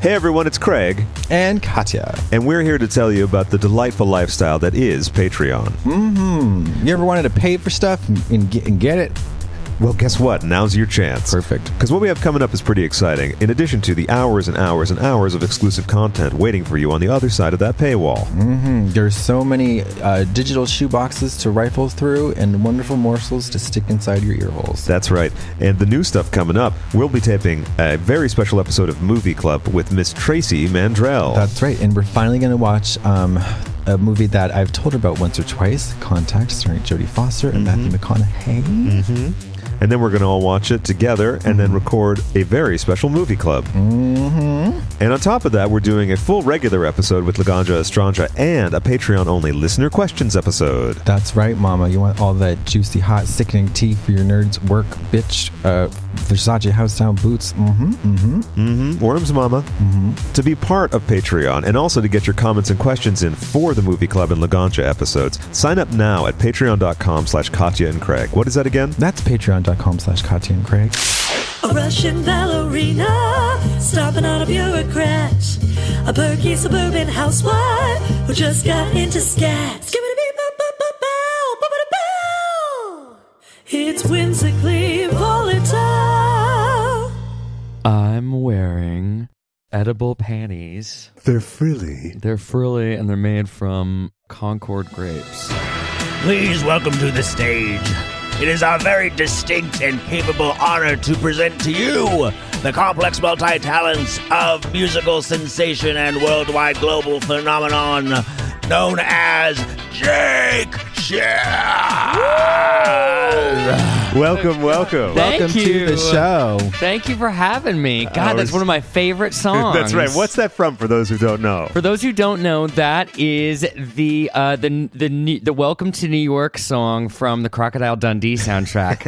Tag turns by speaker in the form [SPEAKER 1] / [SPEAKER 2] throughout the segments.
[SPEAKER 1] Hey everyone, it's Craig,
[SPEAKER 2] and Katya.
[SPEAKER 1] and we're here to tell you about the delightful lifestyle that is Patreon.
[SPEAKER 2] You ever wanted to pay for stuff and- and get, and get it?
[SPEAKER 1] Well, guess what? Now's your chance.
[SPEAKER 2] Perfect.
[SPEAKER 1] Because what we have coming up is pretty exciting, in addition to the hours and hours and hours of exclusive content waiting for you on the other side of that paywall.
[SPEAKER 2] Mm-hmm. Mm, There's so many uh, digital shoe boxes to rifle through and wonderful morsels to stick inside your ear holes.
[SPEAKER 1] That's right. And the new stuff coming up, we'll be taping a very special episode of Movie Club with Miss Tracy Mandrell.
[SPEAKER 2] That's right, and we're finally going to watch um, a movie that I've told her about once or twice, Contact, starring Jodie Foster and Matthew McConaughey.
[SPEAKER 1] and then we're going to all watch it together and then record a very special movie club. Mm-hmm. And on top of that, we're doing a full regular episode with Laganja Estranja and a Patreon only listener questions episode.
[SPEAKER 2] That's right, Mama. You want all that juicy, hot, sickening tea for your nerds work, bitch. Uh, Versace house down boots. Mm-hmm.
[SPEAKER 1] Worms Mama.
[SPEAKER 3] Mm-hmm.
[SPEAKER 1] To be part of Patreon and also to get your comments and questions in for the Movie Club and Laganja episodes, sign up now at patreon.com slash Katya and Craig. What is that again?
[SPEAKER 2] That's Patreon.com/slash Katya and Craig.
[SPEAKER 4] A Russian ballerina, stomping on a bureaucrat. A perky suburban housewife who just got into scat. Skibbidi-bee-bop-bop-bop-bow, boppity-bow. It's whimsically volatile.
[SPEAKER 3] I'm wearing edible panties.
[SPEAKER 5] They're frilly.
[SPEAKER 3] They're frilly and they're made from Concord grapes.
[SPEAKER 6] Please welcome to the stage. It is our very distinct and capable honor to present to you the complex multi talents of musical sensation and worldwide global phenomenon known as Jake Shaz.
[SPEAKER 1] Welcome, welcome.
[SPEAKER 3] Thank
[SPEAKER 2] Welcome to
[SPEAKER 3] you.
[SPEAKER 2] the show.
[SPEAKER 3] Thank you for having me. God,
[SPEAKER 1] was-
[SPEAKER 3] that's one of my favorite songs.
[SPEAKER 1] That's right. What's that from for those who don't know?
[SPEAKER 3] For those who don't know, that is the uh, the the new, the Welcome to New York song from the Crocodile Dundee soundtrack,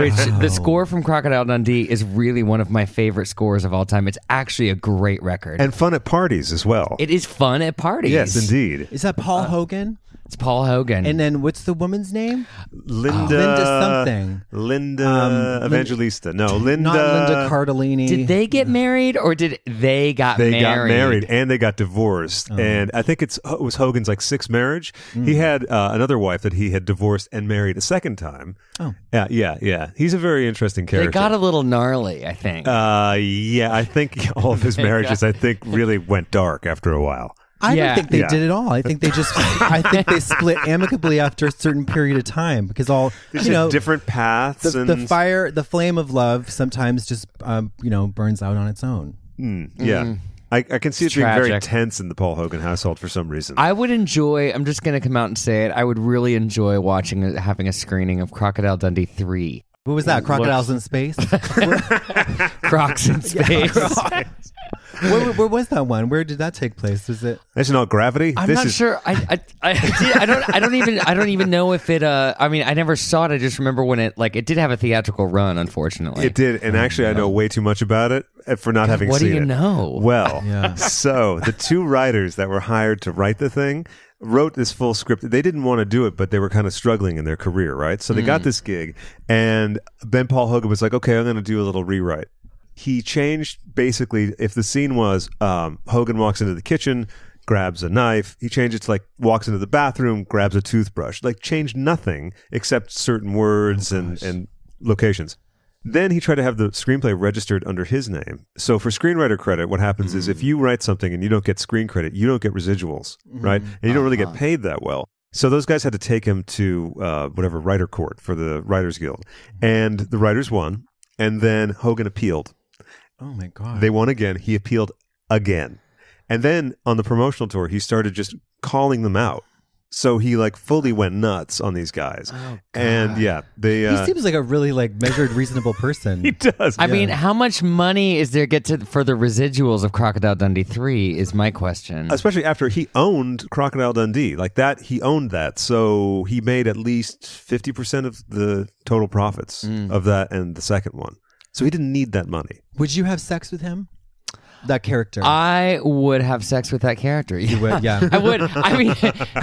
[SPEAKER 3] which the score from Crocodile Dundee is really one of my favorite scores of all time. It's actually a great record.
[SPEAKER 1] And fun at parties as well.
[SPEAKER 3] it is fun at parties.
[SPEAKER 1] yes, indeed.
[SPEAKER 2] Is that
[SPEAKER 1] Uh,
[SPEAKER 2] Paul Hogan?
[SPEAKER 3] It's Paul Hogan.
[SPEAKER 2] And then what's the woman's name?
[SPEAKER 1] Linda.
[SPEAKER 2] Linda something.
[SPEAKER 1] Linda
[SPEAKER 2] Um, Lin-
[SPEAKER 1] Evangelista. No, Linda.
[SPEAKER 2] Not Linda Cardellini.
[SPEAKER 3] Did they get married or did they got
[SPEAKER 1] They
[SPEAKER 3] married?
[SPEAKER 1] got married and they got divorced,
[SPEAKER 2] Oh.
[SPEAKER 1] and I think it's it was Hogan's like sixth marriage.
[SPEAKER 2] Mm.
[SPEAKER 1] He had uh, another wife that he had divorced and married a second time.
[SPEAKER 2] Oh.
[SPEAKER 1] yeah, yeah, yeah. He's a very interesting
[SPEAKER 3] They
[SPEAKER 1] character.
[SPEAKER 3] got a little gnarly, I think.
[SPEAKER 1] uh, yeah, I think all of his marriages, I think, really went dark after a while.
[SPEAKER 2] I
[SPEAKER 3] Yeah.
[SPEAKER 2] don't think they
[SPEAKER 1] Yeah.
[SPEAKER 2] did at all. I think they just. I think they split amicably after a certain period of time because all
[SPEAKER 1] There's
[SPEAKER 2] you know.
[SPEAKER 1] different paths
[SPEAKER 2] the,
[SPEAKER 1] and
[SPEAKER 2] the fire, the flame of love, sometimes just um, you know burns out on its own.
[SPEAKER 1] yeah.
[SPEAKER 2] Mm.
[SPEAKER 1] I, I can see it
[SPEAKER 3] It's
[SPEAKER 1] being very
[SPEAKER 3] tragic.
[SPEAKER 1] tense in the Paul Hogan household for some reason.
[SPEAKER 3] I would enjoy. I'm just gonna come out and say it. I would really enjoy watching uh, having a screening of Crocodile Dundee three,
[SPEAKER 2] What was that? Crocodiles in space.
[SPEAKER 3] Crocs in Space.
[SPEAKER 2] where, where was that one? Where did that take place? Was it?
[SPEAKER 1] That's not gravity.
[SPEAKER 3] I'm
[SPEAKER 1] this
[SPEAKER 3] not
[SPEAKER 1] is,
[SPEAKER 3] sure. I I, I, did- I don't I don't even I don't even know if it. Uh, I mean, I never saw it. I just remember when it like it did have a theatrical run. Unfortunately,
[SPEAKER 1] It did, and actually, I know way too much about it uh, for not having
[SPEAKER 3] what do
[SPEAKER 1] seen it.
[SPEAKER 3] you know?
[SPEAKER 1] Well,
[SPEAKER 2] Yeah.
[SPEAKER 1] so the two writers that were hired to write the thing wrote this full script. They didn't want to do it, but they were kind of struggling in their career, right? So they
[SPEAKER 3] Hmm.
[SPEAKER 1] got this gig, and Ben Paul Hogan was like, "Okay, I'm going to do a little rewrite." He changed basically if the scene was um, Hogan walks into the kitchen. Grabs a knife. He changed it to like walks into the bathroom, grabs a toothbrush. Like changed nothing except certain words and and locations. Then he tried to have the screenplay registered under his name. So for screenwriter credit, what happens is
[SPEAKER 3] Mm.
[SPEAKER 1] if you write something and you don't get screen credit, you don't get residuals,
[SPEAKER 3] Mm-hmm.
[SPEAKER 1] right? And you don't really
[SPEAKER 3] Uh-huh.
[SPEAKER 1] get paid that well. So those guys had to take him to uh, whatever writer court for the Writers Guild,
[SPEAKER 3] Mm-hmm.
[SPEAKER 1] and the writers won. And then Hogan appealed.
[SPEAKER 2] Oh my god!
[SPEAKER 1] They won again. He appealed again. And then on the promotional tour, he started just calling them out. So he like fully went nuts on these guys.
[SPEAKER 3] Oh,
[SPEAKER 1] and yeah, they. Uh,
[SPEAKER 2] he seems like a really like measured, reasonable person.
[SPEAKER 1] he does.
[SPEAKER 3] I mean, how much money is there get to for the residuals of Crocodile Dundee three? Is my question.
[SPEAKER 1] especially after he owned Crocodile Dundee. Like that, he owned that, so he made at least fifty percent of the total
[SPEAKER 3] Mm.
[SPEAKER 1] profits of that and the second one. So he didn't need that money.
[SPEAKER 2] Would you have sex with him? that character.
[SPEAKER 3] I would have sex with that character. You
[SPEAKER 2] would, yeah.
[SPEAKER 3] I would. I mean,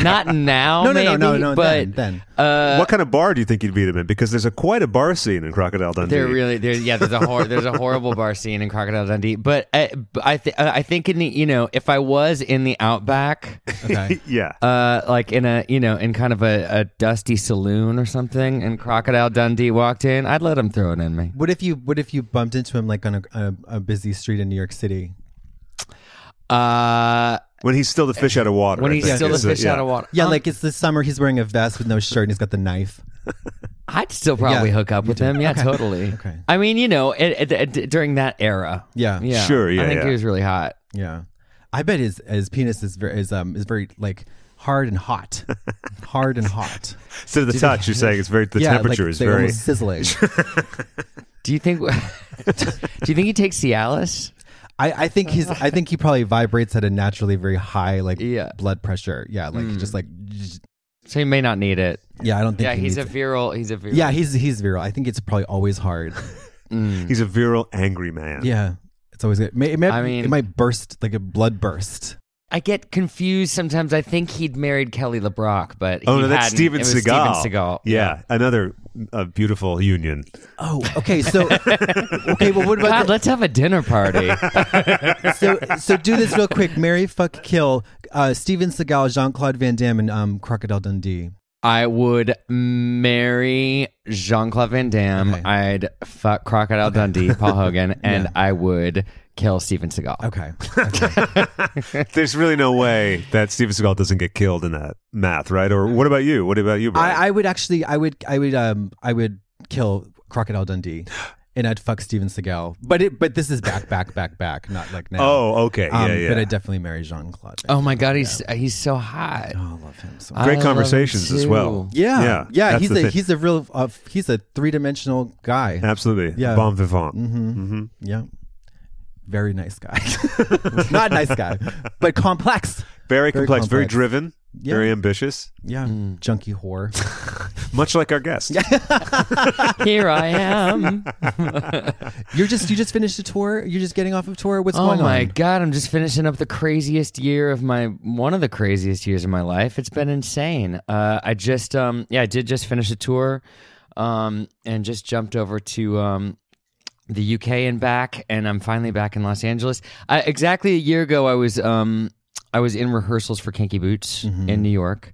[SPEAKER 3] not now.
[SPEAKER 2] No, no, no, no,
[SPEAKER 3] maybe,
[SPEAKER 2] no,
[SPEAKER 3] But
[SPEAKER 2] then,
[SPEAKER 3] Uh,
[SPEAKER 1] what kind of bar do you think you'd beat him in? Because there's a quite a bar scene in Crocodile Dundee.
[SPEAKER 3] There really, there, yeah. There's a hor- there's a horrible bar scene in Crocodile Dundee, but I, but I, th- I think in the, you know, if I was in the outback,
[SPEAKER 2] okay.
[SPEAKER 1] yeah.
[SPEAKER 3] uh, like in a, you know, in kind of a, a dusty saloon or something, and Crocodile Dundee walked in, I'd let him throw it in me.
[SPEAKER 2] What if you What if you bumped into him like on a, a, a busy street in New York City?
[SPEAKER 3] Uh,
[SPEAKER 1] when he's still the fish out of water.
[SPEAKER 3] when
[SPEAKER 1] I
[SPEAKER 3] he's
[SPEAKER 1] think
[SPEAKER 3] still the
[SPEAKER 1] is the-
[SPEAKER 3] fish
[SPEAKER 1] yeah.
[SPEAKER 3] out of water, um,
[SPEAKER 2] Yeah, like it's this summer. He's wearing a vest with no shirt and he's got the knife.
[SPEAKER 3] I'd still probably
[SPEAKER 2] Yeah,
[SPEAKER 3] hook up with him. Yeah, totally.
[SPEAKER 2] Okay.
[SPEAKER 3] I mean, you know, it, it, it- during that era.
[SPEAKER 2] Yeah.
[SPEAKER 3] Yeah.
[SPEAKER 1] Sure, yeah,
[SPEAKER 3] I think
[SPEAKER 1] yeah.
[SPEAKER 3] he was really hot.
[SPEAKER 2] Yeah, I bet his his penis is very is um is very like hard and hot, hard and hot.
[SPEAKER 1] So the touch, you're saying it's very the
[SPEAKER 2] yeah,
[SPEAKER 1] temperature
[SPEAKER 2] like,
[SPEAKER 1] is
[SPEAKER 2] they
[SPEAKER 1] very.
[SPEAKER 2] almost sizzling.
[SPEAKER 3] Do you think? do you think he takes Cialis?
[SPEAKER 2] I, I think he's I think he probably vibrates at a naturally very high like
[SPEAKER 3] Yeah.
[SPEAKER 2] blood pressure. Yeah, like just like
[SPEAKER 3] So he may not need it.
[SPEAKER 2] yeah. I don't think
[SPEAKER 3] Yeah,
[SPEAKER 2] he
[SPEAKER 3] he's a
[SPEAKER 2] needs it.
[SPEAKER 3] virile. He's a virile.
[SPEAKER 2] yeah he's he's virile. I think it's probably always hard.
[SPEAKER 1] He's a virile, angry man.
[SPEAKER 2] yeah, it's always good. May, it may,
[SPEAKER 3] I mean-
[SPEAKER 2] it might burst like a blood burst.
[SPEAKER 3] I get confused sometimes. I think he'd married Kelly LeBrock, but
[SPEAKER 1] Oh
[SPEAKER 3] he
[SPEAKER 1] no, that's
[SPEAKER 3] hadn't.
[SPEAKER 1] Steven
[SPEAKER 3] It was
[SPEAKER 1] Seagal.
[SPEAKER 3] Steven Seagal.
[SPEAKER 1] Yeah, another uh, beautiful union.
[SPEAKER 2] Oh, okay. So okay, well, what about
[SPEAKER 3] God, let's have a dinner party.
[SPEAKER 2] the, so so do this real quick? Mary fuck kill uh, Steven Seagal, Jean Claude Van Damme, and um, Crocodile Dundee.
[SPEAKER 3] I would marry Jean Claude Van Damme.
[SPEAKER 2] Okay.
[SPEAKER 3] I'd fuck Crocodile Dundee, Paul Hogan, and I would kill Steven Seagal.
[SPEAKER 2] Okay.
[SPEAKER 1] There's really no way that Steven Seagal doesn't get killed in that math, right? Or what about you? What about you, Brian?
[SPEAKER 2] I, I would actually, I would, I would, um, I would kill Crocodile Dundee, and I'd fuck Steven Seagal. But it, but this is back, back, back, back, not like now.
[SPEAKER 1] oh, okay,
[SPEAKER 2] Um,
[SPEAKER 1] yeah, yeah.
[SPEAKER 2] But I definitely marry Jean Claude.
[SPEAKER 3] Oh my God, he's he's so hot.
[SPEAKER 2] I love him so. much.
[SPEAKER 3] I
[SPEAKER 1] Great
[SPEAKER 3] love
[SPEAKER 1] conversations
[SPEAKER 3] him
[SPEAKER 1] as
[SPEAKER 3] too.
[SPEAKER 1] well.
[SPEAKER 2] yeah, yeah,
[SPEAKER 1] yeah. that's
[SPEAKER 2] he's a
[SPEAKER 1] the thing.
[SPEAKER 2] he's a real uh, f- he's a three dimensional guy.
[SPEAKER 1] absolutely
[SPEAKER 2] Yeah. Mm-hmm.
[SPEAKER 1] bon vivant.
[SPEAKER 2] Yeah, very nice guy. not nice guy, but complex.
[SPEAKER 1] Very, complex, very
[SPEAKER 2] complex.
[SPEAKER 1] driven,
[SPEAKER 2] Yeah.
[SPEAKER 1] very ambitious,
[SPEAKER 2] Yeah, junkie whore.
[SPEAKER 1] much like our guest.
[SPEAKER 3] Here I am.
[SPEAKER 2] You're just you just finished a tour. You're just getting off of tour. What's
[SPEAKER 3] Oh
[SPEAKER 2] going
[SPEAKER 3] my
[SPEAKER 2] on?
[SPEAKER 3] God, I'm just finishing up the craziest year of my one of the craziest years of my life. It's been insane. Uh, I just um yeah, I did just finish a tour, um and just jumped over to um the UK and back, and I'm finally back in Los Angeles. I, exactly a year ago, I was um I was in rehearsals for Kinky Boots
[SPEAKER 2] Mm-hmm.
[SPEAKER 3] in New York,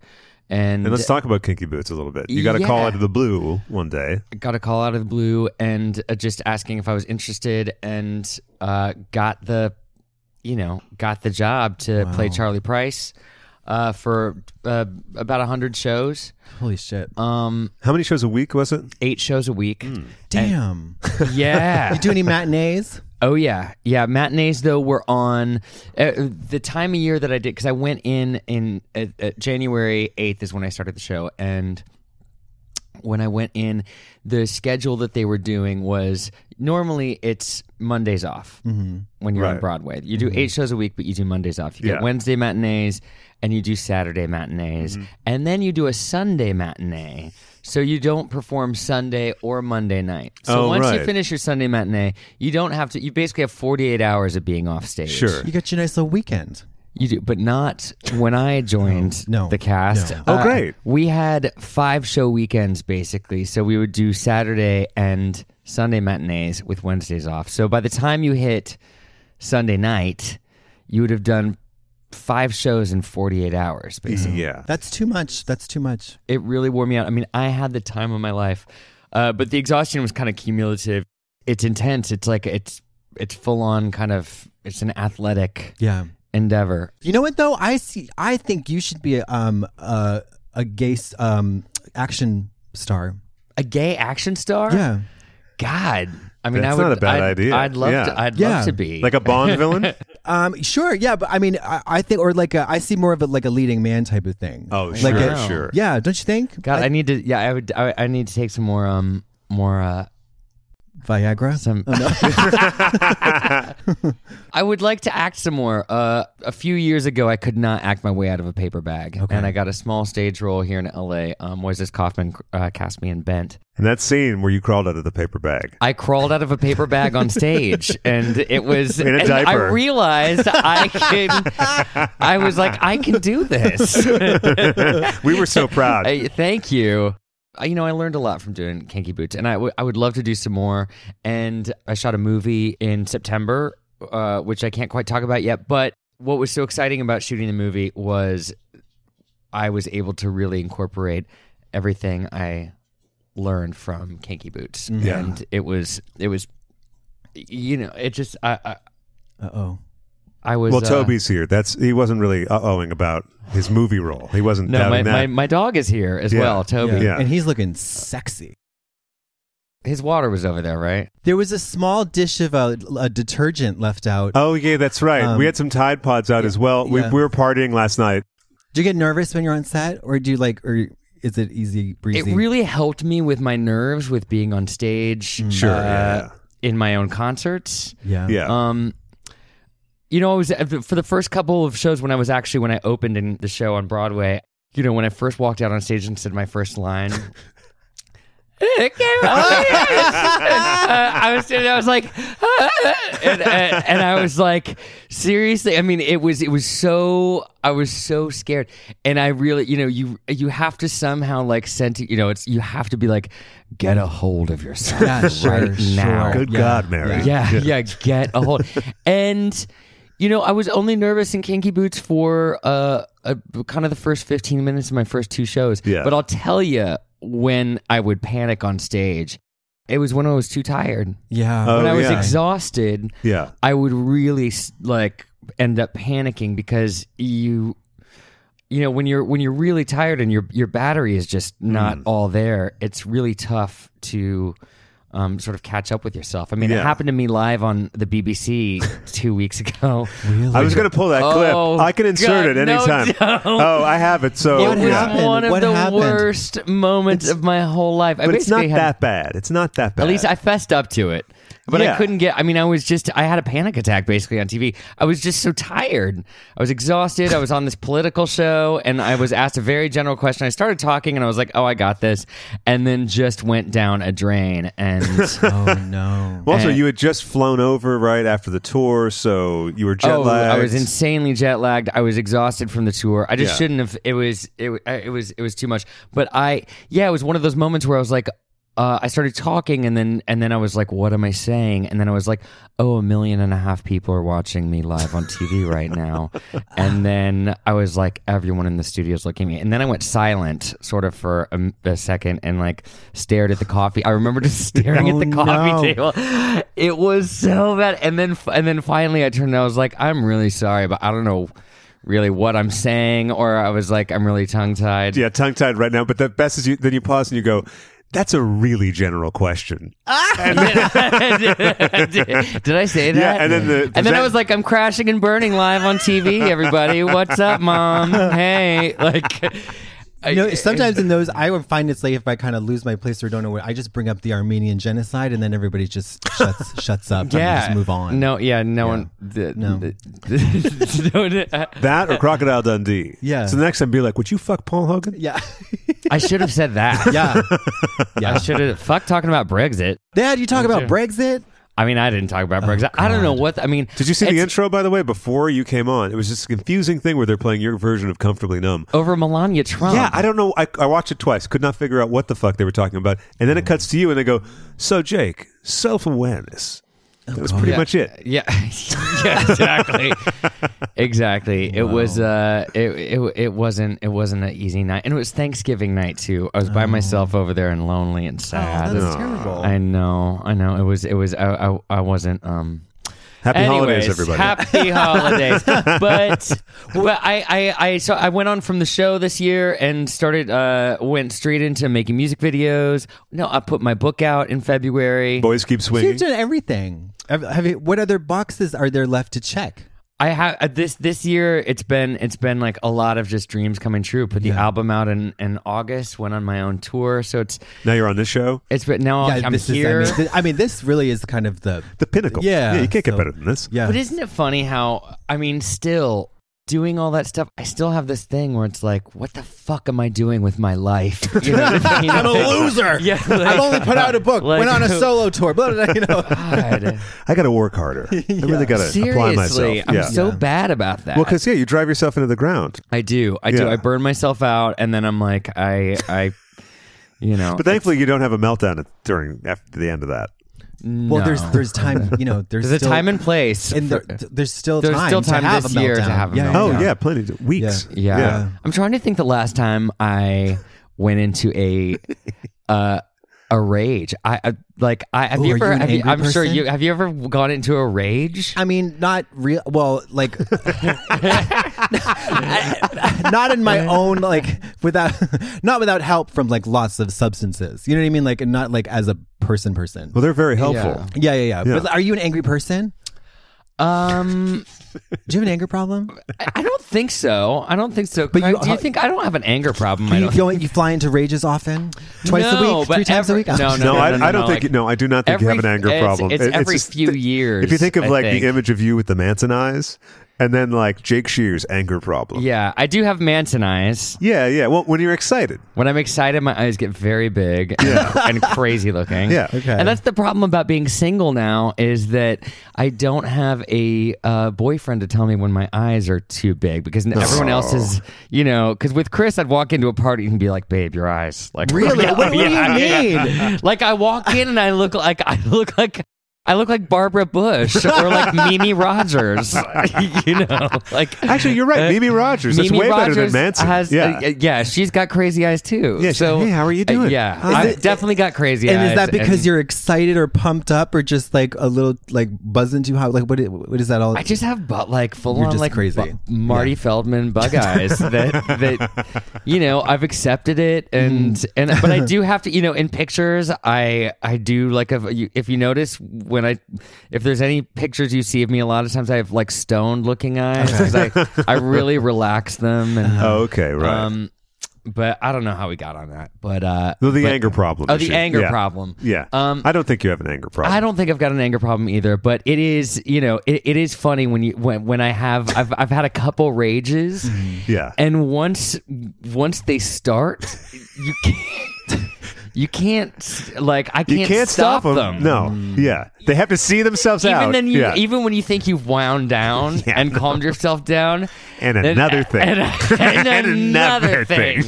[SPEAKER 3] and
[SPEAKER 1] And let's talk about Kinky Boots a little bit. You got a call
[SPEAKER 3] Yeah.
[SPEAKER 1] out of the blue one day.
[SPEAKER 3] got a call out of the blue and uh, just asking if I was interested and uh, got the you know got the job to play Charlie Price uh, for uh, about 100 shows
[SPEAKER 2] Holy shit!
[SPEAKER 3] um
[SPEAKER 1] How many shows a week was it?
[SPEAKER 3] eight shows a week
[SPEAKER 2] Damn.
[SPEAKER 3] yeah
[SPEAKER 2] Hmm. you do any matinees?
[SPEAKER 3] oh yeah yeah matinees though were on uh, the time of year that I did cuz I went in in uh, uh, January 8th is when I started the show and when I went in, the schedule that they were doing was normally it's Mondays off when you're on
[SPEAKER 1] Mm-hmm. Right. Mm-hmm.
[SPEAKER 3] Broadway. You do eight shows a week, but you do Mondays off. You
[SPEAKER 1] Yeah.
[SPEAKER 3] get Wednesday matinees and you do Saturday matinees,
[SPEAKER 1] Mm-hmm.
[SPEAKER 3] and then you do a Sunday matinee. So you don't perform Sunday or Monday night. So
[SPEAKER 1] Oh,
[SPEAKER 3] once you
[SPEAKER 1] right.
[SPEAKER 3] finish your Sunday matinee, you don't have to. You basically have 48 hours of being off stage.
[SPEAKER 1] Sure.
[SPEAKER 2] You got your nice little weekend.
[SPEAKER 3] You do, but not when I joined
[SPEAKER 2] No, no,
[SPEAKER 3] the cast. Uh,
[SPEAKER 2] no.
[SPEAKER 1] Oh, great.
[SPEAKER 3] We had five show weekends basically. So we would do Saturday and Sunday matinees with Wednesdays off. So by the time you hit Sunday night, you would have done five shows in 48 hours basically.
[SPEAKER 1] Mm-hmm. Yeah.
[SPEAKER 2] That's too much. That's too much.
[SPEAKER 3] It really wore me out. I mean, I had the time of my life, uh, but the exhaustion was kind of cumulative. It's intense. It's like, it's, it's full on kind of, it's an athletic
[SPEAKER 2] Yeah.
[SPEAKER 3] endeavor.
[SPEAKER 2] You know what though? I see. I think you should be um uh, a gay s- um action star.
[SPEAKER 3] A gay action star?
[SPEAKER 2] Yeah.
[SPEAKER 3] God. I mean,
[SPEAKER 1] That's
[SPEAKER 3] I would,
[SPEAKER 1] not a bad
[SPEAKER 3] I'd,
[SPEAKER 1] idea.
[SPEAKER 3] I'd love
[SPEAKER 1] Yeah.
[SPEAKER 3] to. I'd
[SPEAKER 2] Yeah.
[SPEAKER 3] love to be
[SPEAKER 1] like a Bond villain?
[SPEAKER 2] Um. Sure. Yeah. But I mean, I, I think, or like, a, I see more of a like a leading man type of thing.
[SPEAKER 1] Oh,
[SPEAKER 2] Like
[SPEAKER 1] sure,
[SPEAKER 2] a-
[SPEAKER 1] sure.
[SPEAKER 2] Yeah. Don't you think?
[SPEAKER 3] God. I, need to. Yeah, I would. I, I need to take some more. Um, more. Uh,
[SPEAKER 2] Viagra. Oh,
[SPEAKER 3] Some- I would like to act some more. Uh, a few years ago, I could not act my way out of a paper bag, and I got a small stage role here in L.A. Um, Moises Kaufman uh, cast me in Bent.
[SPEAKER 1] And that scene where you crawled out of the paper bag.
[SPEAKER 3] I crawled out of a paper bag on stage, and it was.
[SPEAKER 1] In a
[SPEAKER 3] and I
[SPEAKER 1] diaper.
[SPEAKER 3] realized I can. I was like, I can do this.
[SPEAKER 1] we were so proud.
[SPEAKER 3] I, thank you. I, you know, I learned a lot from doing Kinky Boots, and I would- I would love to do some more. And I shot a movie in September, uh, which I can't quite talk about yet. But what was so exciting about shooting the movie was I was able to really incorporate everything I learned from Kinky Boots,
[SPEAKER 1] Yeah.
[SPEAKER 3] and it was it was, you know, it just I I,
[SPEAKER 2] Uh oh.
[SPEAKER 3] I was
[SPEAKER 1] well,
[SPEAKER 3] uh,
[SPEAKER 1] Toby's here. That's he wasn't really uh ohing about his movie role. He wasn't
[SPEAKER 3] No, my,
[SPEAKER 1] doubting
[SPEAKER 3] my,
[SPEAKER 1] that.
[SPEAKER 3] my dog is here as
[SPEAKER 1] Yeah.
[SPEAKER 3] well, Toby.
[SPEAKER 1] Yeah.
[SPEAKER 2] And he's looking sexy.
[SPEAKER 3] His water was over there, right?
[SPEAKER 2] There was a small dish of a, a detergent left out.
[SPEAKER 1] oh yeah, that's right.
[SPEAKER 2] Um,
[SPEAKER 1] we had some Tide Pods out as well. We,
[SPEAKER 2] yeah.
[SPEAKER 1] we were partying last night.
[SPEAKER 2] Do you get nervous when you're on set, or do you like, or is it easy breezy?
[SPEAKER 3] It really helped me with my nerves with being on stage.
[SPEAKER 1] Mm. Sure,
[SPEAKER 3] uh,
[SPEAKER 1] yeah.
[SPEAKER 3] In my own concerts.
[SPEAKER 2] yeah.
[SPEAKER 1] Yeah.
[SPEAKER 3] Um, you know, I was uh, for the first couple of shows when I was actually when I opened in the show on Broadway. You know, when I first walked out on stage and said my first line. It came out. Uh, I was standing. there, I was like, and, and, and I was like, seriously. I mean, it was it was so I was so scared, and I really, you know, you you have to somehow like send to you know, it's you have to be like, get a hold of yourself
[SPEAKER 2] Yeah, sure,
[SPEAKER 3] right
[SPEAKER 2] sure.
[SPEAKER 3] now.
[SPEAKER 1] Good
[SPEAKER 2] oh, yeah,
[SPEAKER 1] God, Mary.
[SPEAKER 3] Yeah, yeah, get a hold. and you know, I was only nervous in kinky boots for uh, uh kind of the first 15 minutes of my first two shows.
[SPEAKER 1] Yeah.
[SPEAKER 3] But I'll tell you when I would panic on stage. It was when I was too tired.
[SPEAKER 2] Yeah.
[SPEAKER 1] Oh,
[SPEAKER 3] when I was
[SPEAKER 1] yeah.
[SPEAKER 3] exhausted,
[SPEAKER 1] Yeah.
[SPEAKER 3] I would really s- like end up panicking because you you know when you're when you're really tired and your your battery is just
[SPEAKER 1] Mm.
[SPEAKER 3] not all there it's really tough to um, sort of catch up with yourself i mean it
[SPEAKER 1] Yeah.
[SPEAKER 3] happened to me live on the bbc two weeks ago
[SPEAKER 1] I was going to pull that
[SPEAKER 3] Oh,
[SPEAKER 1] clip. I can insert it
[SPEAKER 3] God, no,
[SPEAKER 1] anytime.
[SPEAKER 3] don't.
[SPEAKER 1] Oh, I have it. So
[SPEAKER 3] it was
[SPEAKER 1] yeah.
[SPEAKER 2] happened?
[SPEAKER 3] one of
[SPEAKER 2] What
[SPEAKER 3] the
[SPEAKER 2] happened?
[SPEAKER 3] worst moments of my whole life I
[SPEAKER 1] But it's not
[SPEAKER 3] basically had-
[SPEAKER 1] that bad. It's not that bad.
[SPEAKER 3] At least I fessed up to it. But
[SPEAKER 1] Yeah.
[SPEAKER 3] I couldn't get I mean, I was just I had a panic attack basically on TV. I was just so tired. I was exhausted. I was on this political show and I was asked a very general question. I started talking and I was like, Oh, I got this and then just went down a drain and
[SPEAKER 2] oh no.
[SPEAKER 1] Well, also,
[SPEAKER 3] And-
[SPEAKER 1] you had just flown over right after the tour, so you were jet
[SPEAKER 3] Oh,
[SPEAKER 1] lagged.
[SPEAKER 3] I was insanely jet lagged. I was exhausted from the tour. I just
[SPEAKER 1] Yeah.
[SPEAKER 3] shouldn't have. It was it, wa- it was it was too much. But I yeah, it was one of those moments where I was like, uh, I started talking and then and then I was like, what am I saying? And then I was like, oh, a million and a half people are watching me live on TV right now. And then I was like, everyone in the studio is looking at me. And then I went silent, sort of for a, a second, and like stared at the coffee. I remember just staring
[SPEAKER 2] Oh,
[SPEAKER 3] at the coffee
[SPEAKER 2] no.
[SPEAKER 3] table well, it was so bad. And then and then finally I turned and I was like, I'm really sorry, but I don't know really what I'm saying. Or I was like, I'm really tongue tied.
[SPEAKER 1] yeah, tongue tied right now. But the best is you. Then you pause and you go, "That's a really general question."
[SPEAKER 3] Did I say that?
[SPEAKER 1] Yeah, and then the-
[SPEAKER 3] and then I
[SPEAKER 1] that-
[SPEAKER 3] was like, I'm crashing and burning live on TV, everybody. What's up, mom? Hey. Like I-
[SPEAKER 2] You know, sometimes in those, I would find it's like if I kind of lose my place or don't know what, I just bring up the Armenian genocide, and then everybody just shuts shuts up. and just move on.
[SPEAKER 3] No, yeah, no one. The,
[SPEAKER 2] No.
[SPEAKER 3] the- no,
[SPEAKER 1] That or Crocodile Dundee.
[SPEAKER 2] Yeah.
[SPEAKER 1] So the next time, be like, "Would you fuck Paul Hogan?"
[SPEAKER 2] Yeah.
[SPEAKER 3] I should have said that.
[SPEAKER 2] yeah.
[SPEAKER 3] I should have. Fuck talking about Brexit.
[SPEAKER 2] Dad, you talk about Brexit.
[SPEAKER 3] I mean, I didn't talk about Brexit. I don't know what. I mean,
[SPEAKER 1] Oh, Did you see the
[SPEAKER 3] it's
[SPEAKER 1] intro, by the way, before you came on? It was just a confusing thing where they're playing your version of "Comfortably Numb."
[SPEAKER 3] over Melania Trump?
[SPEAKER 1] Yeah, I don't know. I, I watched it twice. Could not figure out what the fuck they were talking about. And
[SPEAKER 3] Mm.
[SPEAKER 1] then it cuts to you, and they go, "So, Jake, self-awareness." That was pretty
[SPEAKER 3] Oh, Yeah.
[SPEAKER 1] much it.
[SPEAKER 3] Yeah, yeah, exactly, exactly. It was uh, it, it it wasn't it wasn't an easy night, and it was Thanksgiving night too. I was
[SPEAKER 1] Oh.
[SPEAKER 3] by myself over there and lonely and sad.
[SPEAKER 2] that's
[SPEAKER 3] And-
[SPEAKER 2] terrible.
[SPEAKER 3] I know, I know. It was it was I I, I wasn't um.
[SPEAKER 1] Happy holidays,
[SPEAKER 3] Anyways,
[SPEAKER 1] everybody.
[SPEAKER 3] Happy holidays. but well, I, I, I so I went on from the show this year and started uh went straight into making music videos. No, I put my book out in February.
[SPEAKER 1] Boys keep
[SPEAKER 2] You've
[SPEAKER 1] swinging.
[SPEAKER 2] done everything. Have, have you, what other boxes are there left to check?
[SPEAKER 3] I have uh, this this year. It's been it's been like a lot of just dreams coming true. Put the album out in, in August. Went on my own tour, so it's
[SPEAKER 1] Now you're on this show.
[SPEAKER 3] it's been now
[SPEAKER 2] yeah,
[SPEAKER 3] I'm
[SPEAKER 2] this
[SPEAKER 3] here.
[SPEAKER 2] is. I mean, th- I mean, this really is kind of the.
[SPEAKER 1] The pinnacle.
[SPEAKER 2] Yeah,
[SPEAKER 1] you can't get
[SPEAKER 2] so-
[SPEAKER 1] better than this.
[SPEAKER 2] Yeah,
[SPEAKER 3] But isn't it funny how I mean, still doing all that stuff, I still have this thing where it's like, what the fuck am I doing with my life? You know what I mean?
[SPEAKER 6] I'm a
[SPEAKER 3] Like,
[SPEAKER 6] loser.
[SPEAKER 3] Yeah,
[SPEAKER 2] I've only put out a book.
[SPEAKER 3] Like-
[SPEAKER 2] went on a solo tour. Blah, blah, blah, you know.
[SPEAKER 3] God.
[SPEAKER 1] I got to work harder. I really got to apply myself.
[SPEAKER 3] Seriously, I'm
[SPEAKER 1] yeah.
[SPEAKER 3] so bad about that.
[SPEAKER 1] well, because yeah, you drive yourself into the ground.
[SPEAKER 3] I do, I do.
[SPEAKER 1] Yeah.
[SPEAKER 3] I burn myself out, and then I'm like, I, I, you know.
[SPEAKER 1] But thankfully, you don't have a meltdown at- during after the end of that.
[SPEAKER 2] Well, there's
[SPEAKER 3] No.
[SPEAKER 2] there's time. You know, there's,
[SPEAKER 3] there's a
[SPEAKER 2] still-
[SPEAKER 3] time and place.
[SPEAKER 2] and there-
[SPEAKER 3] for-
[SPEAKER 2] th- there's still
[SPEAKER 3] There's
[SPEAKER 2] time
[SPEAKER 3] still time
[SPEAKER 2] to have
[SPEAKER 3] this
[SPEAKER 2] a meltdown.
[SPEAKER 3] year to have a meltdown.
[SPEAKER 1] Oh yeah,
[SPEAKER 3] Yeah.
[SPEAKER 1] plenty of weeks.
[SPEAKER 3] Yeah.
[SPEAKER 1] Yeah.
[SPEAKER 3] I'm trying to think the last time I went into a uh a rage. I, I like I have
[SPEAKER 2] Ooh,
[SPEAKER 3] you
[SPEAKER 2] are
[SPEAKER 3] ever
[SPEAKER 2] you an
[SPEAKER 3] have you,
[SPEAKER 2] angry
[SPEAKER 3] I'm sure
[SPEAKER 2] person?
[SPEAKER 3] you have you ever gone into a rage?
[SPEAKER 2] I mean, not real. Well, like, not in my own like without, not without help from like lots of substances. You know what I mean? Like, not like as a person, person.
[SPEAKER 1] Well, they're very helpful.
[SPEAKER 2] Yeah,
[SPEAKER 3] Yeah.
[SPEAKER 2] yeah, yeah.
[SPEAKER 1] Yeah.
[SPEAKER 2] But are you an angry person?
[SPEAKER 3] Um
[SPEAKER 2] Do you have an anger problem?
[SPEAKER 3] I I don't think so. I don't think so.
[SPEAKER 2] But
[SPEAKER 3] Craig,
[SPEAKER 2] you-
[SPEAKER 3] do you think I don't have an anger problem? I
[SPEAKER 2] Do you,
[SPEAKER 3] don't
[SPEAKER 2] go, you fly into rages often? Twice
[SPEAKER 3] No,
[SPEAKER 2] a week?
[SPEAKER 3] but
[SPEAKER 2] Three times
[SPEAKER 3] every-
[SPEAKER 2] a week? Oh,
[SPEAKER 3] no,
[SPEAKER 1] No, I,
[SPEAKER 3] no,
[SPEAKER 1] I don't
[SPEAKER 3] no,
[SPEAKER 1] think.
[SPEAKER 3] like-
[SPEAKER 1] no, I do not think you have an
[SPEAKER 3] Every-
[SPEAKER 1] anger
[SPEAKER 3] it's-
[SPEAKER 1] problem.
[SPEAKER 3] it's
[SPEAKER 1] It-
[SPEAKER 3] every few years,
[SPEAKER 1] If you think of
[SPEAKER 3] I
[SPEAKER 1] like
[SPEAKER 3] think.
[SPEAKER 1] the image of you with the Manson eyes, and then like Jake Shear's anger problem.
[SPEAKER 3] yeah, I do have Manson eyes.
[SPEAKER 1] yeah, yeah. Well, when you're excited,
[SPEAKER 3] When I'm excited, my eyes get very big and- and crazy looking.
[SPEAKER 1] Yeah. Okay.
[SPEAKER 3] And that's the problem about being single now is that I don't have a uh, boyfriend to tell me when my eyes are too big because everyone else is, you know, because with Chris, I'd walk into a party and be like, babe, your eyes. Like,
[SPEAKER 2] Really?
[SPEAKER 3] Yeah,
[SPEAKER 2] What- what do you
[SPEAKER 3] yeah. like, I walk in and I look like, I look like, I look like Barbara Bush or like Mimi Rogers, you know, like Uh,
[SPEAKER 1] actually, you're right. Mimi Rogers. That's
[SPEAKER 3] Mimi
[SPEAKER 1] way better than
[SPEAKER 3] Rogers
[SPEAKER 1] Manson.
[SPEAKER 3] Has,
[SPEAKER 1] yeah.
[SPEAKER 3] yeah, yeah, she's got crazy eyes too.
[SPEAKER 1] Yeah, she-
[SPEAKER 3] so
[SPEAKER 1] hey, how are you
[SPEAKER 3] uh,
[SPEAKER 1] doing?
[SPEAKER 3] yeah,
[SPEAKER 1] Is
[SPEAKER 3] I've definitely got crazy eyes.
[SPEAKER 2] and is that because
[SPEAKER 3] and
[SPEAKER 2] you're excited or pumped up or just like a little like buzzing too high? Like what? i- What is that all?
[SPEAKER 3] I just have but like full
[SPEAKER 2] You're
[SPEAKER 3] on
[SPEAKER 2] just
[SPEAKER 3] like
[SPEAKER 2] crazy.
[SPEAKER 3] bu- Marty Feldman bug eyes that that you know I've accepted it
[SPEAKER 2] Mm.
[SPEAKER 3] and and but I do have to you know in pictures I I do like if you, if you notice when I if there's any pictures you see of me a lot of times I have like stoned looking eyes 'cause I I really relax them and
[SPEAKER 1] Oh, okay, right.
[SPEAKER 3] um but I don't know how we got on that but uh
[SPEAKER 1] no, the
[SPEAKER 3] but-
[SPEAKER 1] anger problem.
[SPEAKER 3] Oh, the
[SPEAKER 1] issue.
[SPEAKER 3] anger
[SPEAKER 1] Yeah.
[SPEAKER 3] problem.
[SPEAKER 1] Yeah.
[SPEAKER 3] Um,
[SPEAKER 1] I don't think you have an anger problem.
[SPEAKER 3] I don't think I've got an anger problem either, but it is, you know, it, it is funny when you when when I have I've I've had a couple rages,
[SPEAKER 1] Yeah.
[SPEAKER 3] and once once they start, you can't you can't s- like I can't, Mm.
[SPEAKER 1] you can't stop, them. No. Yeah. They have to see themselves
[SPEAKER 3] Even
[SPEAKER 1] out.
[SPEAKER 3] then, you,
[SPEAKER 1] yeah.
[SPEAKER 3] even when you think you've wound down
[SPEAKER 1] Yeah.
[SPEAKER 3] and calmed yourself down,
[SPEAKER 1] And
[SPEAKER 3] then-
[SPEAKER 1] another thing.
[SPEAKER 3] and, and
[SPEAKER 1] And another
[SPEAKER 3] another thing,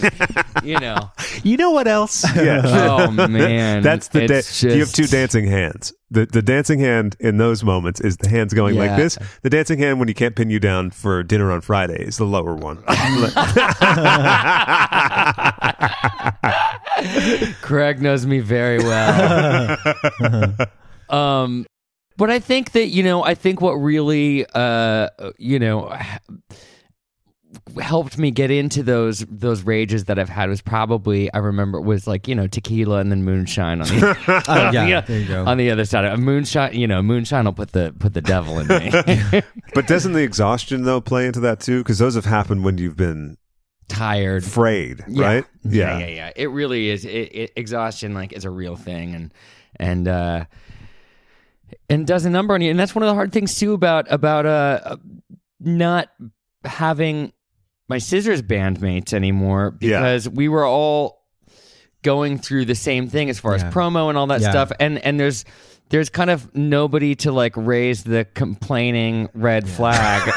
[SPEAKER 3] you know.
[SPEAKER 1] you know what else? Yeah.
[SPEAKER 3] Oh man,
[SPEAKER 1] That's the da-
[SPEAKER 3] It's
[SPEAKER 1] you have two
[SPEAKER 3] just-
[SPEAKER 1] dancing hands. The the dancing hand in those moments is the hands going like
[SPEAKER 3] Yeah.
[SPEAKER 1] this. The dancing hand when you can't pin you down for dinner on Friday is the lower one.
[SPEAKER 3] Craig knows me very well. um, but I think that you know, I think what really, uh, you know, h- helped me get into those those rages that I've had was probably I remember was like you know tequila and then moonshine on the
[SPEAKER 2] oh, yeah,
[SPEAKER 3] yeah. Uh,
[SPEAKER 2] there you go.
[SPEAKER 3] on the other side of moonshine. You know, moonshine will put the put the devil in me.
[SPEAKER 1] but doesn't the exhaustion though play into that too? Because those have happened when you've been
[SPEAKER 3] Tired.
[SPEAKER 1] frayed,
[SPEAKER 3] Yeah.
[SPEAKER 1] right?
[SPEAKER 3] yeah, yeah, yeah. It really is. It, it, exhaustion like is a real thing, and and uh, and does a number on you. And that's one of the hard things too about about uh, not having my scissors bandmates anymore
[SPEAKER 1] Yeah.
[SPEAKER 3] because we were all going through the same thing as far as
[SPEAKER 2] Yeah.
[SPEAKER 3] promo and all that
[SPEAKER 2] Yeah.
[SPEAKER 3] stuff. And and there's. There's kind of nobody to like raise the complaining red flag.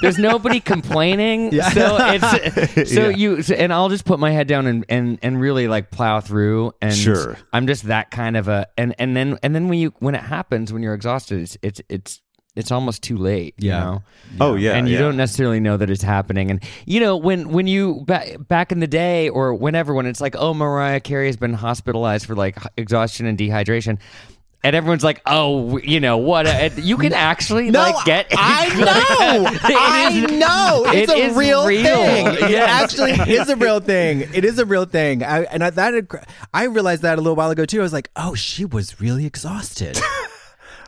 [SPEAKER 3] There's nobody complaining. So it's so
[SPEAKER 1] Yeah.
[SPEAKER 3] you so, and I'll just put my head down and, and and really like plow through and
[SPEAKER 1] Sure.
[SPEAKER 3] I'm just that kind of a and and then and then when you when it happens when you're exhausted it's it's it's it's almost too late.
[SPEAKER 2] Yeah.
[SPEAKER 3] You know?
[SPEAKER 1] Oh yeah.
[SPEAKER 3] and you
[SPEAKER 1] yeah.
[SPEAKER 3] don't necessarily know that it's happening. And you know, when when you ba- back in the day or whenever, when it's like, oh, Mariah Carey has been hospitalized for like h- exhaustion and dehydration. And everyone's like, "Oh, w- you know what? uh, You can actually
[SPEAKER 2] No,
[SPEAKER 3] like get."
[SPEAKER 2] I know. I
[SPEAKER 3] It is-
[SPEAKER 2] know. It's
[SPEAKER 3] it
[SPEAKER 2] a
[SPEAKER 3] is
[SPEAKER 2] real,
[SPEAKER 3] real.
[SPEAKER 2] thing. It
[SPEAKER 3] Yes.
[SPEAKER 2] actually is a real thing. It is a real thing. I, and I, that I realized that a little while ago too. I was like, oh, she was really exhausted.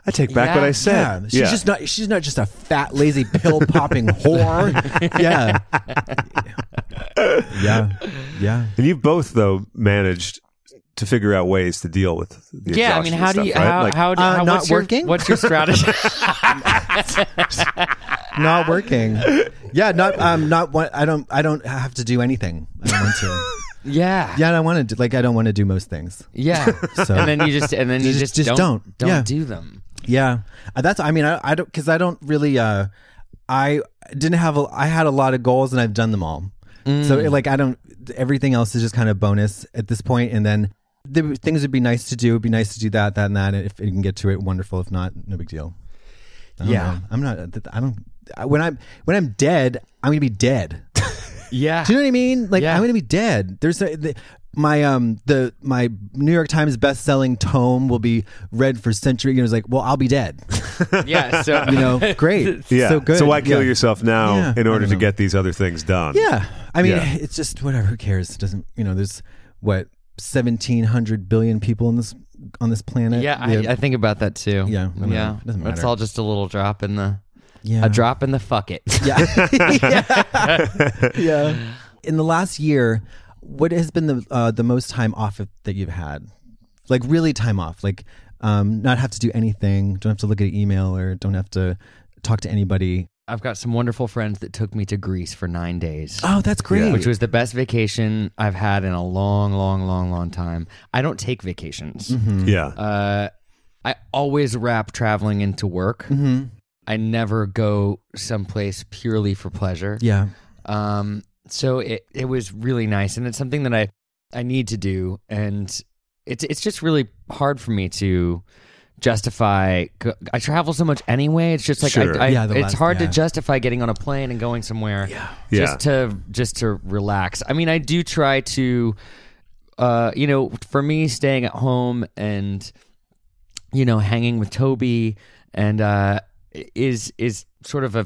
[SPEAKER 1] I take back
[SPEAKER 3] Yeah.
[SPEAKER 1] what I said.
[SPEAKER 2] Yeah, she's just not. She's not just a fat, lazy, pill popping whore. Yeah, yeah, yeah.
[SPEAKER 1] And you both though managed to figure out ways to deal with the
[SPEAKER 3] Yeah, I
[SPEAKER 1] exhaustion
[SPEAKER 3] mean, how do
[SPEAKER 1] stuff,
[SPEAKER 3] you
[SPEAKER 1] right?
[SPEAKER 3] how,
[SPEAKER 1] Like,
[SPEAKER 3] how, do-
[SPEAKER 2] Uh,
[SPEAKER 3] how
[SPEAKER 2] not
[SPEAKER 3] what's your-
[SPEAKER 2] working?
[SPEAKER 3] what's your strategy?
[SPEAKER 2] Not working. Yeah, not. Um, not one. I don't. I don't have to do anything. I don't want to.
[SPEAKER 3] yeah,
[SPEAKER 2] Yeah, I don't want to. do Like, I don't want to do most things.
[SPEAKER 3] yeah.
[SPEAKER 2] So-
[SPEAKER 3] and then you just and then you
[SPEAKER 2] Just-
[SPEAKER 3] just,
[SPEAKER 2] just
[SPEAKER 3] don't
[SPEAKER 2] don't. Yeah.
[SPEAKER 3] do them.
[SPEAKER 2] Yeah, Uh, that's. I mean, I, I don't because I don't really. Uh, I didn't have. A, I had a lot of goals and I've done them all. So it, like I don't. Everything else is just kind of bonus at this point, and then. The things would be nice to do. It'd be nice to do that, that, and that. If you can get to it, wonderful. If not, no big deal. I don't
[SPEAKER 3] Yeah.
[SPEAKER 2] know. I'm not. I don't. I- When I'm when I'm dead, I'm gonna be dead.
[SPEAKER 3] Yeah,
[SPEAKER 2] Do you know what I mean? Like
[SPEAKER 3] Yeah.
[SPEAKER 2] I'm gonna be dead. There's a, the, my um the my New York Times best-selling tome will be read for centuries. And it was like, well, I'll be dead.
[SPEAKER 3] yeah. So
[SPEAKER 2] You know, great.
[SPEAKER 1] yeah.
[SPEAKER 2] so good.
[SPEAKER 1] why kill
[SPEAKER 2] Yeah.
[SPEAKER 1] yourself now
[SPEAKER 2] Yeah.
[SPEAKER 1] in
[SPEAKER 2] I
[SPEAKER 1] order
[SPEAKER 2] don't
[SPEAKER 1] to
[SPEAKER 3] Mm-hmm.
[SPEAKER 2] know.
[SPEAKER 1] get these other things done?
[SPEAKER 2] Yeah, I mean,
[SPEAKER 1] Yeah.
[SPEAKER 2] it's just whatever. Who cares? It doesn't you know? There's what 1,700 billion people on this on this planet.
[SPEAKER 3] yeah, I, I think about that too.
[SPEAKER 2] Yeah, I know.
[SPEAKER 3] yeah.
[SPEAKER 2] It doesn't
[SPEAKER 3] It's
[SPEAKER 2] matter.
[SPEAKER 3] all just a little drop in the
[SPEAKER 2] yeah.
[SPEAKER 3] a drop in the fuck it.
[SPEAKER 2] Yeah. yeah. In the last year, what has been the uh, the most time off of, that you've had? Like really time off, like um, not have to do anything, don't have to look at an email or don't have to talk to anybody.
[SPEAKER 3] I've got some wonderful friends that took me to Greece for nine days.
[SPEAKER 2] Oh, that's great.
[SPEAKER 3] Which was the best vacation I've had in a long, long, long, long time. I don't take vacations.
[SPEAKER 1] Mm-hmm. yeah.
[SPEAKER 3] Uh, I always wrap traveling into work.
[SPEAKER 2] Mm-hmm.
[SPEAKER 3] I never go someplace purely for pleasure.
[SPEAKER 2] yeah.
[SPEAKER 3] Um, so it, it was really nice, and it's something that I I need to do, and it's it's just really hard for me to justify. I travel so much anyway. It's just like
[SPEAKER 1] Sure.
[SPEAKER 3] I, I,
[SPEAKER 2] Yeah, the
[SPEAKER 3] it's
[SPEAKER 2] last-
[SPEAKER 3] hard
[SPEAKER 2] yeah.
[SPEAKER 3] to justify getting on a plane and going somewhere.
[SPEAKER 1] Yeah.
[SPEAKER 3] Just to just to relax. I mean, I do try to. Uh, you know, for me, staying at home and you know hanging with Toby and uh, is is sort of a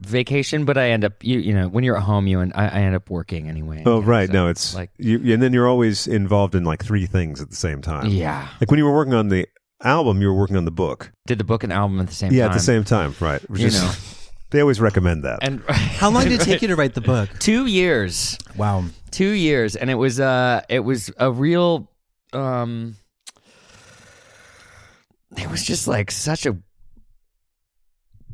[SPEAKER 3] vacation, but I end up you you know when you're at home, you and I, I end up working anyway.
[SPEAKER 1] Oh
[SPEAKER 3] Yeah,
[SPEAKER 1] right,
[SPEAKER 3] so
[SPEAKER 1] no, it's
[SPEAKER 3] like
[SPEAKER 1] like you, and then you're always involved in like three things at the same time.
[SPEAKER 3] yeah.
[SPEAKER 1] Like when you were working on the album, you were working on the book.
[SPEAKER 3] Did the book and album at the same
[SPEAKER 1] yeah,
[SPEAKER 3] time?
[SPEAKER 1] at the same time, right? Which
[SPEAKER 3] You
[SPEAKER 1] is-
[SPEAKER 3] know.
[SPEAKER 1] they always recommend that.
[SPEAKER 3] And
[SPEAKER 2] How long did it take you to write the book?
[SPEAKER 3] two years,
[SPEAKER 2] Wow.
[SPEAKER 3] two years, and it was uh it was a real um, it was just like such a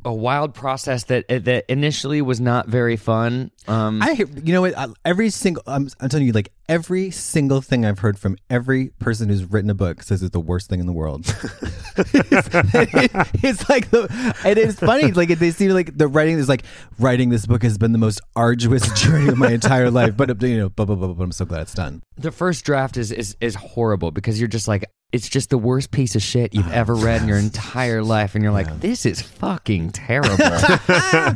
[SPEAKER 3] a wild process that uh, that initially was not very fun. Um,
[SPEAKER 2] I you know what I- every single I'm, I'm telling you like every single thing I've heard from every person who's written a book says it's the worst thing in the world. it's, it's like the and it's funny like they seem like the writing is like writing this book has been the most arduous journey of my entire life. But you know, blah blah blah. blah but I'm so glad it's done.
[SPEAKER 3] the first draft is is is horrible because you're just like it's just the worst piece of shit
[SPEAKER 2] Oh,
[SPEAKER 3] you've ever read in your entire life and you're like this is fucking terrible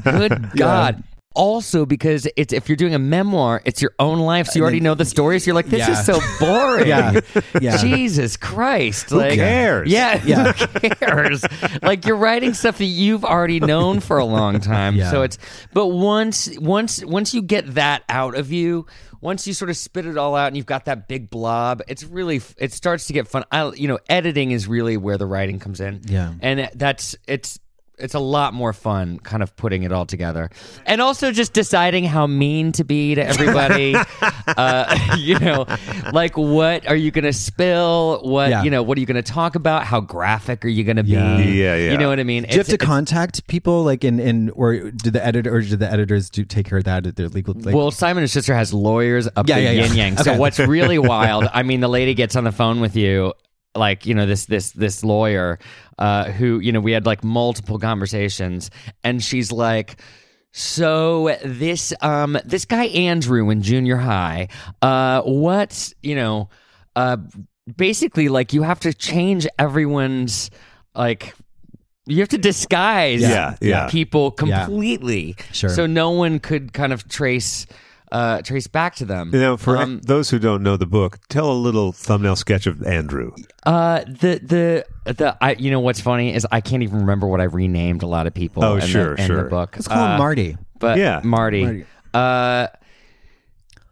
[SPEAKER 3] good god also because it's if you're doing a memoir it's your own life so you already know the story so you're like this
[SPEAKER 2] Yeah.
[SPEAKER 3] is so boring
[SPEAKER 2] Yeah. Yeah.
[SPEAKER 3] jesus christ who like
[SPEAKER 1] cares?
[SPEAKER 3] yeah,
[SPEAKER 2] Yeah.
[SPEAKER 3] who cares like you're writing stuff that you've already known for a long time
[SPEAKER 2] Yeah.
[SPEAKER 3] so it's but once once once you get that out of you, once you sort of spit it all out and you've got that big blob, it's really it starts to get fun. I you know, editing is really where the writing comes in.
[SPEAKER 2] Yeah.
[SPEAKER 3] And that's it's it's a lot more fun kind of putting it all together. And also just deciding how mean to be to everybody. uh, you know, like what are you going to spill? What,
[SPEAKER 2] Yeah.
[SPEAKER 3] you know, what are you going to talk about? How graphic are you going to be?
[SPEAKER 2] Yeah.
[SPEAKER 1] Yeah, yeah.
[SPEAKER 3] You know what I mean?
[SPEAKER 2] Do you have to contact people like in in or do the editor or do the editors do take care of that? Are there legal like
[SPEAKER 3] well, Simon and Sister has lawyers up
[SPEAKER 2] Yeah,
[SPEAKER 3] the
[SPEAKER 2] yeah, yeah.
[SPEAKER 3] yin yang. So
[SPEAKER 2] Okay.
[SPEAKER 3] what's really wild? I mean, the lady gets on the phone with you, like you know this this this lawyer, uh, who you know we had like multiple conversations, and she's like. So this um this guy Andrew in junior high, uh, what's you know, uh, basically like you have to change everyone's like you have to disguise
[SPEAKER 1] Yeah, yeah.
[SPEAKER 3] people completely
[SPEAKER 2] Sure.
[SPEAKER 3] so no one could kind of trace uh trace back to them
[SPEAKER 1] you know, for
[SPEAKER 3] Um,
[SPEAKER 1] those who don't know the book, tell a little thumbnail sketch of Andrew.
[SPEAKER 3] uh the the the i you know what's funny is i can't even remember what i renamed a lot of people
[SPEAKER 1] Oh,
[SPEAKER 3] in the-
[SPEAKER 1] sure,
[SPEAKER 3] in the,
[SPEAKER 1] sure.
[SPEAKER 3] book
[SPEAKER 2] Let's call
[SPEAKER 3] Uh,
[SPEAKER 2] him Marty.
[SPEAKER 3] but
[SPEAKER 1] Yeah.
[SPEAKER 3] marty,
[SPEAKER 2] Marty.
[SPEAKER 3] uh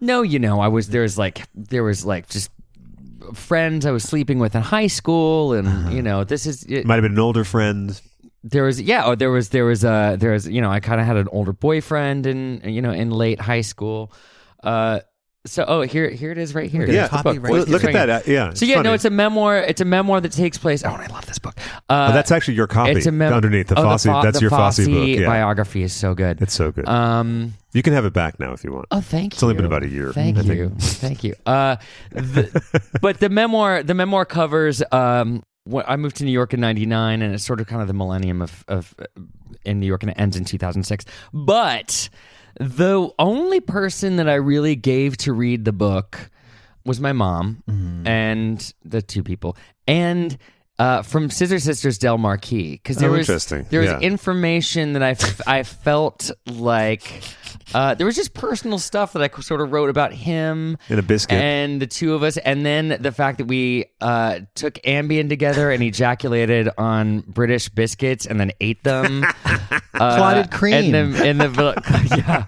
[SPEAKER 3] no you know i was there was like there was like just friends I was sleeping with in high school, and
[SPEAKER 1] Uh-huh.
[SPEAKER 3] you know, this is it,
[SPEAKER 1] Might have been an older friend.
[SPEAKER 3] there was yeah, oh, there was there was uh there was you know I kind of had an older boyfriend in you know in late high school, uh. So oh here here it is right here.
[SPEAKER 1] Yeah.
[SPEAKER 3] Here's the book.
[SPEAKER 2] Copyright.
[SPEAKER 3] Boys
[SPEAKER 2] Look-
[SPEAKER 1] look
[SPEAKER 3] Kiss
[SPEAKER 1] at
[SPEAKER 3] Ring.
[SPEAKER 1] that, uh, yeah, it's
[SPEAKER 3] So yeah,
[SPEAKER 1] funny.
[SPEAKER 3] no, it's a memoir. It's a memoir that takes place. Oh, and I love this book. Uh,
[SPEAKER 1] Oh, that's actually your copy
[SPEAKER 3] it's a mem-
[SPEAKER 1] underneath the
[SPEAKER 3] oh,
[SPEAKER 1] Fosse.
[SPEAKER 3] Fo-
[SPEAKER 1] that's
[SPEAKER 3] the
[SPEAKER 1] your Fosse
[SPEAKER 3] Fosse
[SPEAKER 1] book. Yeah.
[SPEAKER 3] biography is so good.
[SPEAKER 1] It's so good.
[SPEAKER 3] um.
[SPEAKER 1] you can have it back now if you want.
[SPEAKER 3] Oh, thank you.
[SPEAKER 1] It's only been about a year,
[SPEAKER 3] Thank
[SPEAKER 1] I think.
[SPEAKER 3] you. thank you. Uh, the, but the memoir, the memoir covers. Um, when I moved to New York in '99, and it's sort of kind of the millennium of, of uh, in New York, and it ends in 2006. But the only person that I really gave to read the book was my mom
[SPEAKER 1] Mm-hmm.
[SPEAKER 3] and the two people, and uh, from Scissor Sisters Del Marquis, because there
[SPEAKER 1] Oh,
[SPEAKER 3] was
[SPEAKER 1] interesting.
[SPEAKER 3] there was
[SPEAKER 1] Yeah.
[SPEAKER 3] information that I, f- I felt like uh, there was just personal stuff that I sort of wrote about him
[SPEAKER 1] And a biscuit.
[SPEAKER 3] and the two of us, and then the fact that we uh, took Ambien together and ejaculated on British biscuits and then ate them. Uh,
[SPEAKER 2] Clotted cream.
[SPEAKER 3] And then in the vil- yeah.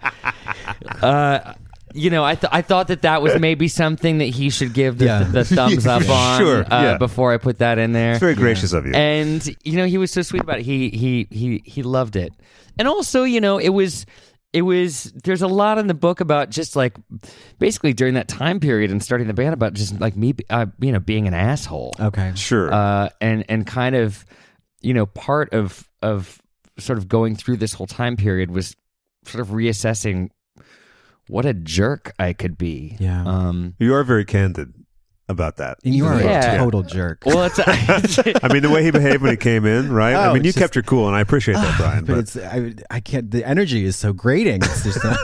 [SPEAKER 3] Uh, you know, I, th- I thought that that was maybe something that he should give the,
[SPEAKER 2] Yeah.
[SPEAKER 3] the thumbs up on
[SPEAKER 1] Sure,
[SPEAKER 3] uh,
[SPEAKER 1] yeah.
[SPEAKER 3] before I put that in there.
[SPEAKER 1] It's very gracious of you.
[SPEAKER 3] And you know, he was so sweet about it. He he he he loved it. And also, you know, it was it was there's a lot in the book about just like basically during that time period and starting the band about just like me uh, you know being an asshole.
[SPEAKER 2] Okay.
[SPEAKER 1] sure.
[SPEAKER 3] Uh and and kind of you know part of of sort of going through this whole time period was sort of reassessing what a jerk I could be.
[SPEAKER 2] Yeah.
[SPEAKER 3] Um
[SPEAKER 1] you are very candid about that.
[SPEAKER 2] And you are
[SPEAKER 3] Yeah.
[SPEAKER 2] a total jerk.
[SPEAKER 3] well, it's,
[SPEAKER 1] I mean, the way he behaved when he came in, right? I
[SPEAKER 2] Oh,
[SPEAKER 1] mean, you
[SPEAKER 2] it's just-
[SPEAKER 1] kept your cool, and I appreciate
[SPEAKER 3] Ah,
[SPEAKER 1] that, Brian.
[SPEAKER 2] but
[SPEAKER 1] But,
[SPEAKER 2] it's I, I can't. The energy is so grating. It's just not,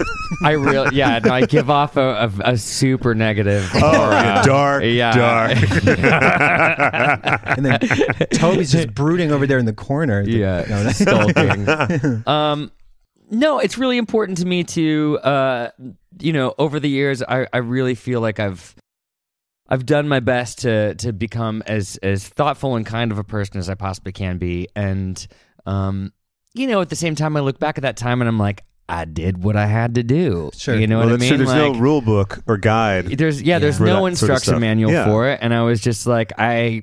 [SPEAKER 3] I really, yeah, no, I give off a, a, a super negative.
[SPEAKER 1] oh,
[SPEAKER 3] aura.
[SPEAKER 1] yeah, dark,
[SPEAKER 3] yeah.
[SPEAKER 1] dark.
[SPEAKER 2] and then Toby's just brooding over there in the corner.
[SPEAKER 3] Yeah,
[SPEAKER 2] No, that's-
[SPEAKER 3] skulking. um, no, it's really important to me to, uh, you know, over the years, I, I really feel like I've, I've done my best to to become as as thoughtful and kind of a person as I possibly can be, and, um, you know, at the same time, I look back at that time and I'm like, I did what I had to do.
[SPEAKER 2] Sure.
[SPEAKER 3] you know
[SPEAKER 1] well,
[SPEAKER 3] what I
[SPEAKER 1] that's
[SPEAKER 3] mean?
[SPEAKER 1] true. There's
[SPEAKER 3] Like-
[SPEAKER 1] no rule book or guide.
[SPEAKER 3] there's yeah, there's
[SPEAKER 1] For that
[SPEAKER 3] no
[SPEAKER 1] sort of
[SPEAKER 3] instruction
[SPEAKER 1] stuff.
[SPEAKER 3] manual
[SPEAKER 1] Yeah.
[SPEAKER 3] for it and i was just like i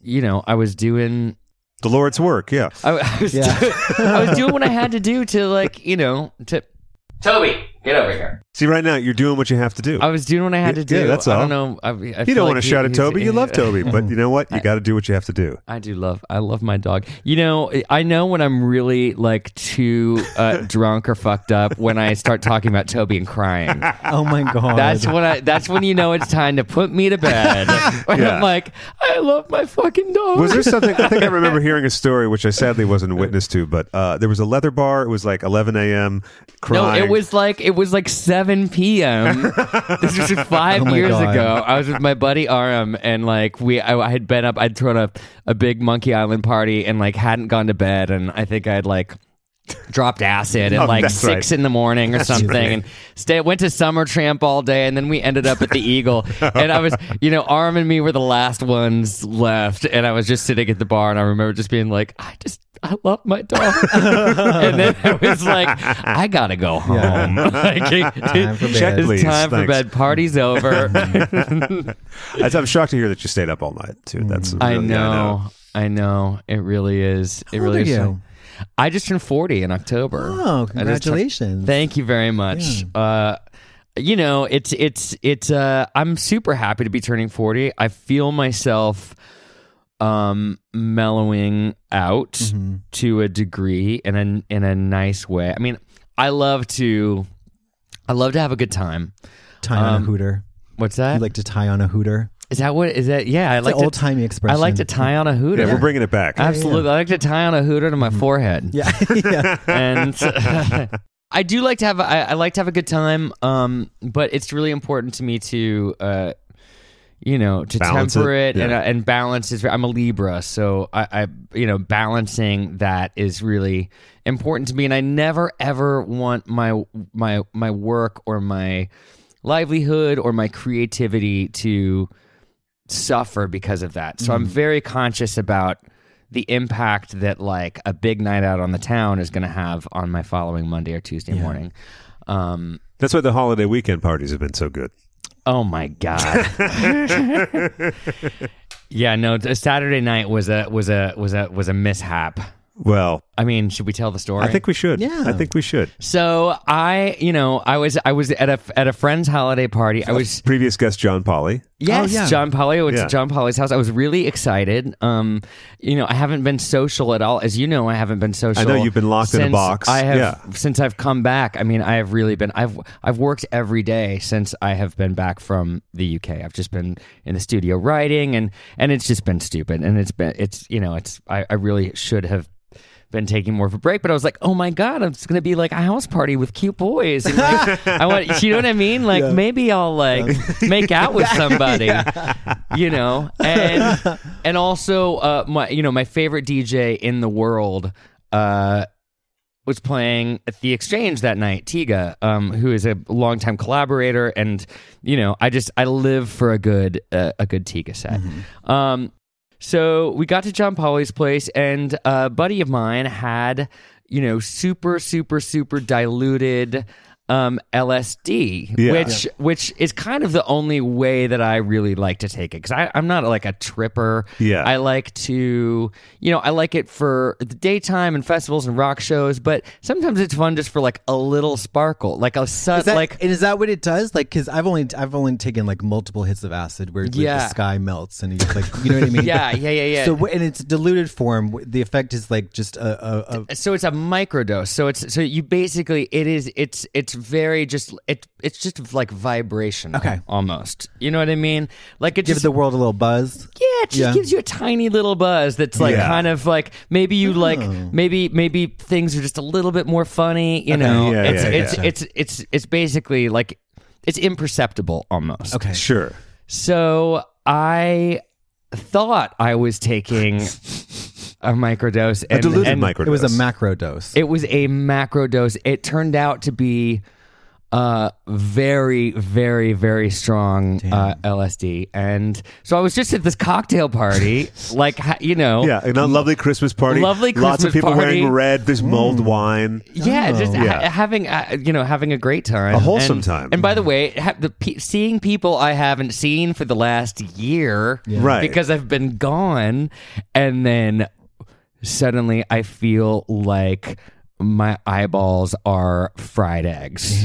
[SPEAKER 3] you know i was doing
[SPEAKER 1] The Lord's work, yeah.
[SPEAKER 3] i, I was
[SPEAKER 2] Yeah.
[SPEAKER 3] doing, i was doing what i had to do to like you know to toby get over here
[SPEAKER 1] See, right now, you're doing what you have to do.
[SPEAKER 3] i was doing what i had
[SPEAKER 1] Yeah,
[SPEAKER 3] to do
[SPEAKER 1] yeah, that's
[SPEAKER 3] i
[SPEAKER 1] all.
[SPEAKER 3] don't know I, I
[SPEAKER 1] you don't want to shout at Toby. You love Toby, but you know what? You got to do what you have to do.
[SPEAKER 3] I do love. I love my dog. You know, I know when I'm really like too uh, drunk or fucked up when I start talking about Toby and crying.
[SPEAKER 2] oh my god.
[SPEAKER 3] That's when I. That's when you know it's time to put me to bed. When
[SPEAKER 1] Yeah.
[SPEAKER 3] I'm like, I love my fucking dog.
[SPEAKER 1] Was there something? I think I remember hearing a story, which I sadly wasn't a witness to, but uh, there was a leather bar. It was like 11 a.m. crying.
[SPEAKER 3] No, it was like it was like 7 p.m. this was five
[SPEAKER 2] Oh my
[SPEAKER 3] years
[SPEAKER 2] God.
[SPEAKER 3] ago. I was with my buddy Aram, and like we, I, I had been up. I'd thrown up a big Monkey Island party, and like hadn't gone to bed, and I think I'd like dropped acid at
[SPEAKER 1] Oh,
[SPEAKER 3] like
[SPEAKER 1] that's
[SPEAKER 3] six
[SPEAKER 1] right.
[SPEAKER 3] in the morning or something, and stay, went to summer tramp all day, and then we ended up at the Eagle, and I was, you know, Aram and me were the last ones left, and I was just sitting at the bar, and I remember just being like, I just. I love my dog. and then I was like, I gotta go home. Like, it-
[SPEAKER 2] Time for
[SPEAKER 3] it's
[SPEAKER 2] bed.
[SPEAKER 1] Please,
[SPEAKER 3] time for
[SPEAKER 1] thanks.
[SPEAKER 3] bed. Party's over.
[SPEAKER 1] I- I'm shocked to hear that you stayed up all night too. That's
[SPEAKER 3] I
[SPEAKER 1] really-
[SPEAKER 3] know. I know. It really is. It
[SPEAKER 2] How old
[SPEAKER 3] really
[SPEAKER 2] are
[SPEAKER 3] is.
[SPEAKER 2] you?
[SPEAKER 3] I just turned 40 in October.
[SPEAKER 2] Oh,
[SPEAKER 3] I just turned-
[SPEAKER 2] congratulations.
[SPEAKER 3] Thank you very much. Uh, you know, it's it's it's. Uh, I'm super happy to be turning 40. I feel myself um mellowing out
[SPEAKER 2] Mm-hmm.
[SPEAKER 3] to a degree in a in a nice way. I mean, I love to, I love to have a good time.
[SPEAKER 2] tie on
[SPEAKER 3] Um,
[SPEAKER 2] a hooter.
[SPEAKER 3] What's that?
[SPEAKER 2] You
[SPEAKER 3] Is
[SPEAKER 2] like to tie on a hooter?
[SPEAKER 3] that what is that? Yeah, I
[SPEAKER 2] It's
[SPEAKER 3] like
[SPEAKER 2] an
[SPEAKER 3] to-
[SPEAKER 2] old timey
[SPEAKER 3] I
[SPEAKER 2] expression.
[SPEAKER 3] like to tie on a hooter.
[SPEAKER 1] Yeah, we're bringing it back.
[SPEAKER 3] Absolutely, I like to tie on a hooter to my forehead.
[SPEAKER 2] Mm-hmm. Yeah, yeah.
[SPEAKER 3] and I do like to have I, I like to have a good time. Um, but it's really important to me to uh, you know, to
[SPEAKER 1] Balance
[SPEAKER 3] temper
[SPEAKER 1] it,
[SPEAKER 3] it, and
[SPEAKER 1] yeah.
[SPEAKER 3] uh, and balance is. I'm a Libra, so I, I you know balancing that is really important to me, and I never ever want my my my work or my livelihood or my creativity to suffer because of that. So I'm
[SPEAKER 1] Mm.
[SPEAKER 3] very conscious about the impact that like a big night out on the town is going to have on my following Monday or Tuesday morning. Um,
[SPEAKER 1] That's why the holiday weekend parties have been so good.
[SPEAKER 3] Oh my god. yeah, no. t- Saturday night was a was a was a was a mishap.
[SPEAKER 1] Well,
[SPEAKER 3] I mean, should we tell the story?
[SPEAKER 1] I think we should.
[SPEAKER 2] Yeah.
[SPEAKER 1] I think we should.
[SPEAKER 3] so. I, you know, I was I was at a at a friend's holiday party. I was
[SPEAKER 1] Previous guest John Polly.
[SPEAKER 3] Yes,
[SPEAKER 2] Oh, yeah.
[SPEAKER 3] John Polly. I went
[SPEAKER 1] Yeah.
[SPEAKER 3] to John Polly's house. I was really excited. Um, you know, I haven't been social at all. As you know, I haven't been social.
[SPEAKER 1] you've been locked in a
[SPEAKER 3] since
[SPEAKER 1] box.
[SPEAKER 3] I have
[SPEAKER 1] Yeah.
[SPEAKER 3] since I've come back. I mean, I have really been. I've I've worked every day since I have been back from the UK. I've just been in the studio writing, and and it's just been stupid. And it's been it's you know it's I, I really should have been taking more of a break but i was like oh my god it's gonna be like a house party with cute boys and like, i want you know what i mean like maybe i'll like make out with somebody you know and and also uh my you know my favorite dj in the world uh was playing at the exchange that night tiga um who is a longtime collaborator and you know i just i live for a good uh, a good tiga set um so we got to john polly's place and a buddy of mine had you know super super super diluted um lsd
[SPEAKER 1] Yeah.
[SPEAKER 3] which which which is kind of the only way that I really like to take it because I'm not like a tripper.
[SPEAKER 1] Yeah.
[SPEAKER 3] I like to, you know, I like it for the daytime and festivals and rock shows, but sometimes it's fun just for like a little sparkle, like a sud,
[SPEAKER 2] Is that,
[SPEAKER 3] like
[SPEAKER 2] and is that what it does? Like, because I've only I've only taken like multiple hits of acid where like,
[SPEAKER 3] Yeah.
[SPEAKER 2] the sky melts and it's like you know what I mean?
[SPEAKER 3] yeah, yeah, yeah, yeah.
[SPEAKER 2] So wh- in its diluted form, wh- the effect is like just a, a, a
[SPEAKER 3] so it's a microdose. So it's so you basically it is it's it's very just it it's just like vibration.
[SPEAKER 2] Okay.
[SPEAKER 3] almost. You know what I mean? Like it
[SPEAKER 2] give
[SPEAKER 3] just
[SPEAKER 2] the world a little buzz.
[SPEAKER 3] Yeah, it just
[SPEAKER 2] Yeah.
[SPEAKER 3] gives you a tiny little buzz that's like
[SPEAKER 1] Yeah. Oh.
[SPEAKER 3] kind of like maybe you like maybe maybe things are just a little bit more funny, you know.
[SPEAKER 1] Yeah,
[SPEAKER 3] it's
[SPEAKER 1] yeah,
[SPEAKER 3] it's,
[SPEAKER 2] yeah.
[SPEAKER 3] it's it's it's basically like it's imperceptible almost.
[SPEAKER 2] Okay.
[SPEAKER 1] Sure.
[SPEAKER 3] So I thought I was taking a microdose
[SPEAKER 1] A
[SPEAKER 3] and,
[SPEAKER 1] diluted
[SPEAKER 3] and
[SPEAKER 1] microdose.
[SPEAKER 2] It was a macro dose.
[SPEAKER 3] it was a macro dose. It turned out to be uh very very very strong uh LSD and so I was just at this cocktail party like ha- you know
[SPEAKER 1] Yeah, and a lovely Christmas party.
[SPEAKER 3] Lovely
[SPEAKER 1] Lots
[SPEAKER 3] Christmas
[SPEAKER 1] of people
[SPEAKER 3] party. Mm.
[SPEAKER 1] wearing red. There's mulled wine.
[SPEAKER 3] Yeah, just ha-
[SPEAKER 1] Oh. Yeah.
[SPEAKER 3] having uh, you know having a great time,
[SPEAKER 1] A wholesome
[SPEAKER 3] And-
[SPEAKER 1] time. Mm-hmm.
[SPEAKER 3] And by the way, ha- the pe- seeing people I haven't seen for the last year,
[SPEAKER 1] Right.
[SPEAKER 3] Because I've been gone, and then suddenly I feel like my eyeballs are fried eggs.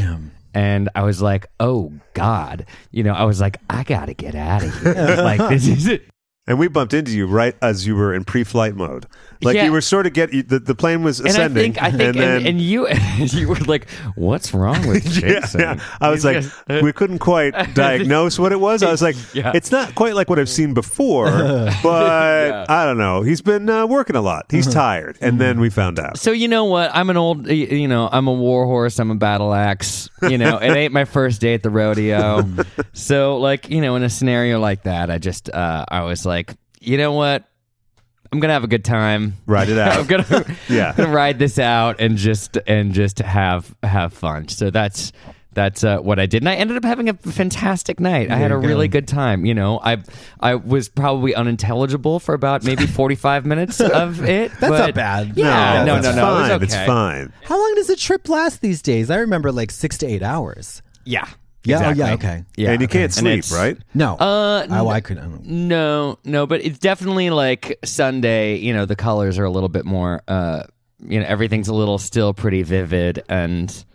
[SPEAKER 3] And I was like, "Oh God!" You know, I was like, "I gotta get out of here!" like this is it.
[SPEAKER 1] And we bumped into you right as you were in pre-flight mode. Like
[SPEAKER 3] Yeah.
[SPEAKER 1] you were sort of get you- the, the plane was
[SPEAKER 3] And I
[SPEAKER 1] ascending.
[SPEAKER 3] think I think and, and, you you were like, "What's wrong with
[SPEAKER 1] yeah,
[SPEAKER 3] Jason?"
[SPEAKER 1] yeah. I was like, we couldn't quite diagnose what it was. I was like,
[SPEAKER 3] Yeah.
[SPEAKER 1] it's not quite like what I've seen before, but I don't know. He's been uh, working a lot. He's
[SPEAKER 3] Uh-huh.
[SPEAKER 1] tired, and then
[SPEAKER 3] Mm-hmm.
[SPEAKER 1] we found out.
[SPEAKER 3] So you know what? I'm an old, y- you know, I'm a war horse. I'm a battle axe. You know, it ain't my first day at the rodeo. so like, you know, in a scenario like that, I just, uh, I was like, you know what? I'm gonna have a good time.
[SPEAKER 1] Ride it
[SPEAKER 3] I'm
[SPEAKER 1] out.
[SPEAKER 3] gonna,
[SPEAKER 1] Yeah.
[SPEAKER 3] gonna ride this out and just and just have have fun. So that's that's uh, what I did, and I ended up having a fantastic night. I had a really good time. You know, I I was probably unintelligible for about maybe 45 minutes of it.
[SPEAKER 2] That's not
[SPEAKER 3] but-
[SPEAKER 2] bad.
[SPEAKER 3] Yeah, no,
[SPEAKER 1] it's
[SPEAKER 3] no, no,
[SPEAKER 1] fine.
[SPEAKER 3] It was
[SPEAKER 1] It's
[SPEAKER 3] okay.
[SPEAKER 1] fine.
[SPEAKER 2] How long does a trip last these days? I remember like six to eight hours.
[SPEAKER 3] Yeah.
[SPEAKER 2] Yeah.
[SPEAKER 3] Exactly.
[SPEAKER 2] Oh yeah. Okay.
[SPEAKER 3] Yeah.
[SPEAKER 1] and you can't
[SPEAKER 3] And
[SPEAKER 1] sleep,
[SPEAKER 3] it's-
[SPEAKER 1] right?
[SPEAKER 2] No.
[SPEAKER 3] Uh,
[SPEAKER 2] oh, I couldn't.
[SPEAKER 3] No, no, but it's definitely like Sunday, you know, the colors are a little bit more uh you know, everything's a little still pretty vivid and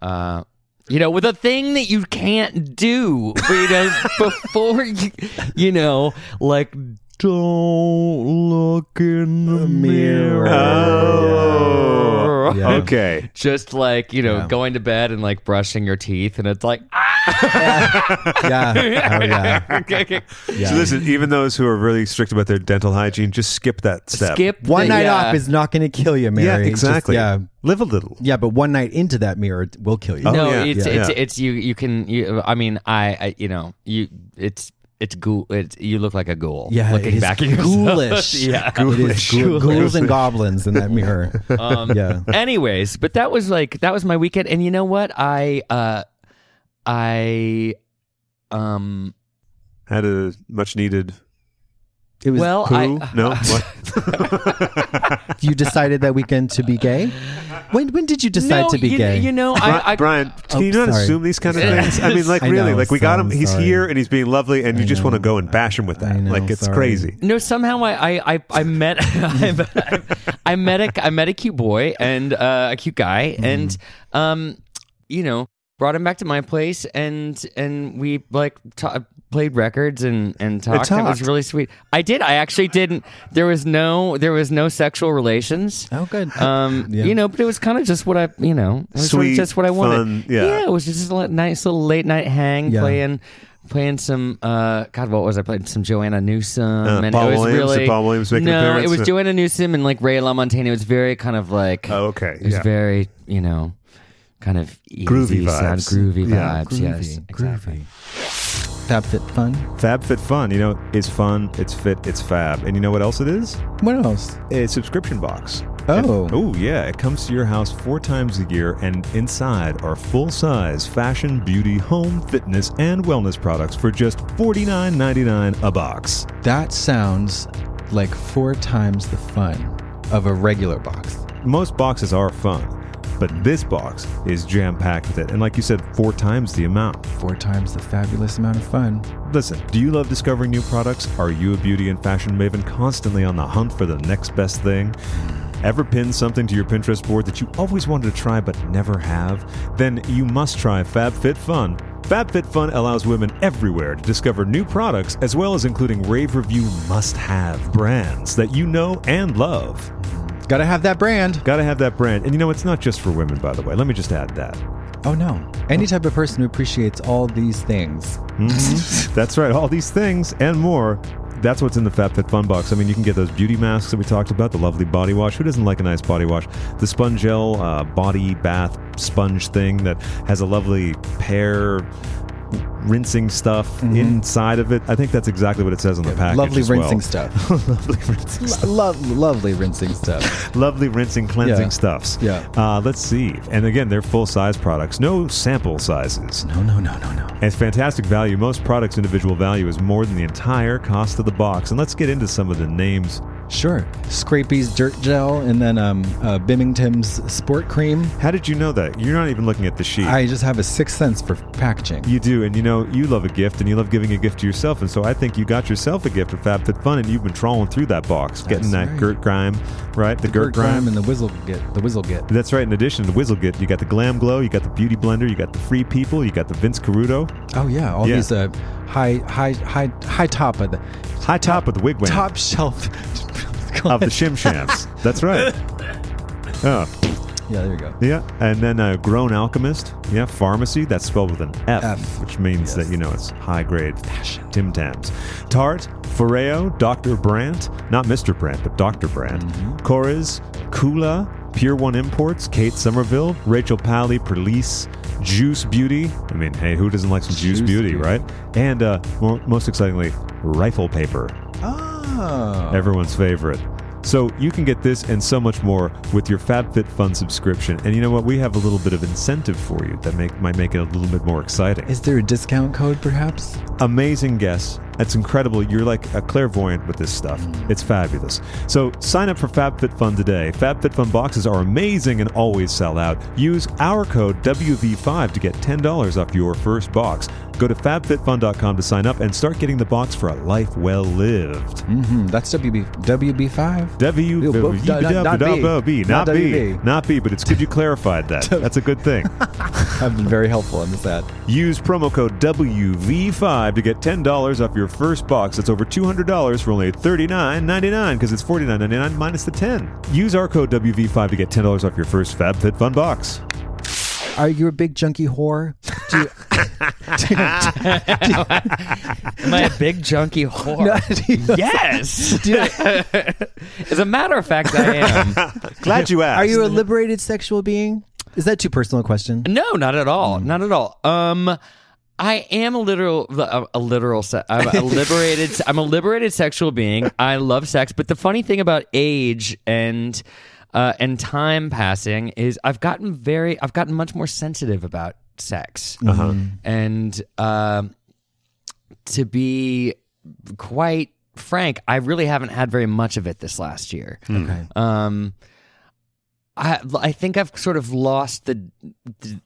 [SPEAKER 3] uh you know, with a thing that you can't do, you know, before you, you know, like don't look in
[SPEAKER 2] um,
[SPEAKER 3] the mirror.
[SPEAKER 1] Oh,
[SPEAKER 2] Yeah.
[SPEAKER 1] okay.
[SPEAKER 3] Just like, you know,
[SPEAKER 2] Yeah.
[SPEAKER 3] going to bed and like brushing your teeth, and it's like,
[SPEAKER 2] Yeah. Oh yeah. Yeah.
[SPEAKER 1] So listen, even those who are really strict about their dental hygiene, just skip that step.
[SPEAKER 3] skip
[SPEAKER 2] one
[SPEAKER 3] the-
[SPEAKER 2] night
[SPEAKER 3] yeah.
[SPEAKER 2] off is not going to kill you, Mary.
[SPEAKER 1] Yeah,
[SPEAKER 2] It's just-
[SPEAKER 1] exactly.
[SPEAKER 2] yeah.
[SPEAKER 1] Live a little.
[SPEAKER 2] Yeah, but one night into that mirror will kill you.
[SPEAKER 1] Oh,
[SPEAKER 3] no,
[SPEAKER 1] yeah,
[SPEAKER 3] it's,
[SPEAKER 1] yeah.
[SPEAKER 3] it's
[SPEAKER 1] Yeah.
[SPEAKER 3] it's you you can you I mean I, I you know you it's it's ghoul it's you look like a ghoul
[SPEAKER 2] Yeah,
[SPEAKER 3] looking
[SPEAKER 2] it is
[SPEAKER 3] back at yourself.
[SPEAKER 2] ghoulish.
[SPEAKER 3] yeah
[SPEAKER 2] Ghoulish. ghouls and goblins in that mirror. yeah.
[SPEAKER 3] Um, anyways but that was like that was my weekend and you know what I uh I um
[SPEAKER 1] Had a much needed
[SPEAKER 2] It was
[SPEAKER 3] Well,
[SPEAKER 1] Poo?
[SPEAKER 3] I
[SPEAKER 1] no. What?
[SPEAKER 2] you decided that weekend to be gay. When when did you decide
[SPEAKER 3] no,
[SPEAKER 2] to be
[SPEAKER 3] you,
[SPEAKER 2] gay?
[SPEAKER 3] You know,
[SPEAKER 1] Bri-
[SPEAKER 3] I, I
[SPEAKER 1] Brian, can
[SPEAKER 2] Oh,
[SPEAKER 1] you not
[SPEAKER 2] sorry.
[SPEAKER 1] assume these kind of things? I mean, like
[SPEAKER 2] I
[SPEAKER 1] really,
[SPEAKER 2] know,
[SPEAKER 1] like we got him.
[SPEAKER 2] so
[SPEAKER 1] He's
[SPEAKER 2] sorry.
[SPEAKER 1] here and he's being lovely, and you just
[SPEAKER 2] know.
[SPEAKER 1] want to go and bash him with that.
[SPEAKER 2] I know,
[SPEAKER 1] like it's
[SPEAKER 2] sorry.
[SPEAKER 1] crazy.
[SPEAKER 3] No, somehow I I I, I met I, met- I met a I met a cute boy and uh, a cute guy and um you know brought him back to my place and and we like ta- played records and and talked. It was
[SPEAKER 1] talked.
[SPEAKER 3] really sweet. I did. I actually didn't. There was no there was no sexual relations.
[SPEAKER 2] oh, good.
[SPEAKER 3] Um,
[SPEAKER 2] Yeah.
[SPEAKER 3] you know, but it was kind of just what I, you know, it was sort of
[SPEAKER 1] Sweet,
[SPEAKER 3] just what I wanted.
[SPEAKER 1] fun, yeah.
[SPEAKER 3] it was just a li- nice little late night hang,
[SPEAKER 2] Yeah.
[SPEAKER 3] playing, playing some. Uh, God, what was I playing? Some Joanna Newsom and
[SPEAKER 1] Uh, Paul
[SPEAKER 3] it was
[SPEAKER 1] Williams? Did
[SPEAKER 3] really
[SPEAKER 1] Paul Williams make an
[SPEAKER 3] no,
[SPEAKER 1] appearance?
[SPEAKER 3] it was Joanna Newsom and like Ray LaMontagne. It was very kind of like
[SPEAKER 1] Oh, okay,
[SPEAKER 3] it was
[SPEAKER 1] yeah.
[SPEAKER 3] very you know, kind of easy
[SPEAKER 1] Groovy
[SPEAKER 3] sound,
[SPEAKER 1] vibes.
[SPEAKER 3] groovy
[SPEAKER 1] Yeah,
[SPEAKER 3] vibes. yes, exactly.
[SPEAKER 2] FabFitFun.
[SPEAKER 1] FabFitFun, you know, is fun. It's fit. It's fab. And you know what else it is?
[SPEAKER 2] What else?
[SPEAKER 1] A subscription box.
[SPEAKER 2] Oh.
[SPEAKER 1] Oh, yeah. It comes to your house four times a year, and inside are full size fashion, beauty, home, fitness, and wellness products for just $49.99 a box.
[SPEAKER 2] That sounds like four times the fun of a regular box.
[SPEAKER 1] Most boxes are fun, but this box is jam packed with it. And like you said, four times the amount.
[SPEAKER 2] Four times the fabulous amount of fun.
[SPEAKER 1] Listen, do you love discovering new products? Are you a beauty and fashion maven constantly on the hunt for the next best thing? Ever pin something to your Pinterest board that you always wanted to try but never have? Then you must try FabFitFun. FabFitFun allows women everywhere to discover new products as well as including rave review must have brands that you know and love.
[SPEAKER 2] Gotta have that brand.
[SPEAKER 1] Gotta have that brand. And you know, it's not just for women, by the way. Let me just add that.
[SPEAKER 2] Oh no. Any type of person who appreciates all these things.
[SPEAKER 1] That's right. All these things and more. That's what's in the Fat Fit Fun box. I mean, you can get those beauty masks that we talked about, the lovely body wash. Who doesn't like a nice body wash? The sponge gel uh, body bath sponge thing that has a lovely pear rinsing stuff inside of it. I think that's exactly what it says on the package.
[SPEAKER 2] Mm-hmm. lovely
[SPEAKER 1] as well.
[SPEAKER 2] rinsing stuff.
[SPEAKER 1] lovely rinsing stuff.
[SPEAKER 2] Lo- lovely rinsing stuff.
[SPEAKER 1] Lovely rinsing, cleansing
[SPEAKER 2] Yeah.
[SPEAKER 1] stuffs.
[SPEAKER 2] Yeah.
[SPEAKER 1] Uh, let's see. And again, they're full size products, no sample sizes.
[SPEAKER 2] No, no, no, no, no.
[SPEAKER 1] As fantastic value, most products' individual value is more than the entire cost of the box. And let's get into some of the names.
[SPEAKER 2] Sure. Scrapey's dirt gel and then um, uh, Bimington's sport cream.
[SPEAKER 1] How did you know that? You're not even looking at the sheet.
[SPEAKER 2] I just have a sixth sense for packaging.
[SPEAKER 1] you do, and you know, you love a gift and you love giving a gift to yourself. And so I think you got yourself a gift at FabFitFun and you've been trawling through that box, getting that
[SPEAKER 2] That's right.
[SPEAKER 1] Gert Grime, right? The, Gert,
[SPEAKER 2] Gert
[SPEAKER 1] Grime.
[SPEAKER 2] Grime and the Whizzle get the Whizzle get.
[SPEAKER 1] That's right. In addition to Whizzlegit, you got the Glam Glow, you got the Beauty Blender, you got the Free People, you got the Vince Caruto.
[SPEAKER 2] Oh yeah, all
[SPEAKER 1] Yeah.
[SPEAKER 2] these uh, high high high high top of the
[SPEAKER 1] High top of the wigwam.
[SPEAKER 2] top shelf
[SPEAKER 1] Of the shim shams. That's right. Oh,
[SPEAKER 2] Yeah, there you go.
[SPEAKER 1] Yeah, and then uh, Grown Alchemist. Yeah, pharmacy. That's spelled with an F,
[SPEAKER 2] F.
[SPEAKER 1] which means that you know it's high grade fashion. Tim Tams, Tarte, Foreo, Doctor Brandt, not Mister Brandt, but Doctor Brandt,
[SPEAKER 2] Mm-hmm.
[SPEAKER 1] Cora's, Kula, Pure One Imports, Kate Somerville, Rachel Pally, Perlice, Juice Beauty. I mean, hey, who doesn't like some Juice,
[SPEAKER 2] Juice
[SPEAKER 1] Beauty,
[SPEAKER 2] Beauty.
[SPEAKER 1] right? And uh, mo most excitingly, Rifle Paper
[SPEAKER 2] Oh.
[SPEAKER 3] Ah.
[SPEAKER 1] everyone's favorite. So you can get this and so much more with your FabFitFun subscription. And you know what? We have a little bit of incentive for you that make, might make it a little bit more exciting.
[SPEAKER 2] Is there a discount code perhaps?
[SPEAKER 1] Amazing guess. That's incredible. You're like a clairvoyant with this stuff. It's fabulous. So sign up for FabFitFun today. FabFitFun boxes are amazing and always sell out. Use our code WV5 to get $10 off your first box. Go to fabfitfun.com to sign up and start getting the box for a life well lived.
[SPEAKER 3] Hmm,
[SPEAKER 2] Mm-hmm. That's WB WB5.
[SPEAKER 1] W
[SPEAKER 2] Ew,
[SPEAKER 1] W-
[SPEAKER 2] but not- not- not
[SPEAKER 1] W-
[SPEAKER 2] B.
[SPEAKER 1] not
[SPEAKER 2] Not
[SPEAKER 1] B,
[SPEAKER 2] WB.
[SPEAKER 1] not B, but it's good you clarified that. That's a good thing.
[SPEAKER 2] I've been very helpful in this ad.
[SPEAKER 1] Use promo code WV5 to get $10 off your first box. That's over $200 for only $39.99 because it's $49.99 minus the 10. Use our code WV5 to get $10 off your first FabFitFun box.
[SPEAKER 2] Are you a big junkie whore? Do you,
[SPEAKER 3] Am I a big junkie whore?
[SPEAKER 2] No, do you-
[SPEAKER 3] yes. As a matter of fact, I am.
[SPEAKER 1] Glad you asked.
[SPEAKER 2] are you a liberated sexual being? Is that too personal a question?
[SPEAKER 3] No, not at all. Not at all. Um, I am a literal, a, a literal, se- I'm a liberated, I'm a liberated sexual being. I love sex, but the funny thing about age and uh, and time passing is I've gotten very, I've gotten much more sensitive about sex, and um, to be quite frank, I really haven't had very much of it this last year.
[SPEAKER 2] Okay.
[SPEAKER 3] Um, I I think I've sort of lost the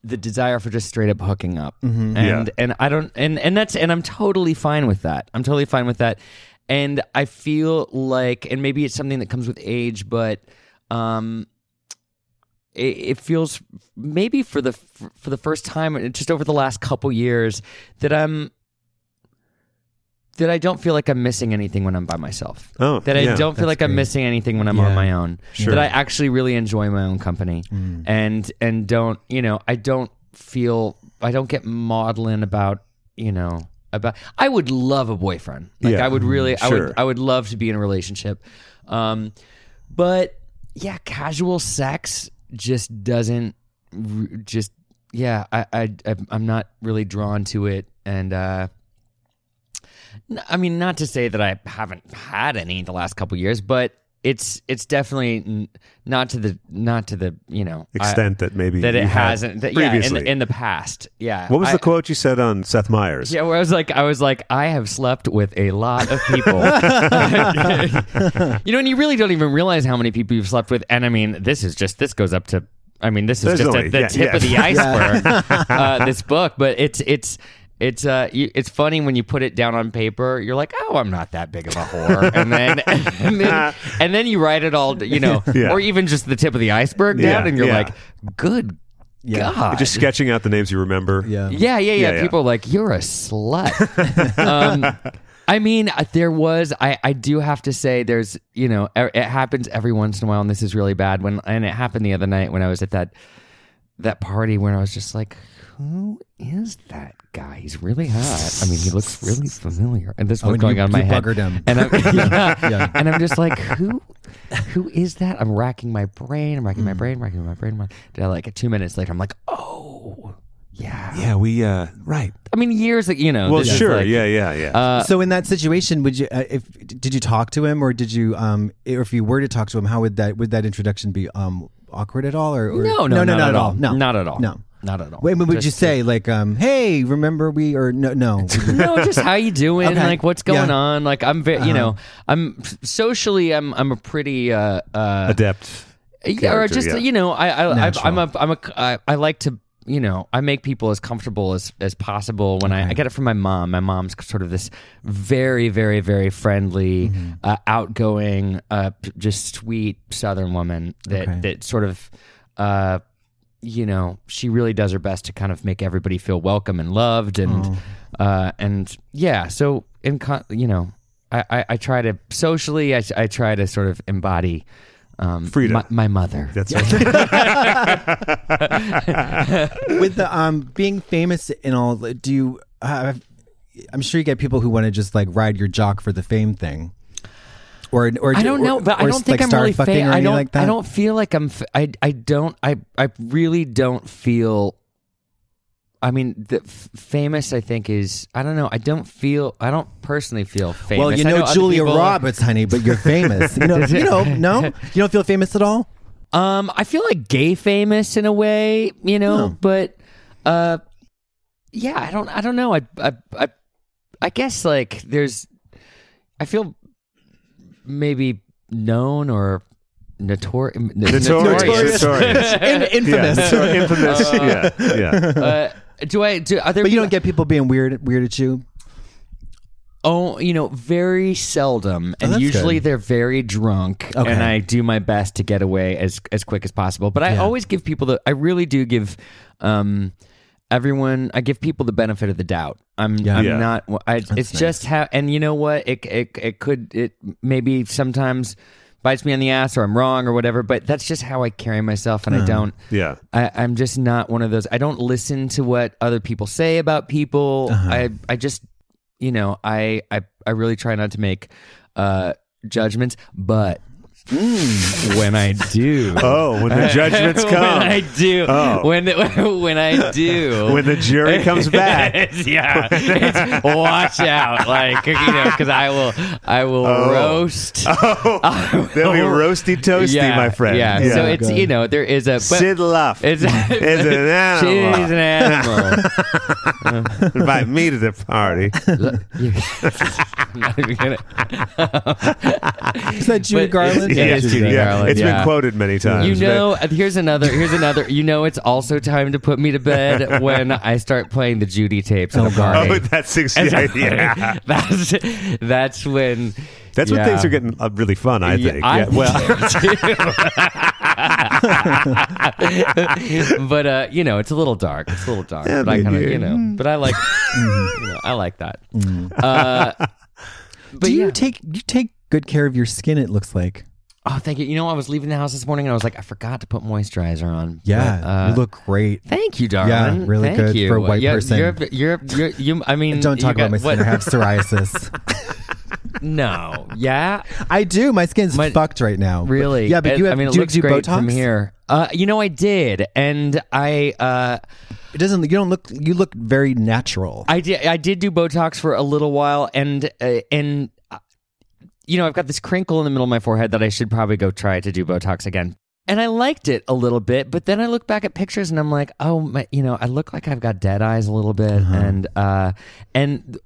[SPEAKER 3] the desire for just straight up hooking up, and
[SPEAKER 1] Yeah.
[SPEAKER 3] and I don't and and that's and I'm totally fine with that. I'm totally fine with that, and I feel like and maybe it's something that comes with age, but um, it, it feels maybe for the for the first time just over the last couple years that I'm that I don't feel like I'm missing anything when I'm by myself.
[SPEAKER 1] Oh,
[SPEAKER 3] that I
[SPEAKER 1] yeah,
[SPEAKER 3] don't
[SPEAKER 2] that's
[SPEAKER 3] feel like I'm
[SPEAKER 2] great.
[SPEAKER 3] missing anything when I'm on
[SPEAKER 2] Yeah.
[SPEAKER 3] my own.
[SPEAKER 1] Sure.
[SPEAKER 3] That I actually really enjoy my own company and and don't you know I don't feel I don't get maudlin about you know about I would love a boyfriend. Like
[SPEAKER 1] Yeah.
[SPEAKER 3] I would really I
[SPEAKER 1] Sure.
[SPEAKER 3] would I would love to be in a relationship. Um, but yeah, casual sex just doesn't r- just yeah. I I I'm- I'm not really drawn to it, and uh, n- I mean not to say that I haven't had any the last couple years, but it's it's definitely n- not to the not to the you know I-
[SPEAKER 1] extent that maybe
[SPEAKER 3] that
[SPEAKER 1] you
[SPEAKER 3] it
[SPEAKER 1] had
[SPEAKER 3] hasn't that, yeah in
[SPEAKER 1] previously.
[SPEAKER 3] the, in the past yeah.
[SPEAKER 1] what was
[SPEAKER 3] I-
[SPEAKER 1] the quote you said on Seth Meyers?
[SPEAKER 3] yeah, where I was like, I was like, I have slept with a lot of people. you know, and you really don't even realize how many people you've slept with. And I mean, this is just this goes up to. I mean, this is
[SPEAKER 1] There's
[SPEAKER 3] just
[SPEAKER 1] only-
[SPEAKER 3] at the
[SPEAKER 1] yeah,
[SPEAKER 3] tip
[SPEAKER 1] yeah.
[SPEAKER 3] of the iceberg. uh, this book, but it's it's. It's uh, you, it's funny when you put it down on paper. You're like, oh, I'm not that big of a whore, and then and then, and then you write it all, you know,
[SPEAKER 1] Yeah.
[SPEAKER 3] or even just the tip of the iceberg down,
[SPEAKER 1] Yeah,
[SPEAKER 3] and you're
[SPEAKER 1] yeah.
[SPEAKER 3] like, good
[SPEAKER 2] Yeah.
[SPEAKER 3] god,
[SPEAKER 1] Just sketching out the names you remember.
[SPEAKER 2] Yeah.
[SPEAKER 3] yeah, yeah, yeah.
[SPEAKER 1] Yeah, yeah.
[SPEAKER 3] People are like, you're a slut. um, I mean, uh, there was, I, I do have to say, there's, you know, e- it happens every once in a while, and this is really bad. When And it happened the other night when I was at that that party when I was just like, who is that guy? He's really hot. I mean, he looks really familiar. And this
[SPEAKER 2] Oh,
[SPEAKER 3] was
[SPEAKER 2] and
[SPEAKER 3] going
[SPEAKER 2] you-
[SPEAKER 3] on in my
[SPEAKER 2] you
[SPEAKER 3] head.
[SPEAKER 2] buggered him.
[SPEAKER 3] And I'm, yeah.
[SPEAKER 2] Yeah.
[SPEAKER 3] and I'm just like, who, who is that? I'm racking my brain. I'm racking
[SPEAKER 2] Hmm.
[SPEAKER 3] my brain. Racking my brain. rack- Then, like two minutes later, I'm like, oh, yeah.
[SPEAKER 1] Yeah, we uh right.
[SPEAKER 3] I mean, years that you know.
[SPEAKER 1] Well,
[SPEAKER 3] this is
[SPEAKER 1] sure.
[SPEAKER 3] like-
[SPEAKER 1] yeah, yeah, yeah.
[SPEAKER 2] so in that situation, would you uh, if did you talk to him or did you um or if you were to talk to him, how would that would that introduction be um awkward at all or, or
[SPEAKER 3] No, no, not
[SPEAKER 2] not
[SPEAKER 3] at all.
[SPEAKER 2] no
[SPEAKER 3] Not at all.
[SPEAKER 2] no
[SPEAKER 3] Not at all.
[SPEAKER 2] Wait, what would you
[SPEAKER 3] Just-
[SPEAKER 2] say like um hey remember we or no no
[SPEAKER 3] no, just how you doing?
[SPEAKER 2] Okay.
[SPEAKER 3] Like what's going
[SPEAKER 2] Yeah.
[SPEAKER 3] on? Like I'm, very, you know, I'm socially, I'm, I'm a pretty, uh, uh,
[SPEAKER 1] Adept.
[SPEAKER 3] yeah, or
[SPEAKER 1] character,
[SPEAKER 3] just
[SPEAKER 1] yeah.
[SPEAKER 3] you know, I, I, I've,
[SPEAKER 2] Natural.
[SPEAKER 3] I'm a, I'm a, I, I like to, you know, I make people as comfortable as as possible. When I, I get it from my mom. My mom's sort of this very, very, very friendly, uh, outgoing, uh, just sweet Southern woman that
[SPEAKER 2] Okay.
[SPEAKER 3] that sort of. Uh, you know, she really does her best to kind of make everybody feel welcome and loved, and
[SPEAKER 2] Mm.
[SPEAKER 3] uh, and yeah. So in con- you know, I, I I try to socially, I I try to sort of embody um,
[SPEAKER 1] Frida.
[SPEAKER 3] my, my mother.
[SPEAKER 1] That's right.
[SPEAKER 2] with the um being famous and all do you have i'm sure you get people who want to just like ride your jock for the fame thing or or
[SPEAKER 3] I don't know,
[SPEAKER 2] or-
[SPEAKER 3] but I
[SPEAKER 2] or,
[SPEAKER 3] don't think
[SPEAKER 2] like,
[SPEAKER 3] I'm really
[SPEAKER 2] star fucking
[SPEAKER 3] fake.
[SPEAKER 2] or
[SPEAKER 3] I
[SPEAKER 2] anything
[SPEAKER 3] don't.
[SPEAKER 2] like that
[SPEAKER 3] I don't feel like I'm. F- I I don't. I I really don't feel. I mean, the f- famous. I think is. I don't know. I don't feel. I don't personally feel famous.
[SPEAKER 2] well you
[SPEAKER 3] I
[SPEAKER 2] know,
[SPEAKER 3] other
[SPEAKER 2] julia
[SPEAKER 3] people-
[SPEAKER 2] roberts honey but you're famous you know you know no you don't feel famous at all
[SPEAKER 3] Um, I feel like gay famous in a way, you know,
[SPEAKER 2] Hmm.
[SPEAKER 3] but uh, yeah, I don't, I don't know. I, I, I, I guess like there's, I feel maybe known or notor- n-
[SPEAKER 1] Notorious. Notorious.
[SPEAKER 3] notorious.
[SPEAKER 2] In-
[SPEAKER 1] yeah,
[SPEAKER 2] infamous
[SPEAKER 1] so infamous. yeah, yeah.
[SPEAKER 3] uh, do I? Do are there?
[SPEAKER 2] but you don't
[SPEAKER 3] people-
[SPEAKER 2] get people being weird weird at you
[SPEAKER 3] Oh, you know, very seldom, and
[SPEAKER 2] Oh, that's
[SPEAKER 3] usually
[SPEAKER 2] good.
[SPEAKER 3] they're very drunk,
[SPEAKER 2] Okay.
[SPEAKER 3] and I do my best to get away as as quick as possible. But I
[SPEAKER 2] Yeah.
[SPEAKER 3] always give people the. I really do give um, everyone. I give people the benefit of the doubt. I'm
[SPEAKER 2] Yeah.
[SPEAKER 3] I'm
[SPEAKER 1] Yeah.
[SPEAKER 3] not. I, it's just how. And you know what? It it it could it maybe sometimes bites me on the ass or I'm wrong or whatever. But that's just how I carry myself, and I
[SPEAKER 2] Uh-huh.
[SPEAKER 3] don't.
[SPEAKER 1] Yeah.
[SPEAKER 3] I, I'm just not one of those. I don't listen to what other people say about people.
[SPEAKER 2] Uh-huh.
[SPEAKER 3] I I just you know I I I really try not to make uh judgments, but when I do.
[SPEAKER 1] Oh, when the judgments
[SPEAKER 3] when I
[SPEAKER 1] come,
[SPEAKER 3] do.
[SPEAKER 1] Oh.
[SPEAKER 3] When the, when I do.
[SPEAKER 1] when the jury comes back.
[SPEAKER 3] It's- yeah. It's, watch out, like you know, because I will, I will roast.
[SPEAKER 1] Oh, they'll be roasty toasty,
[SPEAKER 3] yeah,
[SPEAKER 1] my friend.
[SPEAKER 3] Yeah. So it's you know there is a but
[SPEAKER 1] Sid Luff
[SPEAKER 3] It's,
[SPEAKER 1] is an
[SPEAKER 3] She's an
[SPEAKER 1] animal.
[SPEAKER 3] animal.
[SPEAKER 1] Invite me to the party.
[SPEAKER 3] Not even gonna-
[SPEAKER 2] Is that Judy
[SPEAKER 3] But-
[SPEAKER 2] Garland?
[SPEAKER 3] Yeah,
[SPEAKER 2] That's
[SPEAKER 3] it's Judy
[SPEAKER 2] Garland.
[SPEAKER 1] Yeah,
[SPEAKER 3] Garland,
[SPEAKER 1] it's
[SPEAKER 3] yeah.
[SPEAKER 1] been quoted many times.
[SPEAKER 3] You
[SPEAKER 1] but-
[SPEAKER 3] know, uh, here's another. Here's another. You know, it's also time to put me to bed when I start playing the Judy tapes at
[SPEAKER 2] Oh,
[SPEAKER 3] a
[SPEAKER 2] God.
[SPEAKER 3] party.
[SPEAKER 1] Oh, that's ex- yeah, yeah.
[SPEAKER 3] that's that's when.
[SPEAKER 1] That's when
[SPEAKER 3] yeah.
[SPEAKER 1] things are getting uh, really fun. I
[SPEAKER 3] Yeah,
[SPEAKER 1] think.
[SPEAKER 3] I
[SPEAKER 1] Yeah, well,
[SPEAKER 3] think too. but uh, you know, it's a little dark. It's a little dark. but I
[SPEAKER 1] but
[SPEAKER 3] kind of,
[SPEAKER 1] yeah. Mm-hmm.
[SPEAKER 3] you know, but I like, you know, I like that. Uh, but
[SPEAKER 2] Do you
[SPEAKER 3] yeah.
[SPEAKER 2] take you take good care of your skin? It looks like.
[SPEAKER 3] oh, thank you. You know, I was leaving the house this morning and I was like, I forgot to put moisturizer on.
[SPEAKER 2] Yeah,
[SPEAKER 3] But, uh,
[SPEAKER 2] you look great.
[SPEAKER 3] Thank you, darling.
[SPEAKER 2] really
[SPEAKER 3] Thank
[SPEAKER 2] good
[SPEAKER 3] you.
[SPEAKER 2] for a white
[SPEAKER 3] You're-
[SPEAKER 2] person.
[SPEAKER 3] You're, you're, you're, you I mean,
[SPEAKER 2] Don't talk
[SPEAKER 3] Mm, you
[SPEAKER 2] about my
[SPEAKER 3] got-
[SPEAKER 2] skin. I have psoriasis.
[SPEAKER 3] No. Yeah.
[SPEAKER 2] I do. My skin's
[SPEAKER 3] My-
[SPEAKER 2] fucked right now. But-
[SPEAKER 3] Really?
[SPEAKER 2] yeah, but
[SPEAKER 3] It-
[SPEAKER 2] you have,
[SPEAKER 3] I mean, it
[SPEAKER 2] do you
[SPEAKER 3] looks
[SPEAKER 2] do
[SPEAKER 3] great
[SPEAKER 2] Botox
[SPEAKER 3] from here. Uh, you know, I did, and I, uh,
[SPEAKER 2] It doesn't. You don't look. You look very natural.
[SPEAKER 3] I did, I did do Botox for a little while, and uh, and uh, you know, I've got this crinkle in the middle of my forehead that I should probably go try to do Botox again. And I liked it a little bit, but then I look back at pictures and I'm like, oh, my, you know, I look like I've got dead eyes a little bit,
[SPEAKER 2] Uh-huh.
[SPEAKER 3] and uh, and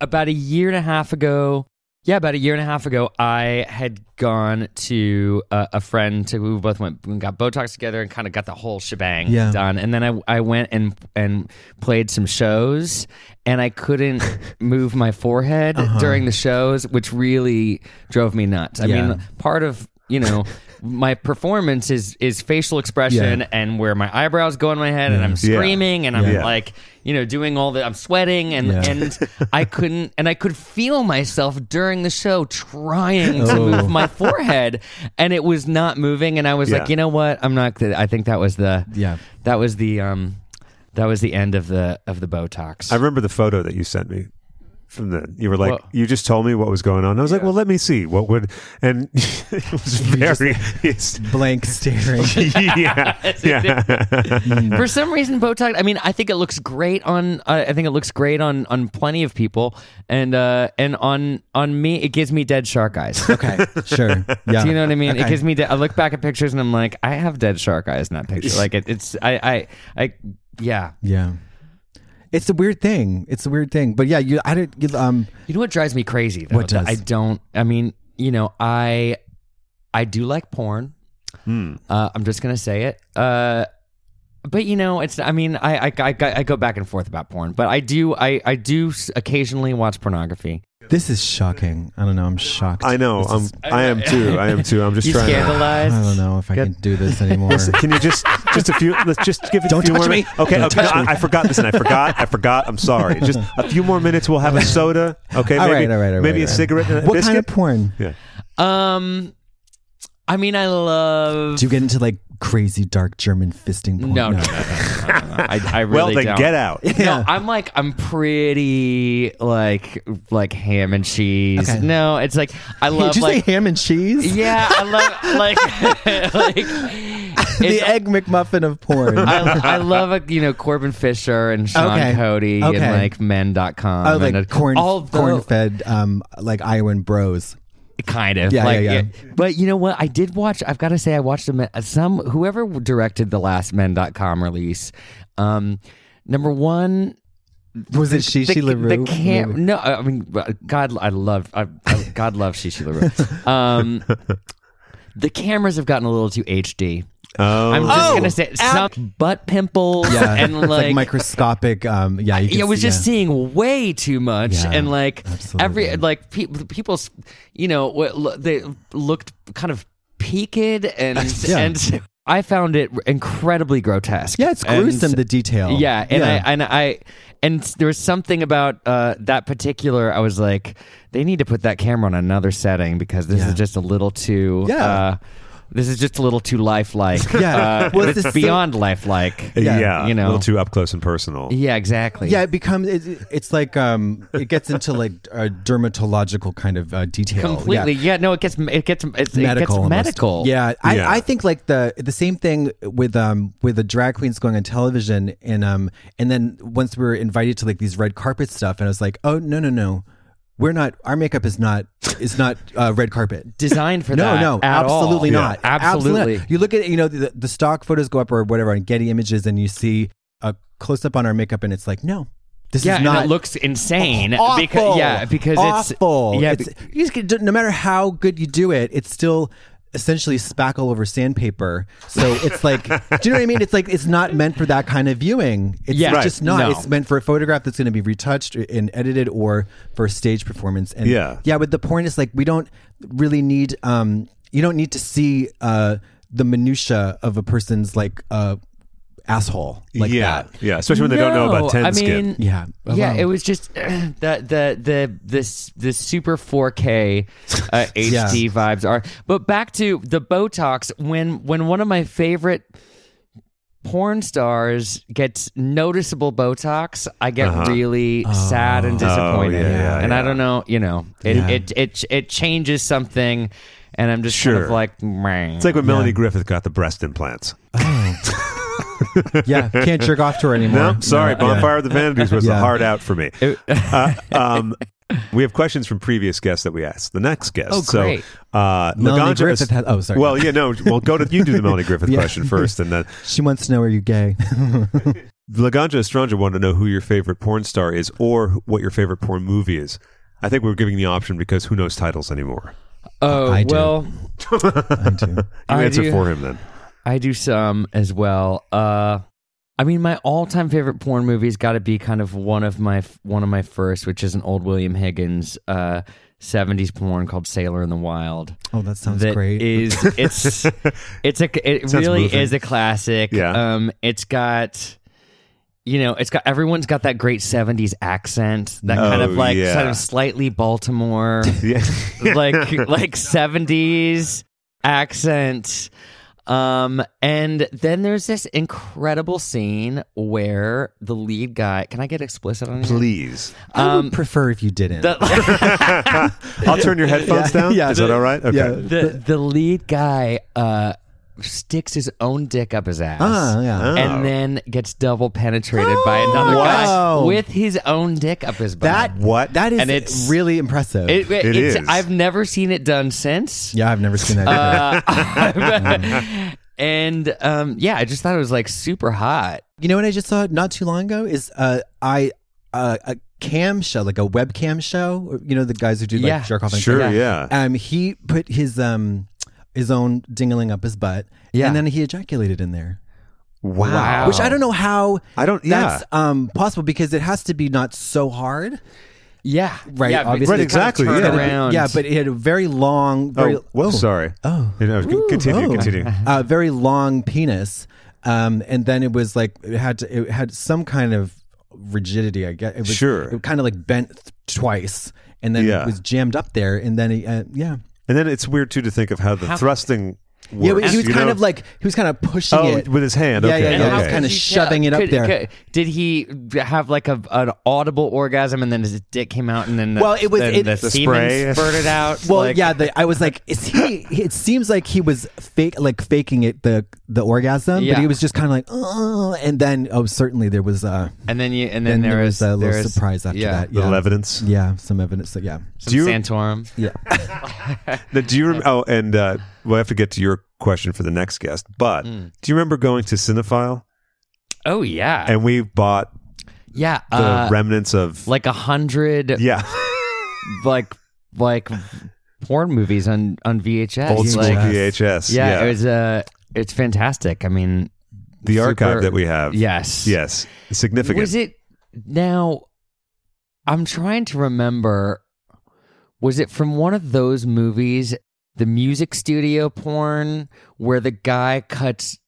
[SPEAKER 3] about a year and a half ago. Yeah, about a year and a half ago, I had gone to uh, a friend to we both went and got Botox together and kind of got the whole shebang
[SPEAKER 2] Yeah.
[SPEAKER 3] done. And then I I went and and played some shows, and I couldn't move my forehead
[SPEAKER 2] Uh-huh.
[SPEAKER 3] during the shows, which really drove me nuts. I
[SPEAKER 2] Yeah.
[SPEAKER 3] mean, part of you know. My performance is is facial expression
[SPEAKER 2] Yeah.
[SPEAKER 3] and where my eyebrows go in my head, and I'm
[SPEAKER 1] Yeah.
[SPEAKER 3] screaming, and I'm
[SPEAKER 1] Yeah.
[SPEAKER 3] like, you know, doing all the, I'm sweating, and
[SPEAKER 2] Yeah.
[SPEAKER 3] and I couldn't, and I could feel myself during the show trying to
[SPEAKER 2] Oh.
[SPEAKER 3] move my forehead, and it was not moving. And I was like,
[SPEAKER 1] Yeah.
[SPEAKER 3] you know what? I'm not. gonna- I think that was the.
[SPEAKER 2] Yeah.
[SPEAKER 3] That was the. Um. That was the end of the of the Botox.
[SPEAKER 1] I remember the photo that you sent me from then. You were like,
[SPEAKER 3] Well-
[SPEAKER 1] you just told me what was going on. I was like, well, let me see what would, and it was very, it's,
[SPEAKER 2] Blank staring.
[SPEAKER 1] yeah, yeah.
[SPEAKER 3] For some reason, Botox. I mean, I think it looks great on. Uh, I think it looks great on on plenty of people, and uh and on on me, it gives me dead shark eyes.
[SPEAKER 2] okay. Sure. Yeah.
[SPEAKER 3] Do you know what I mean? It
[SPEAKER 2] Okay.
[SPEAKER 3] gives me. De- I look back at pictures and I'm like, I have dead shark eyes in that picture. Like it, it's. I. I. I. Yeah.
[SPEAKER 2] Yeah. It's a weird thing. It's a weird thing. But yeah, you. I did. You, um.
[SPEAKER 3] You know what drives me crazy though?
[SPEAKER 2] What does?
[SPEAKER 3] That I don't. I mean, you know, I. I do like porn.
[SPEAKER 2] Hmm.
[SPEAKER 3] Uh, I'm just gonna say it. Uh, but you know, it's. I mean, I, I. I. I go back and forth about porn, but I do. I. I do s- occasionally watch pornography.
[SPEAKER 2] This is shocking. I don't know. I'm shocked.
[SPEAKER 1] I know.
[SPEAKER 2] This
[SPEAKER 1] I'm,
[SPEAKER 2] is-
[SPEAKER 1] I am too. I am too. I'm just
[SPEAKER 3] You
[SPEAKER 1] trying. to-
[SPEAKER 2] I
[SPEAKER 3] scandalized.
[SPEAKER 2] don't know if I
[SPEAKER 1] Get-
[SPEAKER 2] can do this anymore.
[SPEAKER 1] Can you just just a few? Let's just give it
[SPEAKER 2] Don't
[SPEAKER 1] a few
[SPEAKER 2] touch
[SPEAKER 1] more.
[SPEAKER 2] me.
[SPEAKER 1] minutes. Okay,
[SPEAKER 2] Don't
[SPEAKER 1] okay.
[SPEAKER 2] touch
[SPEAKER 1] no,
[SPEAKER 2] me.
[SPEAKER 1] I, I forgot. Listen, I forgot. I forgot. I'm sorry. Just a few more minutes. We'll have a soda. Okay,
[SPEAKER 2] All
[SPEAKER 1] maybe,
[SPEAKER 2] right, all right, all right,
[SPEAKER 1] maybe
[SPEAKER 2] all
[SPEAKER 1] a
[SPEAKER 2] right.
[SPEAKER 1] cigarette and a
[SPEAKER 2] what
[SPEAKER 1] biscuit.
[SPEAKER 2] kind of porn?
[SPEAKER 1] yeah.
[SPEAKER 3] Um. I mean, I love.
[SPEAKER 2] Do you get into like crazy dark German fisting porn?
[SPEAKER 3] No, no, no, no, no, no, no, no. I, I really
[SPEAKER 1] well, then
[SPEAKER 3] don't.
[SPEAKER 1] get out.
[SPEAKER 3] No, I'm like I'm pretty like like ham and cheese.
[SPEAKER 2] Okay.
[SPEAKER 3] No, it's like
[SPEAKER 2] Hey,
[SPEAKER 3] I love
[SPEAKER 2] did you
[SPEAKER 3] like
[SPEAKER 2] say ham and cheese?
[SPEAKER 3] yeah, I love like like
[SPEAKER 2] the
[SPEAKER 3] it's-
[SPEAKER 2] egg McMuffin of porn.
[SPEAKER 3] I, I love a, you know Corbin Fisher and Sean
[SPEAKER 2] Okay.
[SPEAKER 3] Cody
[SPEAKER 2] Okay.
[SPEAKER 3] and like Men.com.
[SPEAKER 2] Oh, like
[SPEAKER 3] and uh,
[SPEAKER 2] corn,
[SPEAKER 3] although-
[SPEAKER 2] corn fed, um, like Iowan bros.
[SPEAKER 3] kind of
[SPEAKER 2] Yeah,
[SPEAKER 3] like
[SPEAKER 2] yeah, yeah.
[SPEAKER 3] But you know what? I did watch. I've got to say, I watched a, men- some whoever directed the last Men.com release. Um, number one,
[SPEAKER 2] Was it Shishi LaRue?
[SPEAKER 3] The camp,
[SPEAKER 2] movie?
[SPEAKER 3] no, I mean, uh, God, I love, I, I, God loves Shishi LaRue. Um, the cameras have gotten a little too HD.
[SPEAKER 1] Oh,
[SPEAKER 3] I'm just
[SPEAKER 2] Oh,
[SPEAKER 3] gonna say
[SPEAKER 2] ab-
[SPEAKER 3] some butt pimples
[SPEAKER 2] Yeah,
[SPEAKER 3] and
[SPEAKER 2] it's
[SPEAKER 3] like.
[SPEAKER 2] microscopic. Um, yeah, you can
[SPEAKER 3] yeah, I was
[SPEAKER 2] see-
[SPEAKER 3] just
[SPEAKER 2] yeah.
[SPEAKER 3] seeing way too much,
[SPEAKER 2] Yeah,
[SPEAKER 3] and like
[SPEAKER 2] absolutely.
[SPEAKER 3] every like pe- people, you know, w- lo- they looked kind of peaked, and
[SPEAKER 2] Yeah.
[SPEAKER 3] and I found it incredibly grotesque.
[SPEAKER 2] Yeah, it's
[SPEAKER 3] And-
[SPEAKER 2] gruesome. the detail.
[SPEAKER 3] yeah, and
[SPEAKER 2] Oh. yeah.
[SPEAKER 3] I and I and there was something about uh, that particular. I was like, they need to put that camera on another setting because this
[SPEAKER 2] Yeah.
[SPEAKER 3] is just a little too.
[SPEAKER 2] Yeah.
[SPEAKER 3] Uh, This is just a little too lifelike.
[SPEAKER 2] Yeah.
[SPEAKER 3] Uh,
[SPEAKER 2] Well,
[SPEAKER 3] it's
[SPEAKER 2] this-
[SPEAKER 3] beyond lifelike.
[SPEAKER 2] Yeah,
[SPEAKER 3] you know.
[SPEAKER 1] a little too up close and personal.
[SPEAKER 3] Yeah, exactly.
[SPEAKER 2] Yeah, it becomes it, it's like um, it gets into like a dermatological kind of uh, detail. Yeah.
[SPEAKER 3] completely. Yeah. no, it gets it gets it's, it gets
[SPEAKER 2] medical, almost.
[SPEAKER 3] medical.
[SPEAKER 2] Yeah, I,
[SPEAKER 1] Yeah.
[SPEAKER 2] I think like the the same thing with um with the drag queens going on television and um and then once we were invited to like these red carpet stuff and I was like oh no no no we're not our makeup is not is not uh, red carpet
[SPEAKER 3] designed for
[SPEAKER 2] no,
[SPEAKER 3] that.
[SPEAKER 2] No,
[SPEAKER 3] at
[SPEAKER 2] absolutely
[SPEAKER 3] all.
[SPEAKER 2] not.
[SPEAKER 3] Absolutely.
[SPEAKER 2] not. You look at you know the, the stock photos go up or whatever on Getty Images, and you see a close up on our makeup, and it's like, no, this
[SPEAKER 3] Yeah,
[SPEAKER 2] is
[SPEAKER 3] and
[SPEAKER 2] not.
[SPEAKER 3] it looks insane.
[SPEAKER 2] awful.
[SPEAKER 3] Because, yeah, because it's
[SPEAKER 2] awful.
[SPEAKER 3] Yeah,
[SPEAKER 2] It's-
[SPEAKER 3] be-
[SPEAKER 2] you just get- no matter how good you do it, it's still essentially spackle over sandpaper. So it's like, do you know what I mean? It's like it's not meant for that kind of viewing. It's
[SPEAKER 3] Yeah.
[SPEAKER 2] just
[SPEAKER 3] Right.
[SPEAKER 2] not.
[SPEAKER 3] No.
[SPEAKER 2] It's meant for a photograph that's going to be retouched and edited, or for a stage performance. And
[SPEAKER 1] Yeah.
[SPEAKER 2] yeah, but the point is like we don't really need um you don't need to see uh the minutia of a person's like uh asshole like
[SPEAKER 1] yeah,
[SPEAKER 2] that.
[SPEAKER 1] yeah. Especially when they don't know about ten
[SPEAKER 3] I
[SPEAKER 1] skin.
[SPEAKER 3] mean,
[SPEAKER 2] Yeah.
[SPEAKER 3] yeah.
[SPEAKER 2] Wow.
[SPEAKER 3] It was just the the the this the super 4K uh, HD vibes are. But back to the Botox. When when one of my favorite porn stars gets noticeable Botox, I get really sad and disappointed.
[SPEAKER 1] yeah, Uh-huh. Oh. yeah,
[SPEAKER 3] and I
[SPEAKER 1] yeah.
[SPEAKER 3] don't know, you know, it
[SPEAKER 2] Yeah.
[SPEAKER 3] it, it it changes something, and I'm just sort
[SPEAKER 1] Sure.
[SPEAKER 3] of like, meh.
[SPEAKER 1] It's like when Melanie Griffith got the breast implants.
[SPEAKER 2] yeah, can't jerk off to her anymore.
[SPEAKER 1] No, sorry,
[SPEAKER 2] Yeah.
[SPEAKER 1] Bonfire of the Vanities was
[SPEAKER 2] Yeah.
[SPEAKER 1] a hard out for me. Uh, um, we have questions from previous guests that we asked. The next guest,
[SPEAKER 3] Oh, great.
[SPEAKER 1] so uh,
[SPEAKER 2] Melanie
[SPEAKER 1] Laganja is-
[SPEAKER 2] Griffith had- oh, sorry.
[SPEAKER 1] Well, yeah, no. Well, go to you do the Melanie Griffith
[SPEAKER 2] Yeah.
[SPEAKER 1] question first, and then
[SPEAKER 2] She wants to know are you gay?
[SPEAKER 1] Laganja Estranja wanted to know who your favorite porn star is or wh- what your favorite porn movie is. I think we we're giving the option because who knows titles anymore.
[SPEAKER 3] oh
[SPEAKER 2] I do.
[SPEAKER 3] well.
[SPEAKER 2] I do.
[SPEAKER 1] You
[SPEAKER 3] I
[SPEAKER 1] answer
[SPEAKER 3] do-
[SPEAKER 1] for him then.
[SPEAKER 3] I do some as well. Uh, I mean, my all-time favorite porn movie's got to be kind of one of my one of my first, which is an old William Higgins uh, '70s porn called "Sailor in the Wild."
[SPEAKER 2] Oh, that sounds
[SPEAKER 3] That
[SPEAKER 2] great.
[SPEAKER 3] is- it's it's a it
[SPEAKER 1] Sounds
[SPEAKER 3] really
[SPEAKER 1] moving.
[SPEAKER 3] is a classic.
[SPEAKER 1] Yeah.
[SPEAKER 3] Um, it's got. You know, it's got everyone's got that great '70s accent, that kind
[SPEAKER 1] Oh,
[SPEAKER 3] of like
[SPEAKER 1] yeah.
[SPEAKER 3] kind of slightly Baltimore
[SPEAKER 1] Yeah.
[SPEAKER 3] like like seventies accent. Um, and then there's this incredible scene where the lead guy. Can I get explicit on here?
[SPEAKER 1] Please.
[SPEAKER 2] I would prefer if you didn't.
[SPEAKER 3] um, The,
[SPEAKER 1] I'll turn your headphones down.
[SPEAKER 2] yeah,
[SPEAKER 1] is that all right? Okay.
[SPEAKER 2] yeah.
[SPEAKER 3] the the lead guy uh sticks his own dick up his ass.
[SPEAKER 2] Ah, yeah.
[SPEAKER 1] Oh.
[SPEAKER 3] And then gets double penetrated by another
[SPEAKER 2] Wow.
[SPEAKER 3] guy with his own dick up his butt.
[SPEAKER 2] that
[SPEAKER 1] What?
[SPEAKER 2] That is
[SPEAKER 3] And it's-
[SPEAKER 2] really impressive.
[SPEAKER 3] it, it-
[SPEAKER 1] It
[SPEAKER 3] it's,
[SPEAKER 1] is.
[SPEAKER 3] I've never seen it done since.
[SPEAKER 2] yeah, I've never seen that.
[SPEAKER 3] Uh, and um, yeah, I just thought it was like super hot.
[SPEAKER 2] you know what I just saw not too long ago is uh I uh, a cam show like a webcam show. You know the guys who do like
[SPEAKER 3] Yeah.
[SPEAKER 2] jerk off. and-
[SPEAKER 1] Sure, yeah.
[SPEAKER 2] Um, he put his um his own dingling up his butt.
[SPEAKER 3] Yeah.
[SPEAKER 2] and then he ejaculated in there.
[SPEAKER 1] Wow.
[SPEAKER 3] Wow.
[SPEAKER 2] Which I don't know how
[SPEAKER 1] I don't-
[SPEAKER 2] that's um possible because it has to be not so hard.
[SPEAKER 3] Yeah,
[SPEAKER 2] Right,
[SPEAKER 3] Yeah, but
[SPEAKER 2] obviously.
[SPEAKER 3] kind
[SPEAKER 1] Right,
[SPEAKER 3] of
[SPEAKER 1] exactly,
[SPEAKER 3] turn
[SPEAKER 1] yeah.
[SPEAKER 3] around.
[SPEAKER 2] Yeah, but it had a very long very
[SPEAKER 1] Oh, whoa. Sorry.
[SPEAKER 2] Oh.
[SPEAKER 1] You know, con-
[SPEAKER 2] Ooh,
[SPEAKER 1] continue,
[SPEAKER 2] oh.
[SPEAKER 1] continue.
[SPEAKER 2] a very long penis. Um, and then it was like it had to, it had some kind of rigidity. I guess it was
[SPEAKER 1] Sure.
[SPEAKER 2] It kind of like bent th- twice, and then
[SPEAKER 1] Yeah.
[SPEAKER 2] it was jammed up there, and then he, uh, yeah,
[SPEAKER 1] And then it's weird too to think of how the thrusting works.
[SPEAKER 2] yeah. but He was
[SPEAKER 1] you
[SPEAKER 2] kind
[SPEAKER 1] know?
[SPEAKER 2] of like he was kind of pushing
[SPEAKER 1] Oh,
[SPEAKER 2] it
[SPEAKER 1] with his hand,
[SPEAKER 2] Yeah,
[SPEAKER 1] okay,
[SPEAKER 2] yeah, yeah.
[SPEAKER 1] okay.
[SPEAKER 2] He was kind
[SPEAKER 3] could
[SPEAKER 2] of
[SPEAKER 3] you
[SPEAKER 2] shoving it up
[SPEAKER 3] could-
[SPEAKER 2] there.
[SPEAKER 3] could- did he have like a an audible orgasm and then his dick came out and then the,
[SPEAKER 2] Well, it was-
[SPEAKER 3] then
[SPEAKER 2] it-
[SPEAKER 3] the,
[SPEAKER 2] The
[SPEAKER 3] semen
[SPEAKER 1] spray.
[SPEAKER 3] spurted out.
[SPEAKER 2] Well,
[SPEAKER 3] like-
[SPEAKER 2] yeah, the, I was like, is he? It seems like he was fake, like faking it the the orgasm,
[SPEAKER 3] Yeah.
[SPEAKER 2] but he was just kind of like, oh, and then oh, certainly there was uh,
[SPEAKER 3] and then you and
[SPEAKER 2] then
[SPEAKER 3] then,
[SPEAKER 2] there was a little
[SPEAKER 3] there is-
[SPEAKER 2] surprise after
[SPEAKER 3] yeah,
[SPEAKER 2] that,
[SPEAKER 1] little
[SPEAKER 2] yeah,
[SPEAKER 1] evidence.
[SPEAKER 2] yeah, some evidence, so, yeah,
[SPEAKER 3] some
[SPEAKER 1] Do you-
[SPEAKER 3] Santorum.
[SPEAKER 2] yeah,
[SPEAKER 1] Now, do you? Rem- oh, and uh, we'll have to get to your question for the next guest. But do you remember going to Cinephile
[SPEAKER 3] Oh yeah,
[SPEAKER 1] and we bought
[SPEAKER 3] yeah.
[SPEAKER 1] the
[SPEAKER 3] uh,
[SPEAKER 1] remnants of
[SPEAKER 3] like a hundred,
[SPEAKER 1] yeah,
[SPEAKER 3] like like porn movies on on VHS.
[SPEAKER 1] old school
[SPEAKER 3] like,
[SPEAKER 1] VHS.
[SPEAKER 3] yeah, it was uh it's fantastic i mean
[SPEAKER 1] the
[SPEAKER 3] super-
[SPEAKER 1] archive that we have.
[SPEAKER 3] yes
[SPEAKER 1] yes, It's significant.
[SPEAKER 3] was it now i'm trying to remember was it from one of those movies the music studio porn where the guy cuts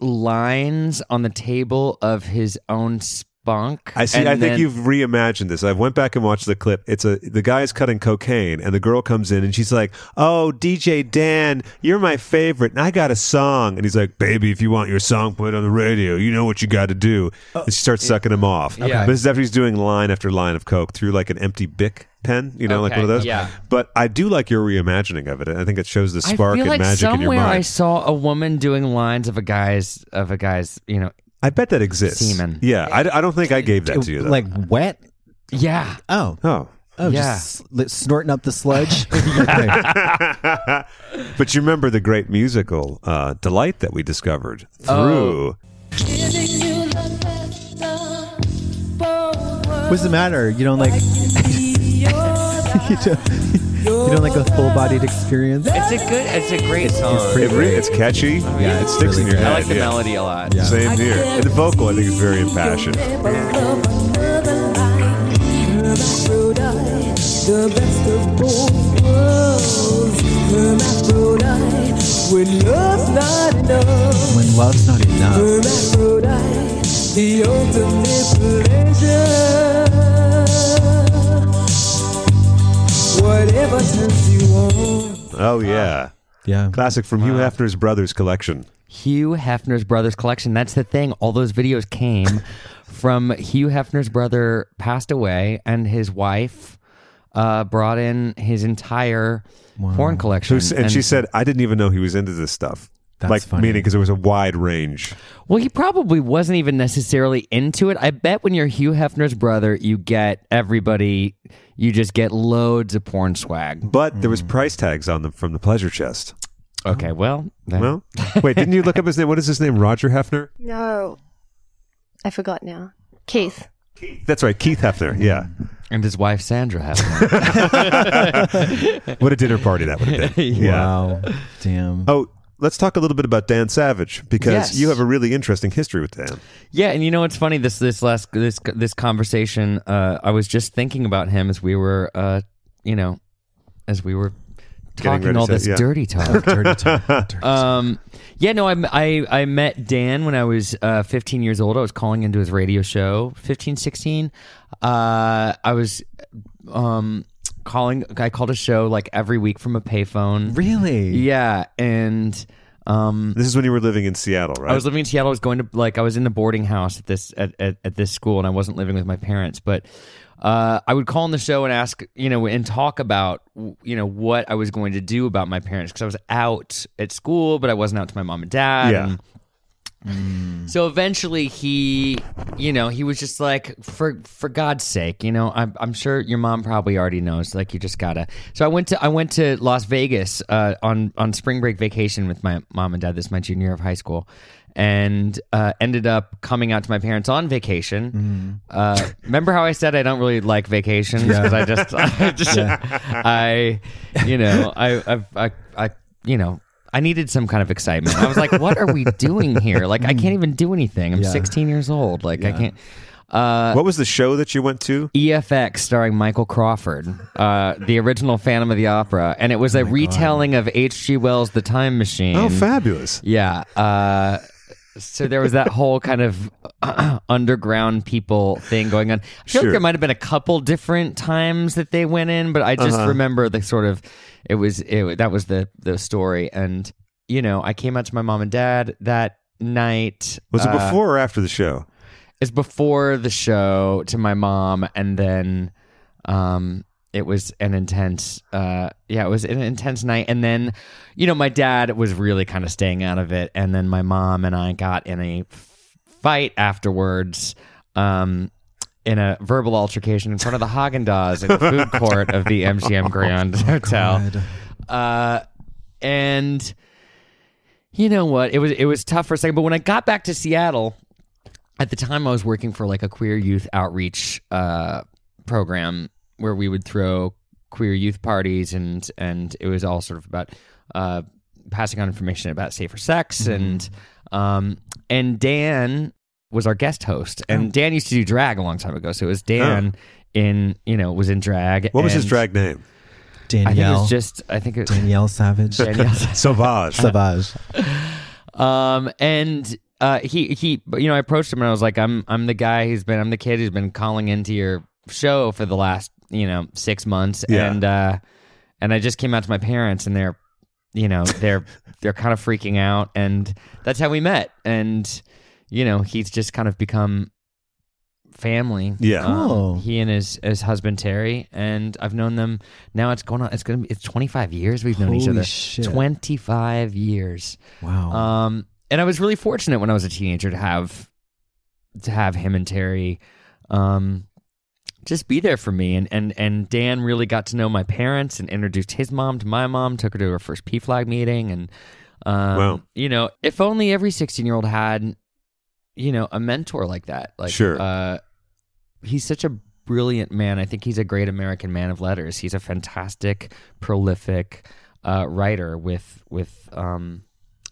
[SPEAKER 3] lines on the table of his own Bonk.
[SPEAKER 1] I see.
[SPEAKER 3] and
[SPEAKER 1] I think
[SPEAKER 3] then-
[SPEAKER 1] you've reimagined this. I went back and watched the clip. It's a the guy is cutting cocaine, and the girl comes in, and she's like, "Oh, DJ Dan, you're my favorite, and I got a song." And he's like, "Baby, if you want your song put on the radio, you know what you got to do."
[SPEAKER 3] Oh,
[SPEAKER 1] and she starts sucking him off.
[SPEAKER 3] Okay.
[SPEAKER 1] But this is after he's doing line after line of coke through like an empty bic pen, you know, like
[SPEAKER 3] Okay,
[SPEAKER 1] one of those.
[SPEAKER 3] yeah.
[SPEAKER 1] But I do like your reimagining of it. I think it shows the spark
[SPEAKER 3] I feel
[SPEAKER 1] and
[SPEAKER 3] like
[SPEAKER 1] magic in your
[SPEAKER 3] somewhere I
[SPEAKER 1] mind.
[SPEAKER 3] saw a woman doing lines of a guy's of a guy's. You know,
[SPEAKER 1] I, bet that exists.
[SPEAKER 3] Semen.
[SPEAKER 1] Yeah, I, I don't think I gave that to you. Though.
[SPEAKER 2] like wet.
[SPEAKER 3] yeah.
[SPEAKER 2] Oh,
[SPEAKER 1] oh.
[SPEAKER 2] oh,
[SPEAKER 3] Yeah.
[SPEAKER 2] just sl- snorting up the sludge.
[SPEAKER 1] But you remember the great musical uh, delight that we discovered through.
[SPEAKER 2] What's the matter? You don't like you don't, you don't like a full bodied experience.
[SPEAKER 3] It's a good. It's a great song.
[SPEAKER 1] Uh, It re- it's catchy.
[SPEAKER 2] yeah,
[SPEAKER 1] it
[SPEAKER 2] it's
[SPEAKER 1] sticks in your
[SPEAKER 2] really good.
[SPEAKER 1] head.
[SPEAKER 3] I like the
[SPEAKER 1] yeah.
[SPEAKER 3] melody a lot.
[SPEAKER 2] Yeah.
[SPEAKER 1] Same here. And the vocal, I think, is very impassioned.
[SPEAKER 2] When love's not enough.
[SPEAKER 5] Whatever turns you on.
[SPEAKER 1] Oh yeah,
[SPEAKER 2] Yeah.
[SPEAKER 1] classic from Hugh Hefner's Brothers collection.
[SPEAKER 3] Hugh Hefner's Brothers collection. That's the thing. All those videos came from Hugh Hefner's brother passed away, and his wife uh, brought in his entire porn collection.
[SPEAKER 1] And, she said, "I didn't even know he was into this stuff."
[SPEAKER 2] That's
[SPEAKER 1] like
[SPEAKER 2] funny.
[SPEAKER 1] meaning because there was a wide range.
[SPEAKER 3] Well, he probably wasn't even necessarily into it. I bet when you're Hugh Hefner's brother, you get everybody, you just get loads of porn swag.
[SPEAKER 1] But there was price tags on them from the pleasure chest.
[SPEAKER 3] Okay, well, then-
[SPEAKER 1] Well, wait, didn't you look up his name? What is his name? Roger Hefner.
[SPEAKER 7] No. I forgot now. Keith.
[SPEAKER 1] That's right, Keith Hefner. Yeah,
[SPEAKER 3] and his wife Sandra Hefner.
[SPEAKER 1] what a dinner party that would have been. Yeah.
[SPEAKER 2] Wow. Damn.
[SPEAKER 1] Oh, let's talk a little bit about Dan Savage because
[SPEAKER 3] Yes.
[SPEAKER 1] you have a really interesting history with Dan.
[SPEAKER 3] yeah, and you know what's funny? This this last this this conversation, uh, I was just thinking about him as we were, uh, you know, as we were talking
[SPEAKER 1] ready
[SPEAKER 3] all
[SPEAKER 1] to-
[SPEAKER 3] this
[SPEAKER 1] yeah.
[SPEAKER 3] dirty talk.
[SPEAKER 2] Dirty talk. Dirty talk.
[SPEAKER 3] Um, yeah, no, I, I, I met Dan when I was uh, 15 years old. I was calling into his radio show, 15, 16. Uh, I was um, calling, I called a show like every week from a payphone.
[SPEAKER 2] really?
[SPEAKER 3] Yeah. And um,
[SPEAKER 1] This is when you were living in Seattle, right?
[SPEAKER 3] I was living in Seattle. I was going to like I was in the boarding house at this at, at, at this school, and I wasn't living with my parents. But uh, I would call on the show and ask, you know, and talk about w- you know what I was going to do about my parents because I was out at school, but I wasn't out to my mom and dad.
[SPEAKER 1] Yeah.
[SPEAKER 3] and- so eventually he, you know, he was just like, for for God's sake, you know, I'm I'm sure your mom probably already knows. Like you just gotta. So I went to I went to Las Vegas uh, on on spring break vacation with my mom and dad. This is my junior year of high school, and uh, ended up coming out to my parents on vacation. Uh, remember how I said I don't really like vacations because I just I just I, you know, I I I, I you know. I needed some kind of excitement. I was like, what are we doing here? Like, I can't even do anything. I'm
[SPEAKER 2] Yeah.
[SPEAKER 3] 16 years old. Like, I can't. Uh,
[SPEAKER 1] What was the show that you went to?
[SPEAKER 3] EFX starring Michael Crawford, uh, the original Phantom of the Opera. And it was a retelling of H.G. Wells' The Time Machine.
[SPEAKER 1] Oh, fabulous!
[SPEAKER 3] Yeah. Uh, so there was that whole kind of underground people thing going on. I feel
[SPEAKER 1] Sure.
[SPEAKER 3] like there might have been a couple different times that they went in, but I just
[SPEAKER 1] Uh-huh.
[SPEAKER 3] remember the sort of it was it wa- that was the the story. And you know, I came out to my mom and dad that night.
[SPEAKER 1] Was it
[SPEAKER 3] Uh,
[SPEAKER 1] before or after the show?
[SPEAKER 3] it's before the show to my mom and then um it was an intense uh yeah it was an intense night and then you know my dad was really kind of staying out of it and then my mom and i got in a f- fight afterwards um in a verbal altercation in front of the Haagen Dazs in the food court of the MGM Grand Hotel, uh, and you know what? It was it was tough for a second, but when I got back to Seattle, at the time I was working for like a queer youth outreach uh, program where we would throw queer youth parties and and it was all sort of about uh, passing on information about safer sex
[SPEAKER 1] Mm-hmm.
[SPEAKER 3] and um, and Dan was our guest host
[SPEAKER 1] Oh.
[SPEAKER 3] and Dan used to do drag a long time ago so it was Dan in you know was in drag
[SPEAKER 1] What was his
[SPEAKER 3] and
[SPEAKER 1] drag name?
[SPEAKER 3] I think it
[SPEAKER 2] Danielle.
[SPEAKER 3] was just I think it
[SPEAKER 2] Danielle Savage.
[SPEAKER 3] Uh, Danielle
[SPEAKER 1] Sauvage.
[SPEAKER 2] Savage.
[SPEAKER 3] Um, and uh, he he, you know, I approached him and I was like, I'm I'm the guy who's been I'm the kid who's been calling into your show for the last you know six months,
[SPEAKER 1] Yeah.
[SPEAKER 3] and uh, and I just came out to my parents and they're, you know, they're they're kind of freaking out, and that's how we met, and you know, he's just kind of become family.
[SPEAKER 1] Yeah.
[SPEAKER 3] Um,
[SPEAKER 2] Cool.
[SPEAKER 3] he and his his husband Terry, and I've known them now. It's going on. It's gonna be. It's 25 years we've known each
[SPEAKER 2] Holy
[SPEAKER 3] other.
[SPEAKER 2] shit.
[SPEAKER 3] 25 years.
[SPEAKER 2] Wow.
[SPEAKER 3] Um, and I was really fortunate when I was a teenager to have to have him and Terry um, just be there for me. And and and Dan really got to know my parents and introduced his mom to my mom. Took her to her first P flag meeting, and um,
[SPEAKER 1] Wow.
[SPEAKER 3] you know, if only every 16 year old had you know a mentor like that. Like
[SPEAKER 1] Sure.
[SPEAKER 3] Uh, he's such a brilliant man. I think he's a great American man of letters. He's a fantastic, prolific uh, writer with with um,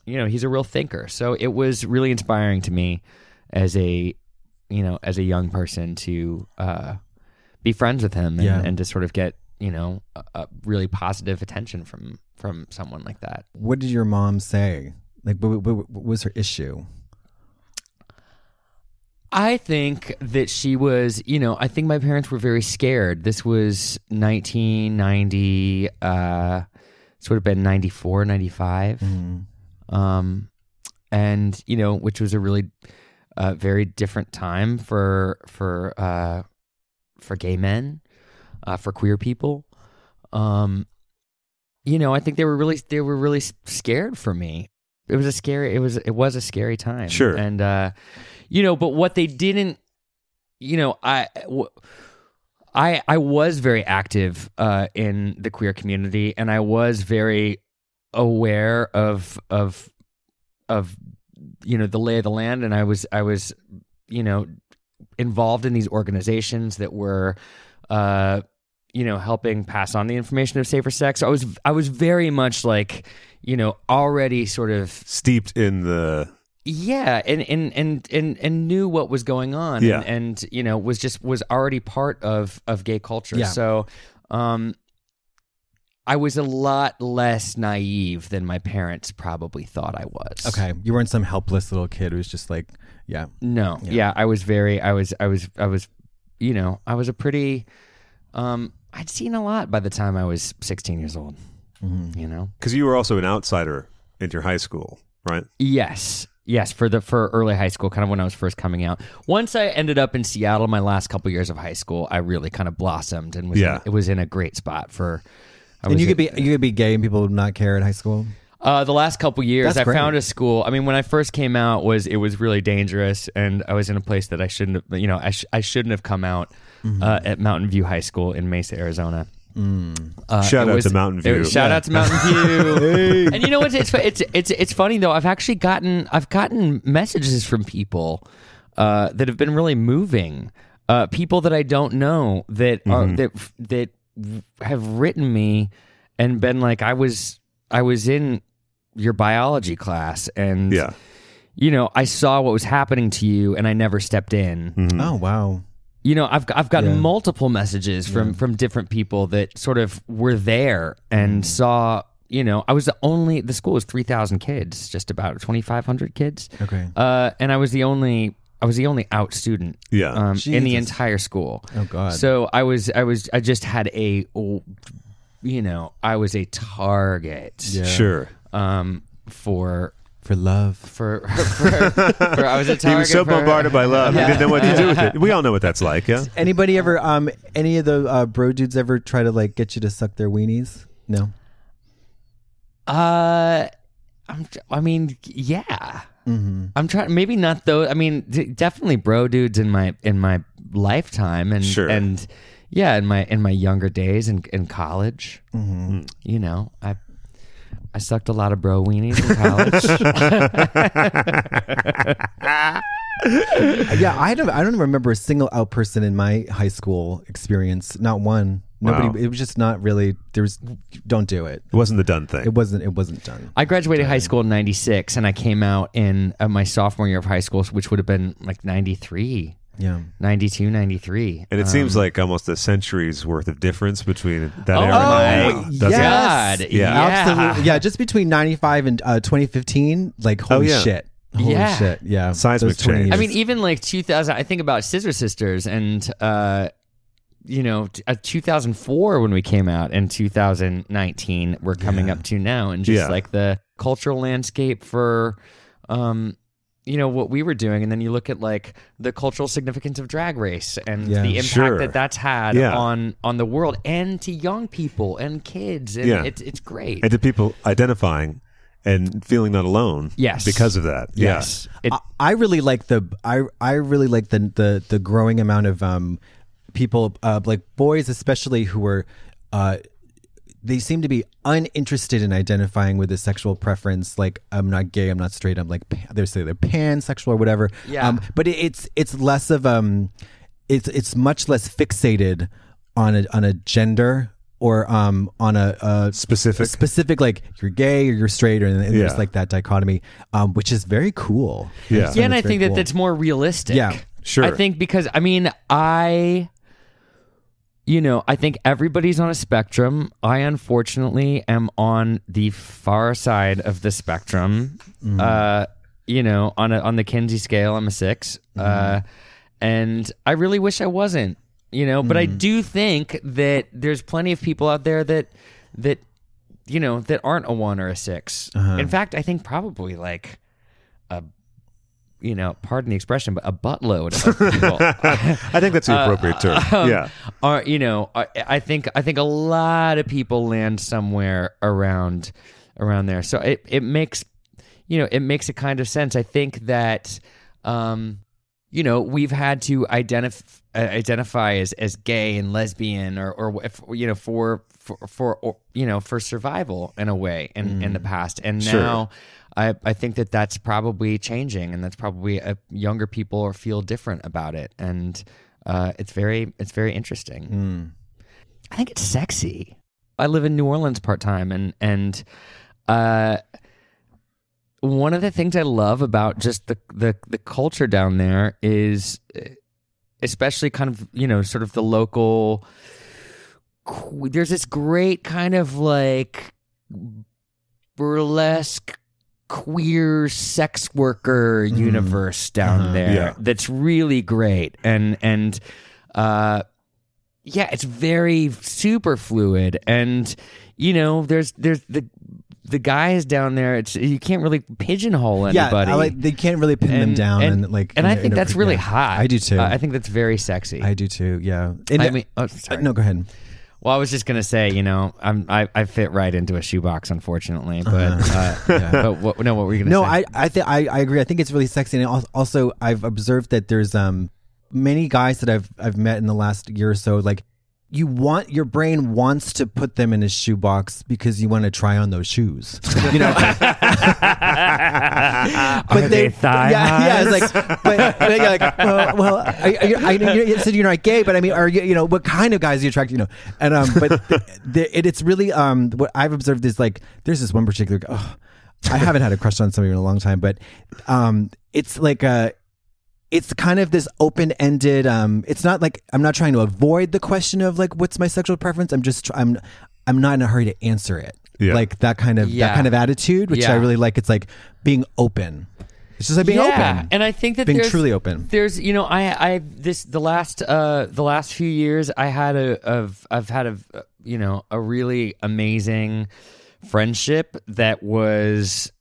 [SPEAKER 3] you know he's a real thinker. So it was really inspiring to me as a you know as a young person to uh, be friends with him and,
[SPEAKER 2] Yeah.
[SPEAKER 3] and to sort of get you know a, a really positive attention from from someone like that.
[SPEAKER 2] what did your mom say? Like, what, what, what was her issue?
[SPEAKER 3] I think that she was, you know, I think my parents were very scared. This was 1990, uh, this would have been 94, 95. Um, and, you know, which was a really, uh, very different time for, for, uh, for gay men, uh, for queer people. Um, you know, I think they were really, they were really s- scared for me. It was a scary, it was, it was a scary time.
[SPEAKER 1] Sure.
[SPEAKER 3] And, uh, you know but what they didn't you know i w- i i was very active uh in the queer community and i was very aware of of of you know the lay of the land and i was i was you know involved in these organizations that were uh you know helping pass on the information of safer sex so i was i was very much like you know already sort of
[SPEAKER 1] Steeped in the
[SPEAKER 3] yeah and and and and, and knew what was going on
[SPEAKER 1] Yeah.
[SPEAKER 3] and, and you know was just was already part of of gay culture
[SPEAKER 2] Yeah.
[SPEAKER 3] so um i was a lot less naive than my parents probably thought i was
[SPEAKER 2] Okay. You weren't some helpless little kid who was just like, yeah.
[SPEAKER 3] no yeah. i was very i was i was i was you know i was a pretty um i'd seen a lot by the time i was 16 years old you know
[SPEAKER 1] because you were also an outsider in your high school, right?
[SPEAKER 3] Yes. Yes, for the for early high school, kind of when I was first coming out. Once I ended up in Seattle, my last couple years of high school, I really kind of blossomed and was
[SPEAKER 1] Yeah.
[SPEAKER 3] in, it was in a great spot for. I
[SPEAKER 2] And
[SPEAKER 3] was
[SPEAKER 2] you could
[SPEAKER 3] in-
[SPEAKER 2] be you could be gay and people would not care at high school.
[SPEAKER 3] uh, the last couple years,
[SPEAKER 2] That's
[SPEAKER 3] I
[SPEAKER 2] great.
[SPEAKER 3] found a school. I mean, when I first came out, was it was really dangerous, and I was in a place that I shouldn't. have You know, I, sh- I shouldn't have come out
[SPEAKER 2] Mm-hmm.
[SPEAKER 3] uh, at Mountain View High School in Mesa, Arizona. Uh,
[SPEAKER 1] Shout
[SPEAKER 3] it
[SPEAKER 1] out to Mountain
[SPEAKER 3] it was-
[SPEAKER 1] View.
[SPEAKER 3] shout out to Mountain View. And you know what? It's, it's it's it's funny though. I've actually gotten I've gotten messages from people uh, that have been really moving. Uh, people that I don't know that are
[SPEAKER 1] Mm-hmm.
[SPEAKER 3] that that have written me and been like, I was I was in your biology class and
[SPEAKER 1] Yeah.
[SPEAKER 3] you know I saw what was happening to you and I never stepped in
[SPEAKER 2] Oh wow.
[SPEAKER 3] you know i've i've gotten
[SPEAKER 2] Yeah.
[SPEAKER 3] multiple messages from from different people that sort of were there and
[SPEAKER 2] Mm.
[SPEAKER 3] saw you know i was the only the school was 3000 kids just about 2500 kids
[SPEAKER 2] Okay.
[SPEAKER 3] uh and i was the only i was the only out student
[SPEAKER 1] Yeah.
[SPEAKER 3] um, in the
[SPEAKER 2] Jesus.
[SPEAKER 3] entire school
[SPEAKER 2] Oh, God.
[SPEAKER 3] so i was i was i just had a you know i was a target
[SPEAKER 2] Yeah.
[SPEAKER 1] Sure.
[SPEAKER 3] um for
[SPEAKER 2] For love.
[SPEAKER 3] for, for, for i was a target
[SPEAKER 1] He was so
[SPEAKER 3] for-
[SPEAKER 1] bombarded by love, he didn't know what to do with it. We all know what that's like, yeah.
[SPEAKER 2] Anybody ever um any of the uh, bro dudes ever try to like get you to suck their weenies? No.
[SPEAKER 3] Uh, I'm. tr- I mean, yeah. I'm trying. Maybe not though. I mean, d- definitely bro dudes in my in my lifetime and
[SPEAKER 1] Sure.
[SPEAKER 3] and yeah, in my in my younger days in in college.
[SPEAKER 1] Mm.
[SPEAKER 3] You know, I I sucked a lot of bro weenies in college.
[SPEAKER 2] Uh, Yeah, I don't. I don't remember a single out person in my high school experience. Not one. Nobody.
[SPEAKER 1] Wow.
[SPEAKER 2] It was just not really. There was. Don't do it.
[SPEAKER 1] It wasn't the done thing.
[SPEAKER 2] It wasn't. It wasn't done.
[SPEAKER 3] I graduated high school in '96, and I came out in uh, my sophomore year of high school, which would have been like '93,
[SPEAKER 2] Yeah.
[SPEAKER 3] 92, 93.
[SPEAKER 1] And it seems like almost a century's worth of difference between that era
[SPEAKER 3] my
[SPEAKER 1] and now. doesn't it?
[SPEAKER 3] God.
[SPEAKER 1] Yeah.
[SPEAKER 3] Oh, Yeah.
[SPEAKER 2] Absolutely. Yeah. Just between ninety five and uh, twenty fifteen. Like holy
[SPEAKER 1] yeah.
[SPEAKER 2] shit. Holy
[SPEAKER 3] Yeah.
[SPEAKER 2] shit! Yeah,
[SPEAKER 1] Seismic
[SPEAKER 2] Those 20
[SPEAKER 1] change.
[SPEAKER 3] I
[SPEAKER 2] years.
[SPEAKER 3] mean, even like 2000, I think about Scissor Sisters and, uh, you know, t- uh, 2004 when we came out and 2019 we're coming up to now, and just
[SPEAKER 1] Yeah.
[SPEAKER 3] like the cultural landscape for, um, you know, what we were doing. And then you look at like the cultural significance of Drag Race and
[SPEAKER 2] Yeah.
[SPEAKER 3] the impact
[SPEAKER 1] Sure.
[SPEAKER 3] that that's had
[SPEAKER 1] Yeah.
[SPEAKER 3] on, on the world and to young people and kids. And
[SPEAKER 1] Yeah.
[SPEAKER 3] it's, it's great.
[SPEAKER 1] and to people identifying and feeling not alone.
[SPEAKER 3] Yes.
[SPEAKER 1] because of that.
[SPEAKER 3] yes. It-
[SPEAKER 2] I, I really like the I I really like the the the growing amount of um people uh, like boys especially who were uh they seem to be uninterested in identifying with a sexual preference like I'm not gay I'm not straight I'm like pan- they say they're pansexual or whatever
[SPEAKER 3] Yeah.
[SPEAKER 2] um, but it, it's it's less of um it's it's much less fixated on a on a gender or um on a, a
[SPEAKER 1] Specific.
[SPEAKER 2] specific like you're gay or you're straight or and there's
[SPEAKER 1] Yeah.
[SPEAKER 2] like that dichotomy um which is very cool
[SPEAKER 1] Yeah.
[SPEAKER 2] just
[SPEAKER 3] Yeah,
[SPEAKER 2] find
[SPEAKER 3] and I
[SPEAKER 2] it's very
[SPEAKER 3] think that
[SPEAKER 2] cool.
[SPEAKER 3] that's more realistic.
[SPEAKER 2] Yeah,
[SPEAKER 1] sure.
[SPEAKER 3] I think because I mean I, you know, I think everybody's on a spectrum. I unfortunately am on the far side of the spectrum. Uh, you know, on a, on the Kinsey scale, I'm a 6 Uh, and I really wish I wasn't. You know, but I do think that there's plenty of people out there that that you know that aren't a one or a 6 In fact, I think probably like you know, pardon the expression, but a buttload of people
[SPEAKER 1] I think
[SPEAKER 3] uh,
[SPEAKER 1] that's the appropriate term.
[SPEAKER 3] um,
[SPEAKER 1] yeah,
[SPEAKER 3] are, you know, I, I think I think a lot of people land somewhere around around there. So it it makes you know it makes a kind of sense. I think that um, you know we've had to identify identify as as gay and lesbian or or if, you know for for for or, you know for survival in a way in in the past and
[SPEAKER 1] Sure.
[SPEAKER 3] now. I, I think that that's probably changing, and that's probably uh younger people or feel different about it, and uh, it's very it's very interesting. I think it's sexy. I live in New Orleans part time, and and uh, one of the things I love about just the the the culture down there is, uh, especially kind of you know sort of the local. qu- There's this great kind of like burlesque queer sex worker universe down there
[SPEAKER 1] Yeah.
[SPEAKER 3] that's really great and and uh yeah, it's very super fluid, and you know, there's there's the the guys down there. It's you can't really pigeonhole
[SPEAKER 2] yeah
[SPEAKER 3] anybody.
[SPEAKER 2] I like, they can't really pin them down and, like in
[SPEAKER 3] and I
[SPEAKER 2] a-
[SPEAKER 3] think
[SPEAKER 2] in a-
[SPEAKER 3] that's really
[SPEAKER 2] yeah.
[SPEAKER 3] hot.
[SPEAKER 2] I do too
[SPEAKER 3] Uh, I think that's very sexy.
[SPEAKER 2] I do too yeah And-
[SPEAKER 3] I mean, oh,
[SPEAKER 2] uh,
[SPEAKER 3] sorry.
[SPEAKER 2] no go ahead
[SPEAKER 3] Well, I was just gonna say, you know, I'm I, I fit right into a shoebox, unfortunately. But uh, but what, no, what were you gonna
[SPEAKER 2] Uh-huh. no
[SPEAKER 3] say?
[SPEAKER 2] I I, th- I I agree I think it's really sexy and al- also I've observed that there's um many guys that I've I've met in the last year or so like you want your brain wants to put them in a shoebox because you want to try on those shoes you know
[SPEAKER 3] Are they thigh
[SPEAKER 2] yeah, yeah.
[SPEAKER 3] highs?
[SPEAKER 2] It's like, but, but you're like, well, well I, I, I, you said you're not gay, but I mean, are you, you know, what kind of guys are you attracted? You know, and um, but th- th- it, it's really um, what I've observed is like, there's this one particular. g- Oh, I haven't had a crush on somebody in a long time, but um, it's like a it's kind of this open-ended um it's not like i'm not trying to avoid the question of like what's my sexual preference i'm just tr- i'm i'm not in a hurry to answer it
[SPEAKER 1] Yeah.
[SPEAKER 2] like that kind of
[SPEAKER 3] Yeah.
[SPEAKER 2] that kind of attitude which i
[SPEAKER 3] Yeah.
[SPEAKER 2] really like it's like being open it's just like being
[SPEAKER 3] yeah.
[SPEAKER 2] open
[SPEAKER 3] and I think that
[SPEAKER 2] being
[SPEAKER 3] there's-
[SPEAKER 2] truly open
[SPEAKER 3] There's, you know, I, I, this, the last, uh, the last few years, I had a, of, I've had a, you know, a really amazing friendship that was,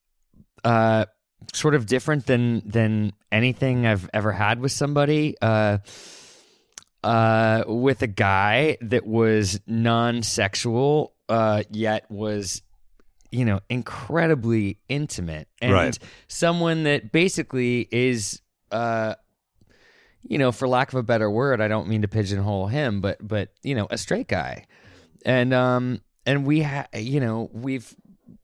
[SPEAKER 3] uh, sort of different than than anything I've ever had with somebody. Uh, uh, with a guy that was non-sexual, uh, yet was, you know, incredibly intimate, and
[SPEAKER 1] Right.
[SPEAKER 3] someone that basically is, uh, you know, for lack of a better word, I don't mean to pigeonhole him, but but you know, a straight guy, and um, and we, ha- you know, we've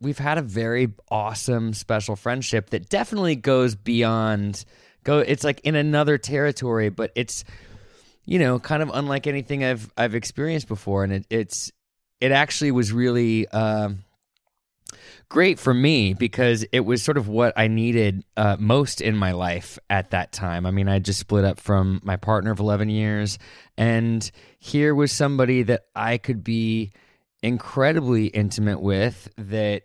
[SPEAKER 3] we've had a very awesome special friendship that definitely goes beyond go it's like in another territory but it's you know, kind of unlike anything I've I've experienced before, and it, it's it actually was really um great for me because it was sort of what I needed uh, most in my life at that time. I mean, I just split up from my partner of eleven years, and here was somebody that I could be incredibly intimate with that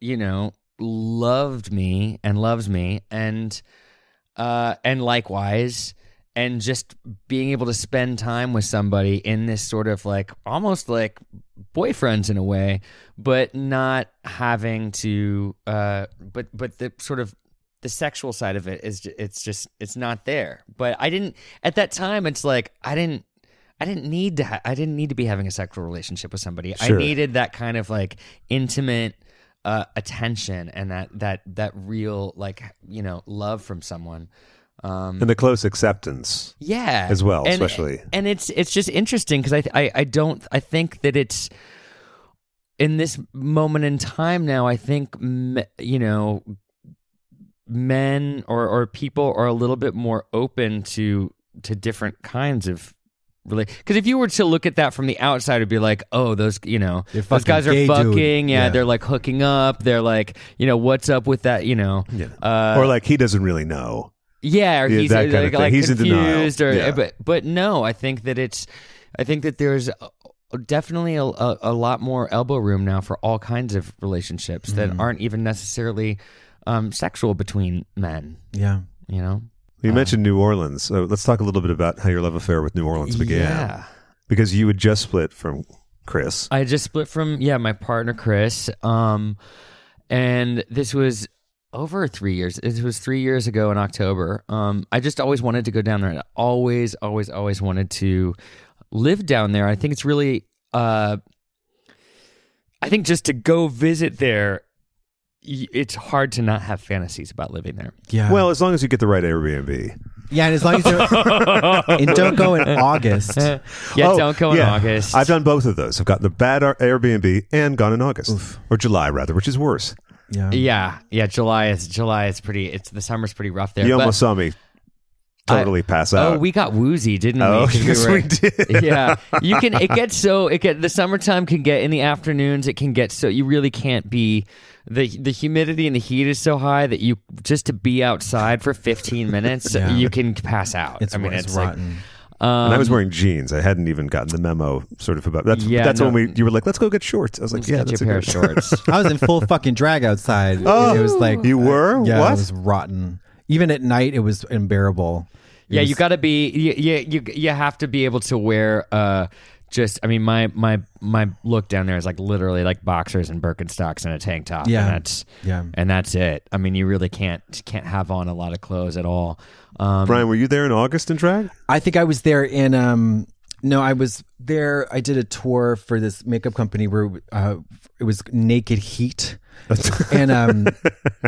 [SPEAKER 3] you know loved me and loves me and uh and likewise and just being able to spend time with somebody in this sort of like almost like boyfriends in a way but not having to uh but but the sort of the sexual side of it is ju- it's just it's not there but i didn't at that time it's like i didn't i didn't need to ha- i didn't need to be having a sexual relationship with somebody
[SPEAKER 1] Sure.
[SPEAKER 3] i needed that kind of like intimate uh attention and that that that real like you know love from someone um
[SPEAKER 1] and the close acceptance.
[SPEAKER 3] yeah
[SPEAKER 1] as well,
[SPEAKER 3] And-
[SPEAKER 1] especially.
[SPEAKER 3] and it's it's just interesting because I, I i don't i think that it's in this moment in time now i think me, you know men or or people are a little bit more open to to different kinds of because if you were to look at that from the outside, it'd be like, oh, those, you know,
[SPEAKER 2] They're
[SPEAKER 3] those
[SPEAKER 2] fucking
[SPEAKER 3] guys are
[SPEAKER 2] gay, dude.
[SPEAKER 3] fucking, yeah,
[SPEAKER 2] Yeah.
[SPEAKER 3] they're like hooking up, they're like, you know, what's up with that, you know,
[SPEAKER 1] Yeah.
[SPEAKER 3] uh,
[SPEAKER 1] or like he doesn't really know.
[SPEAKER 3] yeah, or
[SPEAKER 1] Yeah,
[SPEAKER 3] he's
[SPEAKER 1] that
[SPEAKER 3] uh,
[SPEAKER 1] kind of
[SPEAKER 3] like,
[SPEAKER 1] thing.
[SPEAKER 3] like
[SPEAKER 1] He's in denial.
[SPEAKER 3] confused, or
[SPEAKER 1] Yeah.
[SPEAKER 3] but but no, I think that it's, I think that there's uh, definitely a, a, a lot more elbow room now for all kinds of relationships
[SPEAKER 1] Mm-hmm.
[SPEAKER 3] that aren't even necessarily um, sexual between men.
[SPEAKER 2] Yeah.
[SPEAKER 3] You know,
[SPEAKER 1] You mentioned New Orleans. So let's talk a little bit about how your love affair with New Orleans began.
[SPEAKER 3] yeah.
[SPEAKER 1] Because you had just split from Chris.
[SPEAKER 3] I just split from yeah my partner Chris, um, and this was over three years. It was three years ago in October. Um, I just always wanted to go down there. I always, always, always wanted to live down there. I think it's really, uh, I think just to go visit there, y- it's hard to not have fantasies about living there.
[SPEAKER 2] Yeah.
[SPEAKER 1] well, as long as you get the right Airbnb.
[SPEAKER 2] yeah, and as long as you're, and don't go in August.
[SPEAKER 3] Yeah,
[SPEAKER 1] Oh,
[SPEAKER 3] don't go in
[SPEAKER 1] yeah.
[SPEAKER 3] August.
[SPEAKER 1] I've done both of those. I've gotten the bad Ar- Airbnb and gone in August or July rather, which is worse.
[SPEAKER 2] Yeah.
[SPEAKER 3] yeah, yeah. July is July is pretty. It's the summer's pretty rough there.
[SPEAKER 1] you
[SPEAKER 3] but-
[SPEAKER 1] almost saw me totally pass out.
[SPEAKER 3] Oh, we got woozy, didn't we?
[SPEAKER 1] Oh,
[SPEAKER 3] 'Cause
[SPEAKER 1] yes, we did.
[SPEAKER 3] yeah, you can. It gets so. It get the summertime can get in the afternoons. It can get so you really can't be. the The humidity and the heat is so high that you just to be outside for 15 minutes,
[SPEAKER 2] Yeah.
[SPEAKER 3] you can pass out.
[SPEAKER 2] It's,
[SPEAKER 3] I mean,
[SPEAKER 2] it's,
[SPEAKER 3] it's like um,
[SPEAKER 2] rotten.
[SPEAKER 1] and I was wearing jeans. I hadn't even gotten the memo sort of about that's
[SPEAKER 3] Yeah,
[SPEAKER 1] that's
[SPEAKER 3] no.
[SPEAKER 1] when we you were like, let's go get shorts. I was like,
[SPEAKER 3] let's
[SPEAKER 1] yeah,
[SPEAKER 3] get
[SPEAKER 1] that's
[SPEAKER 3] your
[SPEAKER 1] a
[SPEAKER 3] pair of
[SPEAKER 1] good-
[SPEAKER 3] shorts.
[SPEAKER 2] I was in full fucking drag outside.
[SPEAKER 1] Oh.
[SPEAKER 2] it was like
[SPEAKER 1] You were?
[SPEAKER 2] Yeah,
[SPEAKER 1] What?
[SPEAKER 2] it was rotten. Even at night, it was unbearable. It
[SPEAKER 3] yeah,
[SPEAKER 2] was-
[SPEAKER 3] you got to be you, you you you have to be able to wear uh just I mean my my my look down there is like literally like boxers and Birkenstocks and a tank top
[SPEAKER 2] Yeah.
[SPEAKER 3] and that's
[SPEAKER 2] Yeah.
[SPEAKER 3] and that's it. I mean you really can't can't have on a lot of clothes at all. Um
[SPEAKER 1] Brian, were you there in August in drag?
[SPEAKER 2] I think I was there in um no, I was there. I did a tour for this makeup company where uh, it was Naked Heat, and um,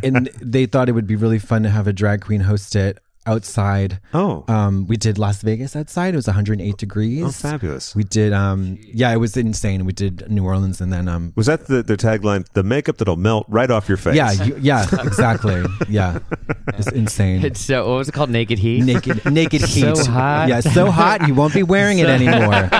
[SPEAKER 2] and they thought it would be really fun to have a drag queen host it outside.
[SPEAKER 1] Oh.
[SPEAKER 3] Uh,
[SPEAKER 2] um, we did Las Vegas outside. It was 108 degrees.
[SPEAKER 1] Oh, fabulous.
[SPEAKER 2] We did um, yeah, it was insane. We did New Orleans, and then um,
[SPEAKER 1] Was that the, their tagline? The makeup that'll melt right off your face.
[SPEAKER 2] yeah, you, yeah, exactly, yeah, it's insane.
[SPEAKER 3] it's so what was it called naked heat?
[SPEAKER 2] naked naked
[SPEAKER 3] So
[SPEAKER 2] heat.
[SPEAKER 3] hot.
[SPEAKER 2] Yeah, so hot you won't be wearing it anymore.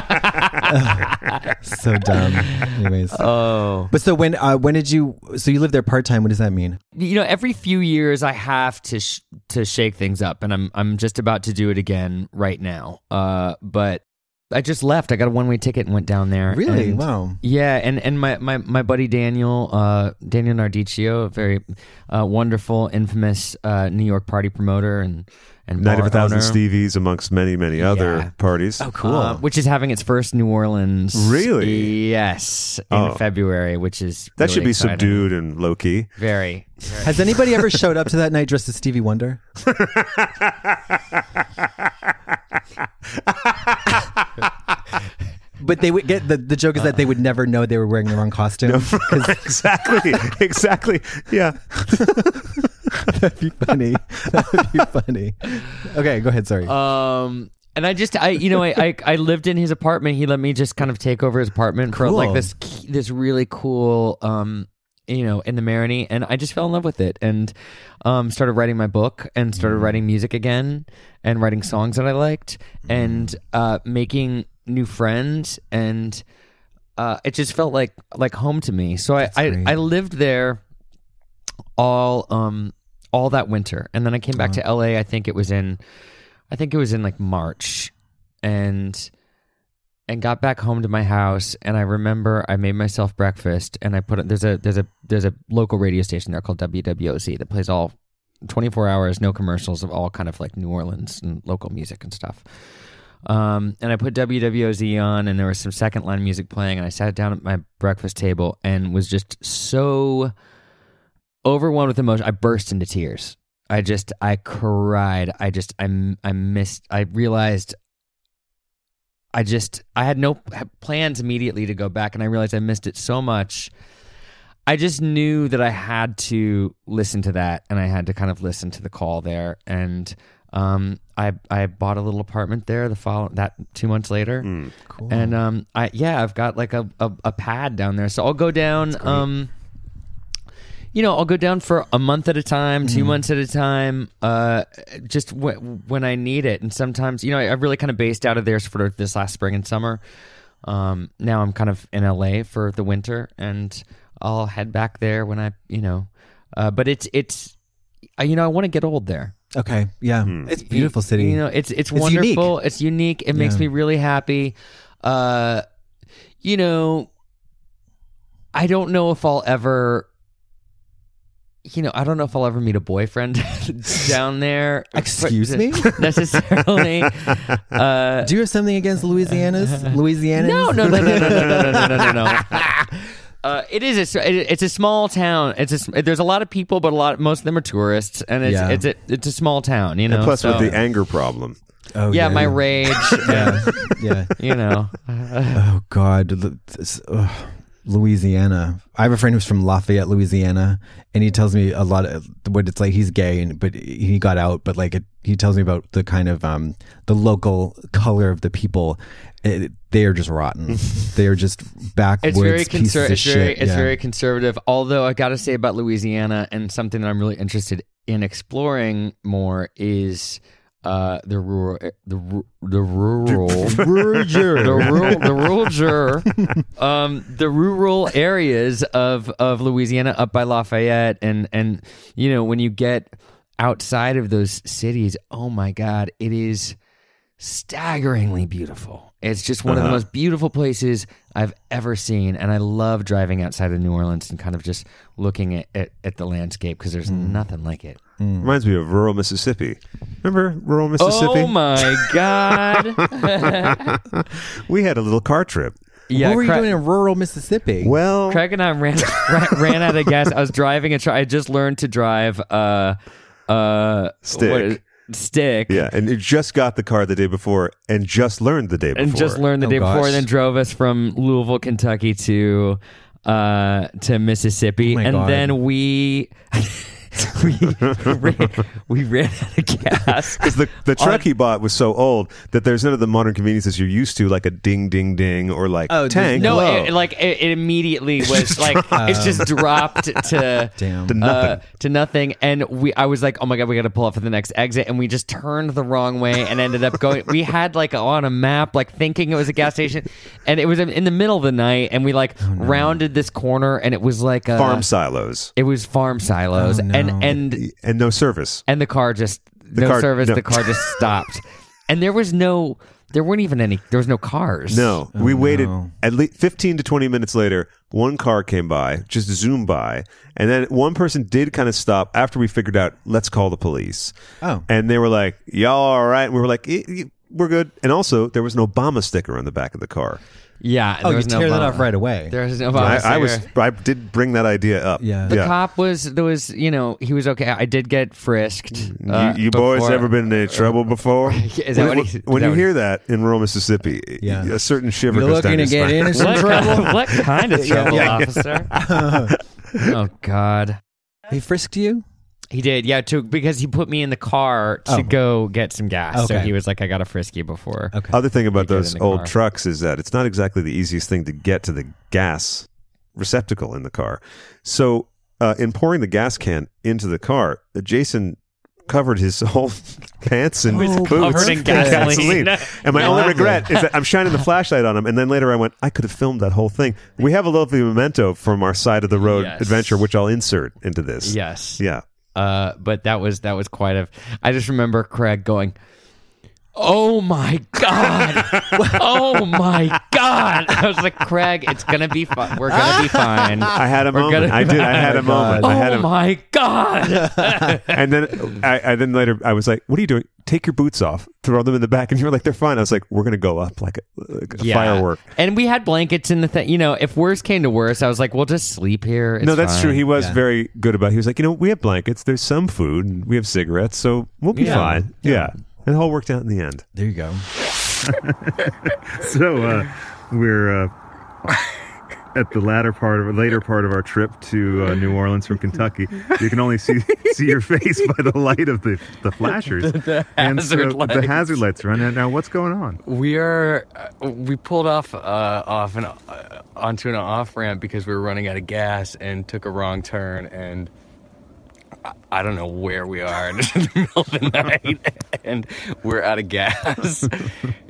[SPEAKER 2] Ugh, so dumb. Anyways.
[SPEAKER 3] oh.
[SPEAKER 2] but so when uh, when did you so you lived there part time, what does that mean?
[SPEAKER 3] You know every few years I have to sh- to shake things up and I'm I'm just about to do it again right now. Uh but I just left. I got a one way ticket and went down there.
[SPEAKER 2] Really?
[SPEAKER 3] and-
[SPEAKER 2] wow.
[SPEAKER 3] Yeah, and and my my my buddy Daniel uh, Daniel Nardiccio, a very uh, wonderful, infamous uh, New York party promoter and and
[SPEAKER 1] Night of
[SPEAKER 3] bar
[SPEAKER 1] a Thousand
[SPEAKER 3] owner,
[SPEAKER 1] Stevies, amongst many, many other
[SPEAKER 3] Yeah.
[SPEAKER 1] parties.
[SPEAKER 2] Oh cool.
[SPEAKER 3] uh, which is having its first New Orleans.
[SPEAKER 1] Really?
[SPEAKER 3] Yes, in
[SPEAKER 1] Oh.
[SPEAKER 3] February, which is
[SPEAKER 1] that
[SPEAKER 3] really
[SPEAKER 1] should be
[SPEAKER 3] exciting.
[SPEAKER 1] subdued and low key.
[SPEAKER 3] Very.
[SPEAKER 2] Has anybody ever showed up to that night dressed as Stevie Wonder? But they would get the, the joke is that they would never know they were wearing the wrong costume.
[SPEAKER 1] exactly. exactly. Yeah.
[SPEAKER 2] That'd be funny. Uh, That'd be funny. Okay, go ahead. Sorry.
[SPEAKER 3] Um, and I just, I, you know, I, I, I lived in his apartment. He let me just kind of take over his apartment for
[SPEAKER 2] Cool.
[SPEAKER 3] like this, key- this really cool, um, you know, in the Marini, and I just fell in love with it, and um, started writing my book, and started
[SPEAKER 2] Mm.
[SPEAKER 3] writing music again, and writing songs that I liked,
[SPEAKER 2] Mm.
[SPEAKER 3] and uh, making new friends, and uh, it just felt like like home to me. So I, I,
[SPEAKER 2] great.
[SPEAKER 3] I lived there all um all that winter and then i came back
[SPEAKER 2] Uh-huh.
[SPEAKER 3] to la i think it was in i think it was in like march and and got back home to my house and I remember I made myself breakfast and I put it there's a there's a there's a local radio station there called WWOC that plays all 24 hours no commercials of all kind of like New Orleans and local music and stuff. Um, and I put WWOZ on and there was some second line music playing and I sat down at my breakfast table and was just so overwhelmed with emotion. I burst into tears. I just I cried. I just I m- I missed I realized I just I had no p- plans immediately to go back, and I realized I missed it so much. I just knew that I had to listen to that, and I had to kind of listen to the call there. And um, I I bought a little apartment there the follow that two months later,
[SPEAKER 2] Cool.
[SPEAKER 3] and um, I yeah I've got like a, a a pad down there, so I'll go down um you know, I'll go down for a month at a time, two months at a time, uh, just w- when I need it. And sometimes, you know, I, I really kind of based out of there for this last spring and summer. Um, now I'm kind of in LA for the winter, and I'll head back there when I, you know, uh, but it's it's, uh, you know, I want to get old there.
[SPEAKER 2] Okay. Yeah. It's a beautiful city.
[SPEAKER 3] You know, it's it's
[SPEAKER 2] unique.
[SPEAKER 3] wonderful. It's unique. It makes
[SPEAKER 2] Yeah.
[SPEAKER 3] me really happy. Uh, you know, I don't know if I'll ever. You know, I don't know if I'll ever meet a boyfriend down there.
[SPEAKER 2] Excuse me?
[SPEAKER 3] Necessarily. Uh,
[SPEAKER 2] Do you have something against Louisiana's? Louisiana's?
[SPEAKER 3] no, no, no, no, no, no, no, no, no, no, no. Uh, it is a s- it- it's a small town. It's a s- there's a lot of people, but a lot most of them are tourists, and it's
[SPEAKER 2] Yeah.
[SPEAKER 3] it's a, it's a small town. You know,
[SPEAKER 1] And plus,
[SPEAKER 3] so-
[SPEAKER 1] with the anger problem,
[SPEAKER 2] Oh,
[SPEAKER 3] yeah, my rage.
[SPEAKER 2] Yeah. yeah.
[SPEAKER 3] you know.
[SPEAKER 2] Oh God, Lu- this- ugh. Louisiana. I have a friend who's from Lafayette, Louisiana, and he tells me a lot of what it's like. He's gay, and but he got out. But like, it, he tells me about the kind of um the local color of the people. It- they are just rotten. they are just backwoods
[SPEAKER 3] It's very
[SPEAKER 2] pieces
[SPEAKER 3] conser-
[SPEAKER 2] of
[SPEAKER 3] it's very
[SPEAKER 2] shit.
[SPEAKER 3] it's
[SPEAKER 2] Yeah.
[SPEAKER 3] very conservative. Although I got to say about Louisiana and something that I'm really interested in exploring more is uh, the rural the ru- the rural the rural the rural jur, um, the rural areas of of Louisiana up by Lafayette and and you know when you get outside of those cities, oh my God, it is staggeringly beautiful. It's just one
[SPEAKER 2] Uh-huh.
[SPEAKER 3] of the most beautiful places I've ever seen. And I love driving outside of New Orleans and kind of just looking at, at, at the landscape because there's
[SPEAKER 2] Hmm.
[SPEAKER 3] nothing like it.
[SPEAKER 1] reminds me of rural Mississippi. Remember rural Mississippi?
[SPEAKER 3] Oh my God.
[SPEAKER 1] We had a little car trip.
[SPEAKER 3] yeah,
[SPEAKER 2] what were you
[SPEAKER 3] Cra-
[SPEAKER 2] doing in rural Mississippi?
[SPEAKER 1] Well,
[SPEAKER 3] Craig and I ran, ran, ran out of gas. I was driving a truck. I just learned to drive uh, uh,
[SPEAKER 1] Stick.
[SPEAKER 3] what is- stick.
[SPEAKER 1] yeah, and it just got the car the day before, and just learned the day before,
[SPEAKER 3] and just learned the
[SPEAKER 2] Oh,
[SPEAKER 3] day before,
[SPEAKER 2] gosh.
[SPEAKER 3] and then drove us from Louisville, Kentucky to uh, to Mississippi,
[SPEAKER 2] Oh my
[SPEAKER 3] and
[SPEAKER 2] God.
[SPEAKER 3] then we we ran, we ran out of gas.
[SPEAKER 1] Because the, the truck he bought was so old that there's none of the modern conveniences you're used to, like a ding, ding, ding, or like
[SPEAKER 2] Oh, there's
[SPEAKER 1] tank.
[SPEAKER 3] No,
[SPEAKER 1] Whoa.
[SPEAKER 3] it, like it, it immediately was like it's just dropped to
[SPEAKER 2] Damn.
[SPEAKER 1] To
[SPEAKER 3] uh,
[SPEAKER 1] nothing.
[SPEAKER 3] to nothing, and we I was like, oh my god, we got to pull up for the next exit, and we just turned the wrong way and ended up going. we had like on a map, like thinking it was a gas station, and it was in the middle of the night, and we like rounded this corner, and it was like a
[SPEAKER 1] Oh, farm silos
[SPEAKER 3] It was farm silos,
[SPEAKER 2] Oh, no.
[SPEAKER 3] and and
[SPEAKER 1] and no service.
[SPEAKER 3] and the car just no
[SPEAKER 1] car-
[SPEAKER 3] service.
[SPEAKER 1] no.
[SPEAKER 3] The car just stopped, and there was no, there weren't even any. There was no cars.
[SPEAKER 1] No,
[SPEAKER 3] Oh,
[SPEAKER 1] we waited
[SPEAKER 2] no.
[SPEAKER 1] at least 15 to 20 minutes later. One car came by, just zoomed by. And then one person did kind of stop after we figured out, let's call the police.
[SPEAKER 2] Oh.
[SPEAKER 1] And they were like, y'all all right? And we were like, "Eh, eh, we're good. And also, there was no Obama sticker on the back of the car.
[SPEAKER 3] yeah.
[SPEAKER 2] oh,
[SPEAKER 3] there
[SPEAKER 2] you
[SPEAKER 3] was no
[SPEAKER 2] tear that
[SPEAKER 3] Obama.
[SPEAKER 2] off right away.
[SPEAKER 3] There was no. Obama
[SPEAKER 1] I, I was,
[SPEAKER 3] sticker.
[SPEAKER 1] I did bring that idea up.
[SPEAKER 2] Yeah.
[SPEAKER 3] The cop was there was you know he was okay. I did get frisked. uh,
[SPEAKER 1] you you boys
[SPEAKER 3] before-
[SPEAKER 1] ever been in any trouble before?
[SPEAKER 3] Is that
[SPEAKER 1] when
[SPEAKER 3] what he- is
[SPEAKER 1] when
[SPEAKER 3] that
[SPEAKER 1] you
[SPEAKER 3] what-
[SPEAKER 1] hear that in rural Mississippi,
[SPEAKER 2] Yeah.
[SPEAKER 1] a certain shiver
[SPEAKER 2] You're
[SPEAKER 1] goes down
[SPEAKER 2] looking to
[SPEAKER 1] your
[SPEAKER 2] get
[SPEAKER 1] spine.
[SPEAKER 2] in some
[SPEAKER 3] What,
[SPEAKER 2] trouble.
[SPEAKER 3] what kind of trouble,
[SPEAKER 2] yeah.
[SPEAKER 3] officer? oh God.
[SPEAKER 2] He frisked you.
[SPEAKER 3] He did, yeah, too, because he put me in the car to
[SPEAKER 2] Oh.
[SPEAKER 3] go get some gas. So
[SPEAKER 2] Okay.
[SPEAKER 3] he was like, "I got to frisk you before."
[SPEAKER 2] Okay.
[SPEAKER 1] Other thing about
[SPEAKER 3] get in
[SPEAKER 1] those
[SPEAKER 3] the
[SPEAKER 1] old
[SPEAKER 3] car.
[SPEAKER 1] trucks is that it's not exactly the easiest thing to get to the gas receptacle in the car. So, uh, in pouring the gas can into the car, uh, Jason covered his whole pants and his boots
[SPEAKER 3] Oh, covered in
[SPEAKER 1] with
[SPEAKER 3] gasoline.
[SPEAKER 1] And my only regret is that I'm shining the flashlight on him. And then later I went, I could have filmed that whole thing. We have a lovely memento from our side of the road
[SPEAKER 3] Yes.
[SPEAKER 1] adventure, which I'll insert into this.
[SPEAKER 3] Yes.
[SPEAKER 1] Yeah.
[SPEAKER 3] Uh, but that was that was quite a. I just remember Craig going, oh my god, oh my god. I was like, Craig, it's gonna be fine. We're gonna be fine.
[SPEAKER 1] I had a
[SPEAKER 3] We're gonna-
[SPEAKER 1] moment. I did. I had a moment. I had
[SPEAKER 3] Oh
[SPEAKER 1] a,
[SPEAKER 3] my god.
[SPEAKER 1] and then I, I then later I was like, "What are you doing? Take your boots off. Throw them in the back." And you were like, "They're fine." I was like, "We're gonna go up like a, like a
[SPEAKER 3] Yeah.
[SPEAKER 1] firework."
[SPEAKER 3] And we had blankets in the thing. You know, if worse came to worse, I was like, we'll just sleep here. It's
[SPEAKER 1] no, that's
[SPEAKER 3] fine.
[SPEAKER 1] true. He was
[SPEAKER 2] Yeah.
[SPEAKER 1] very good about. It. He was like, "You know, we have blankets. There's some food, and we have cigarettes, so we'll be
[SPEAKER 3] Yeah.
[SPEAKER 1] fine." Yeah. and it all worked out in the end.
[SPEAKER 2] There you go.
[SPEAKER 8] so uh, we're uh, at the latter part of later part of our trip to uh, New Orleans from Kentucky. You can only see see your face by the light of the, the flashers and
[SPEAKER 3] hazard
[SPEAKER 8] the
[SPEAKER 3] lights.
[SPEAKER 8] hazard lights are on. Now- Now, what's going on?
[SPEAKER 3] we are uh, we pulled off uh, off an uh, onto an off ramp because we were running out of gas and took a wrong turn and I- I don't know where we are and it's in the middle of the night, and we're out of gas.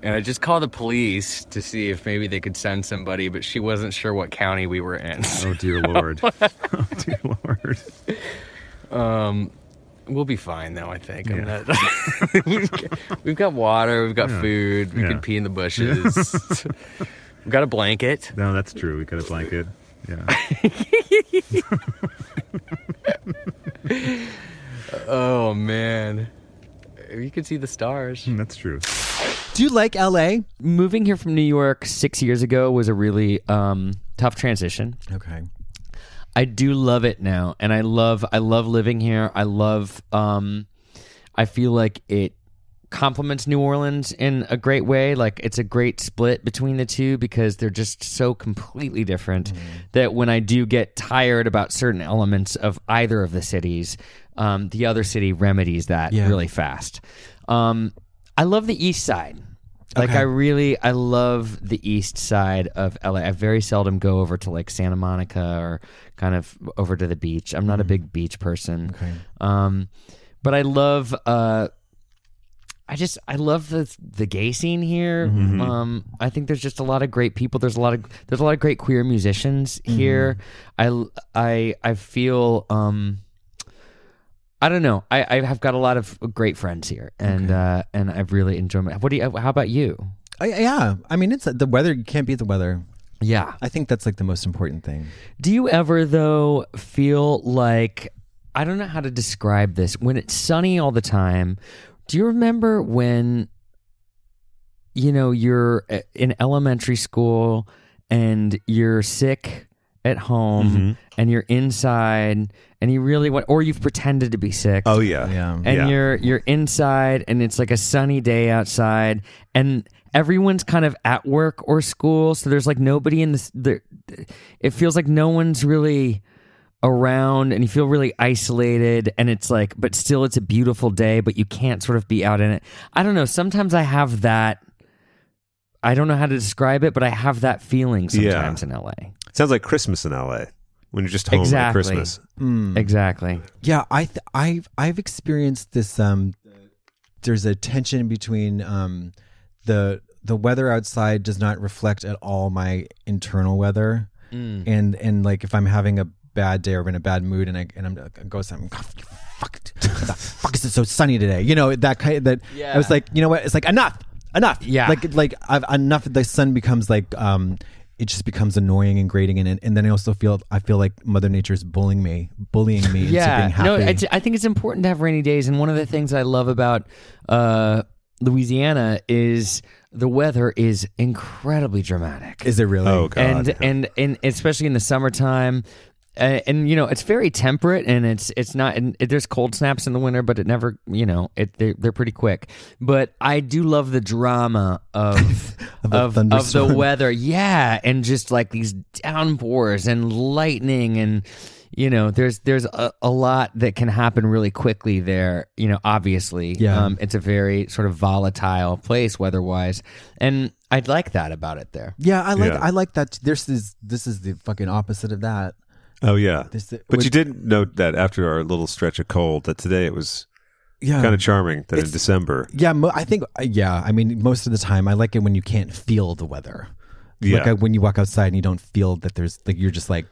[SPEAKER 3] and I just called the police to see if maybe they could send somebody, but she wasn't sure what county we were in.
[SPEAKER 8] Oh dear lord! oh dear lord!
[SPEAKER 3] Um, We'll be fine though, I think. I'm not- we've, got, we've got water, we've got food, we
[SPEAKER 8] Yeah.
[SPEAKER 3] can pee in the bushes. we've got a blanket.
[SPEAKER 8] No, that's true. We got a blanket. Yeah.
[SPEAKER 3] Oh man. You could see the stars.
[SPEAKER 8] That's true.
[SPEAKER 2] Do you like LA?
[SPEAKER 3] Moving here from New York six years ago was a really um, tough transition.
[SPEAKER 2] Okay.
[SPEAKER 3] I do love it now, and I love I love living here. I love. Um, I feel like it complements New Orleans in a great way. Like it's a great split between the two because they're just so completely different that when I do get tired about certain elements of either of the cities, um, the other city remedies that
[SPEAKER 2] Yeah.
[SPEAKER 3] really fast. Um, I love the East Side. Like I really, I love the east side of LA. I very seldom go over to like Santa Monica or kind of over to the beach. I'm not a big beach person. Mm-hmm. Okay. Um, but I love, uh, I just, I love the the gay scene here. Um, I think there's just a lot of great people. There's a lot of there's a lot of great queer musicians here. I, I, I feel. Um, I don't know. I, I have got a lot of great friends here, and uh, and I've really enjoyed my. What do you? How about you?
[SPEAKER 2] I, Uh, yeah. I mean, it's uh, the weather. You can't beat the weather.
[SPEAKER 3] Yeah.
[SPEAKER 2] I think that's like the most important thing.
[SPEAKER 3] Do you ever though feel like I don't know how to describe this when it's sunny all the time? Do you remember when you know you're uh, in elementary school and you're sick at home and you're inside and you really want or you've pretended to be sick?
[SPEAKER 1] Oh yeah,
[SPEAKER 2] Yeah.
[SPEAKER 3] and
[SPEAKER 1] Yeah.
[SPEAKER 3] you're you're inside and it's like a sunny day outside and everyone's kind of at work or school so there's like nobody in this there it feels like no one's really around and you feel really isolated and it's like but still it's a beautiful day but you can't sort of be out in it i don't know sometimes i have that i don't know how to describe it but i have that feeling
[SPEAKER 1] Yeah.
[SPEAKER 3] sometimes in la
[SPEAKER 1] sounds like Christmas in L.A. when you're just home at
[SPEAKER 3] Exactly.
[SPEAKER 1] Christmas.
[SPEAKER 3] exactly
[SPEAKER 2] Yeah, I th- I've I've experienced this. Um, there's a tension between um, the the weather outside does not reflect at all my internal weather, and and like if I'm having a bad day or in a bad mood and I and I'm I go something. God, you fuck, why the fuck is it so sunny today? You know that kind that. I was like, you know what? It's like enough, enough.
[SPEAKER 3] Yeah.
[SPEAKER 2] Like like I've enough. The sun becomes like um. It just becomes annoying and grating, and and then I also feel I feel like Mother Nature's bullying me, bullying me
[SPEAKER 3] yeah no it's, i think it's important to have rainy days and one of the things i love about uh, louisiana is the weather is incredibly dramatic
[SPEAKER 2] is it really?
[SPEAKER 1] Oh god,
[SPEAKER 3] and and and especially in the summertime uh, and you know it's very temperate and it's it's not and it- there's cold snaps in the winter but it never you know it they're, they're pretty quick but i do love the drama of
[SPEAKER 2] Of
[SPEAKER 3] of,
[SPEAKER 2] a
[SPEAKER 3] of, the
[SPEAKER 2] thunderstorm.
[SPEAKER 3] weather yeah and just like these downpours and lightning and you know there's there's a, a lot that can happen really quickly there you know obviously Um,
[SPEAKER 2] Yeah.
[SPEAKER 3] it's a very sort of volatile place weather wise and i'd like that about it there
[SPEAKER 2] Yeah, I like
[SPEAKER 1] Yeah.
[SPEAKER 2] I like that. This is this is the fucking opposite of that.
[SPEAKER 1] oh yeah.
[SPEAKER 2] This-
[SPEAKER 1] but you
[SPEAKER 2] which-
[SPEAKER 1] did note that after our little stretch of cold, that today it was
[SPEAKER 3] Oh.
[SPEAKER 2] Yeah,
[SPEAKER 1] kind of charming. That in December,
[SPEAKER 2] yeah. Mo- I think uh, yeah. I mean, most of the time, I like it when you can't feel the weather.
[SPEAKER 1] yeah,
[SPEAKER 2] Like I, when you walk outside and you don't feel that there's like you're just like,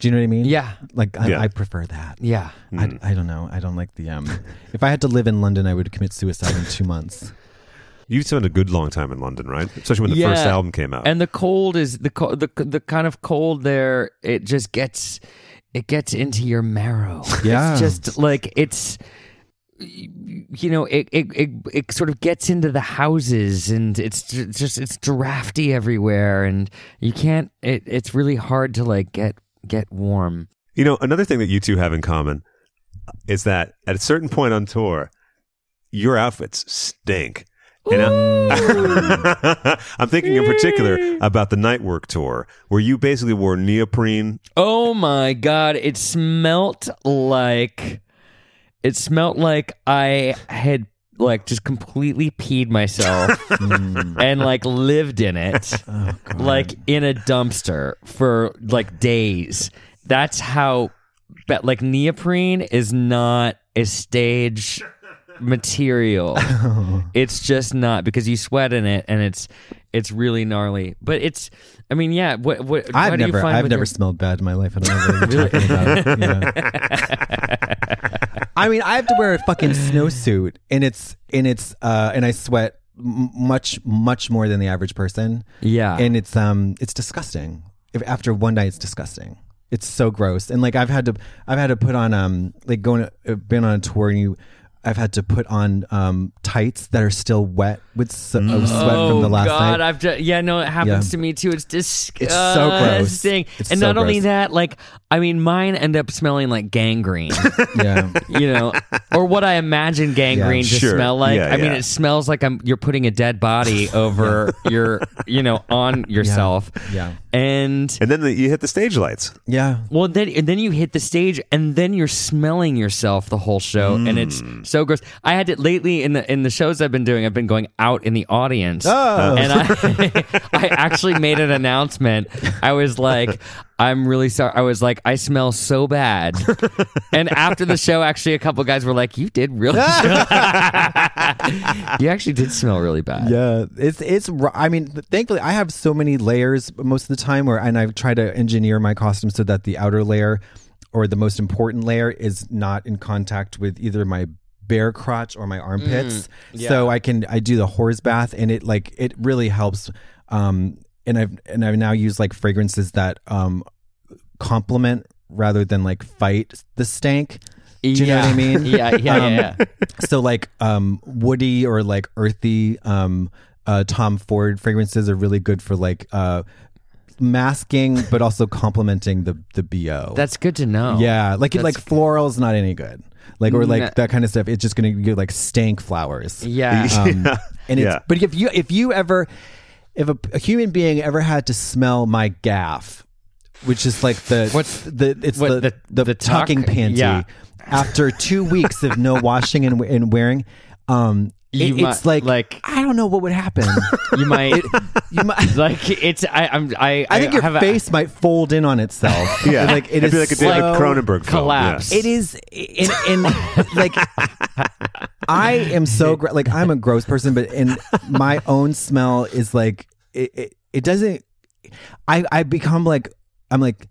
[SPEAKER 2] do you know what I mean?
[SPEAKER 3] Yeah.
[SPEAKER 2] Like I,
[SPEAKER 1] Yeah.
[SPEAKER 2] I prefer that.
[SPEAKER 3] Yeah.
[SPEAKER 2] Mm. I, I don't know. I don't like the um. if I had to live in London, I would commit suicide in two months.
[SPEAKER 1] You spent a good long time in London, right? Especially when the first
[SPEAKER 3] Yeah.
[SPEAKER 1] album came out.
[SPEAKER 3] And the cold is the co- the the kind of cold there. It just gets it gets into your marrow.
[SPEAKER 2] Yeah.
[SPEAKER 3] it's just like it's you know it, it it it sort of gets into the houses and it's ju- just it's drafty everywhere and you can't it it's really hard to like get get warm.
[SPEAKER 1] you know, another thing that you two have in common is that at a certain point on tour, your outfits stink. And I, am thinking in particular about the Night Work tour, where you basically wore neoprene.
[SPEAKER 3] Oh my god, it smelt like it smelt like I had like just completely peed myself and like lived in it
[SPEAKER 2] Oh,
[SPEAKER 3] like in a dumpster for like days. That's how but like neoprene is not a stage material. it's just not because you sweat in it and it's it's really gnarly. But it's I mean, yeah, what what how
[SPEAKER 2] I've
[SPEAKER 3] do you
[SPEAKER 2] never,
[SPEAKER 3] find
[SPEAKER 2] I've
[SPEAKER 3] with
[SPEAKER 2] never
[SPEAKER 3] your-
[SPEAKER 2] smelled bad in my life. I don't know what you're talking about. yeah. I mean, I have to wear a fucking snowsuit, and it's and it's uh, and I sweat m- much much more than the average person,
[SPEAKER 3] Yeah.
[SPEAKER 2] and it's um, it's disgusting. If after one night, it's disgusting. It's so gross, and like I've had to, I've had to put on um, like going, to, been on a tour, and you. I've had to put on um, tights that are still wet with s- of sweat from the last
[SPEAKER 3] Oh, God,
[SPEAKER 2] night.
[SPEAKER 3] I've just, yeah, no, it happens
[SPEAKER 2] Yeah.
[SPEAKER 3] to me too. It's
[SPEAKER 2] It's
[SPEAKER 3] disgusting.
[SPEAKER 2] so gross. It's
[SPEAKER 3] and
[SPEAKER 2] so
[SPEAKER 3] not only
[SPEAKER 2] gross.
[SPEAKER 3] that, like I mean, mine end up smelling like gangrene,
[SPEAKER 2] yeah,
[SPEAKER 3] you know, or what I imagine gangrene to
[SPEAKER 1] Sure.
[SPEAKER 3] smell like.
[SPEAKER 1] Yeah,
[SPEAKER 3] I mean,
[SPEAKER 1] yeah.
[SPEAKER 3] it smells like I'm you're putting a dead body over your, you know, on yourself.
[SPEAKER 2] Yeah.
[SPEAKER 3] and.
[SPEAKER 1] And then the, you hit the stage lights.
[SPEAKER 2] yeah.
[SPEAKER 3] Well, then and then you hit the stage, and then you're smelling yourself the whole show, and it's
[SPEAKER 2] Mm.
[SPEAKER 3] so gross. I had to lately in the in the shows I've been doing, I've been going out in the audience,
[SPEAKER 2] Oh.
[SPEAKER 3] and I I actually made an announcement. I was like, I'm really sorry. I was like, I smell so bad. And after the show, actually, a couple guys were like, You did really, you actually did smell really bad.
[SPEAKER 2] Yeah, it's it's. ru- I mean, thankfully, I have so many layers most of the time, where and I've tried to engineer my costume so that the outer layer, or the most important layer, is not in contact with either my bare crotch or my armpits. So I can I do the horse bath, and it like it really helps. Um, and I've and I've now used like fragrances that um complement rather than like fight the stank. Do you know what I mean?
[SPEAKER 3] Yeah, yeah, yeah,
[SPEAKER 2] Um,
[SPEAKER 3] yeah.
[SPEAKER 2] so like um woody or like earthy um uh tom ford fragrances are really good for like uh masking but also complementing the the bo
[SPEAKER 3] That's good to know.
[SPEAKER 2] yeah like it
[SPEAKER 3] that's
[SPEAKER 2] like floral's not any good like or like
[SPEAKER 3] No.
[SPEAKER 2] that kind of stuff it's just gonna give you like stank flowers
[SPEAKER 3] yeah.
[SPEAKER 2] um, and it's
[SPEAKER 1] Yeah.
[SPEAKER 2] but if you if you ever if a, a human being ever had to smell my gaff which is like the
[SPEAKER 3] What's-
[SPEAKER 2] the it's
[SPEAKER 3] what,
[SPEAKER 2] the,
[SPEAKER 3] the-
[SPEAKER 2] the,
[SPEAKER 3] the tuck?
[SPEAKER 2] tucking panty
[SPEAKER 3] Yeah.
[SPEAKER 2] after two weeks of no washing and, and wearing um it-
[SPEAKER 3] You
[SPEAKER 2] it's
[SPEAKER 3] might-
[SPEAKER 2] like
[SPEAKER 3] like-
[SPEAKER 2] i don't know what would happen
[SPEAKER 3] Uh, you might.
[SPEAKER 2] you might
[SPEAKER 3] like it's I I'm I
[SPEAKER 2] i think
[SPEAKER 3] have
[SPEAKER 2] your
[SPEAKER 3] a-
[SPEAKER 2] face might fold in on itself
[SPEAKER 1] Yeah,
[SPEAKER 2] like
[SPEAKER 1] It'd
[SPEAKER 2] it is
[SPEAKER 1] be like a David
[SPEAKER 2] so-
[SPEAKER 1] Cronenberg film, yeah.
[SPEAKER 3] collapse.
[SPEAKER 2] it is in in like I am so gr- like I'm a gross person, but in my own smell is like it. It, it doesn't. I I become like I'm like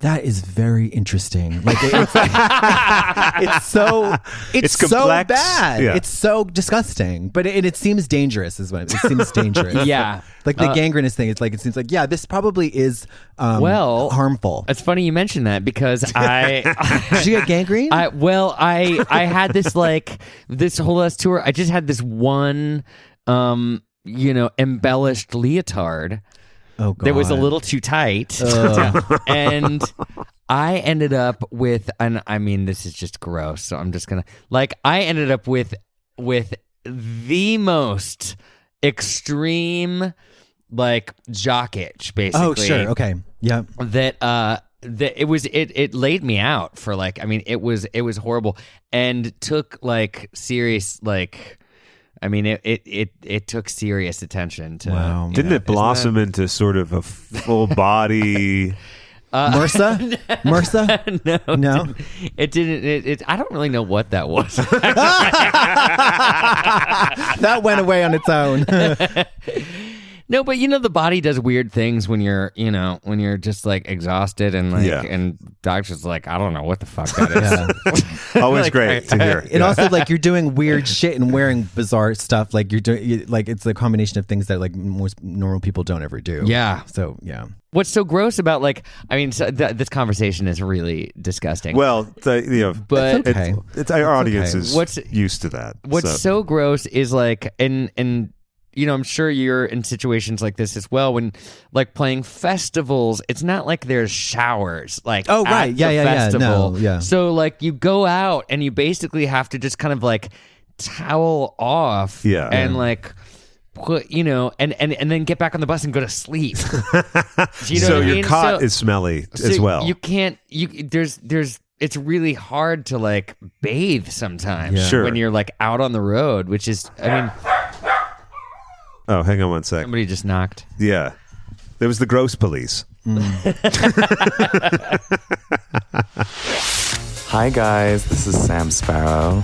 [SPEAKER 2] that is very interesting. Like it- it's, it's so it's,
[SPEAKER 1] It's
[SPEAKER 2] so
[SPEAKER 1] complex.
[SPEAKER 2] bad.
[SPEAKER 1] Yeah.
[SPEAKER 2] It's so disgusting. But it, it seems dangerous. Is what it, it seems dangerous.
[SPEAKER 3] yeah.
[SPEAKER 2] Like the
[SPEAKER 3] Uh,
[SPEAKER 2] gangrenous thing, it's like it seems like yeah, this probably is um,
[SPEAKER 3] Well,
[SPEAKER 2] harmful.
[SPEAKER 3] It's funny you mentioned that because I.
[SPEAKER 2] Did you get gangrene?
[SPEAKER 3] I, well, I I had this like this whole last tour. I just had this one, um, you know, embellished leotard
[SPEAKER 2] oh god,
[SPEAKER 3] that was a little too tight, and I ended up with and I mean this is just gross. So I'm just gonna like I ended up with with the most extreme like jock itch basically.
[SPEAKER 2] Oh sure, okay, yeah.
[SPEAKER 3] that uh that it was it it laid me out for like I mean it was it was horrible and took like serious like I mean it it it, it took serious attention to
[SPEAKER 2] Wow.
[SPEAKER 3] you
[SPEAKER 1] Didn't
[SPEAKER 3] know,
[SPEAKER 1] it blossom into sort of a full body?
[SPEAKER 3] Uh,
[SPEAKER 2] MRSA? MRSA?
[SPEAKER 3] it's not- no
[SPEAKER 2] No?
[SPEAKER 3] it didn't it, it I don't really know what that was
[SPEAKER 2] that went away on its own.
[SPEAKER 3] No, but you know the body does weird things when you're, you know, when you're just like exhausted and like,
[SPEAKER 1] Yeah.
[SPEAKER 3] and doctors like, I don't know what the fuck that is.
[SPEAKER 1] Always
[SPEAKER 3] Like,
[SPEAKER 1] great
[SPEAKER 3] I-
[SPEAKER 1] to hear.
[SPEAKER 2] And also, like you're doing weird shit and wearing bizarre stuff. Like you're doing, you, like it's the combination of things that like most normal people don't ever do.
[SPEAKER 3] Yeah.
[SPEAKER 2] So yeah.
[SPEAKER 3] What's so gross about like? I mean, so th- this conversation is really disgusting.
[SPEAKER 1] Well, the, you know,
[SPEAKER 3] But-
[SPEAKER 1] it's-
[SPEAKER 2] Okay.
[SPEAKER 1] it's, our audience
[SPEAKER 2] okay.
[SPEAKER 1] is
[SPEAKER 3] What's-
[SPEAKER 1] used to that.
[SPEAKER 3] What's so.
[SPEAKER 1] so,
[SPEAKER 3] gross is like, and and you know, I'm sure you're in situations like this as well. When like playing festivals, it's not like there's showers. Like,
[SPEAKER 2] Oh,
[SPEAKER 3] at
[SPEAKER 2] right. Yeah,
[SPEAKER 3] the
[SPEAKER 2] yeah, yeah.
[SPEAKER 3] festival.
[SPEAKER 2] No, yeah.
[SPEAKER 3] So like, you go out and you basically have to just kind of like towel off,
[SPEAKER 1] Yeah.
[SPEAKER 3] and like. Put, you know, and, and and then get back on the bus and go to sleep. Do you know
[SPEAKER 1] so
[SPEAKER 3] what I
[SPEAKER 1] your
[SPEAKER 3] mean?
[SPEAKER 1] cot
[SPEAKER 3] So-
[SPEAKER 1] is smelly
[SPEAKER 3] So
[SPEAKER 1] as well.
[SPEAKER 3] You can't. You there's there's. It's really hard to like bathe sometimes
[SPEAKER 1] Yeah. Sure.
[SPEAKER 3] when you're like out on the road, which is. I mean,
[SPEAKER 1] oh, hang on one sec.
[SPEAKER 3] somebody just knocked.
[SPEAKER 1] Yeah, there was the gross police.
[SPEAKER 9] Hi guys, this is Sam Sparrow.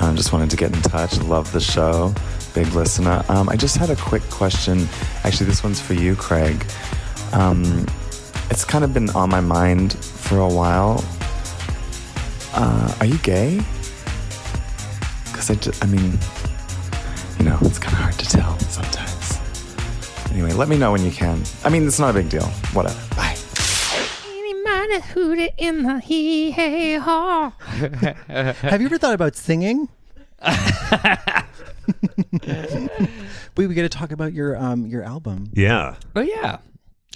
[SPEAKER 9] Um, just wanted to get in touch. Love the show. Big listener. Um, I just had a quick question. Actually, this one's for you, Craig. Um, it's kind of been on my mind for a while. Uh, are you gay? Because I, ju- I mean, you know, it's kind of hard to tell sometimes. Anyway, let me know when you can. I mean, it's not a big deal. Whatever. Bye.
[SPEAKER 2] Have you ever thought about singing? we we got to talk about your um your album.
[SPEAKER 1] Yeah.
[SPEAKER 3] Oh yeah,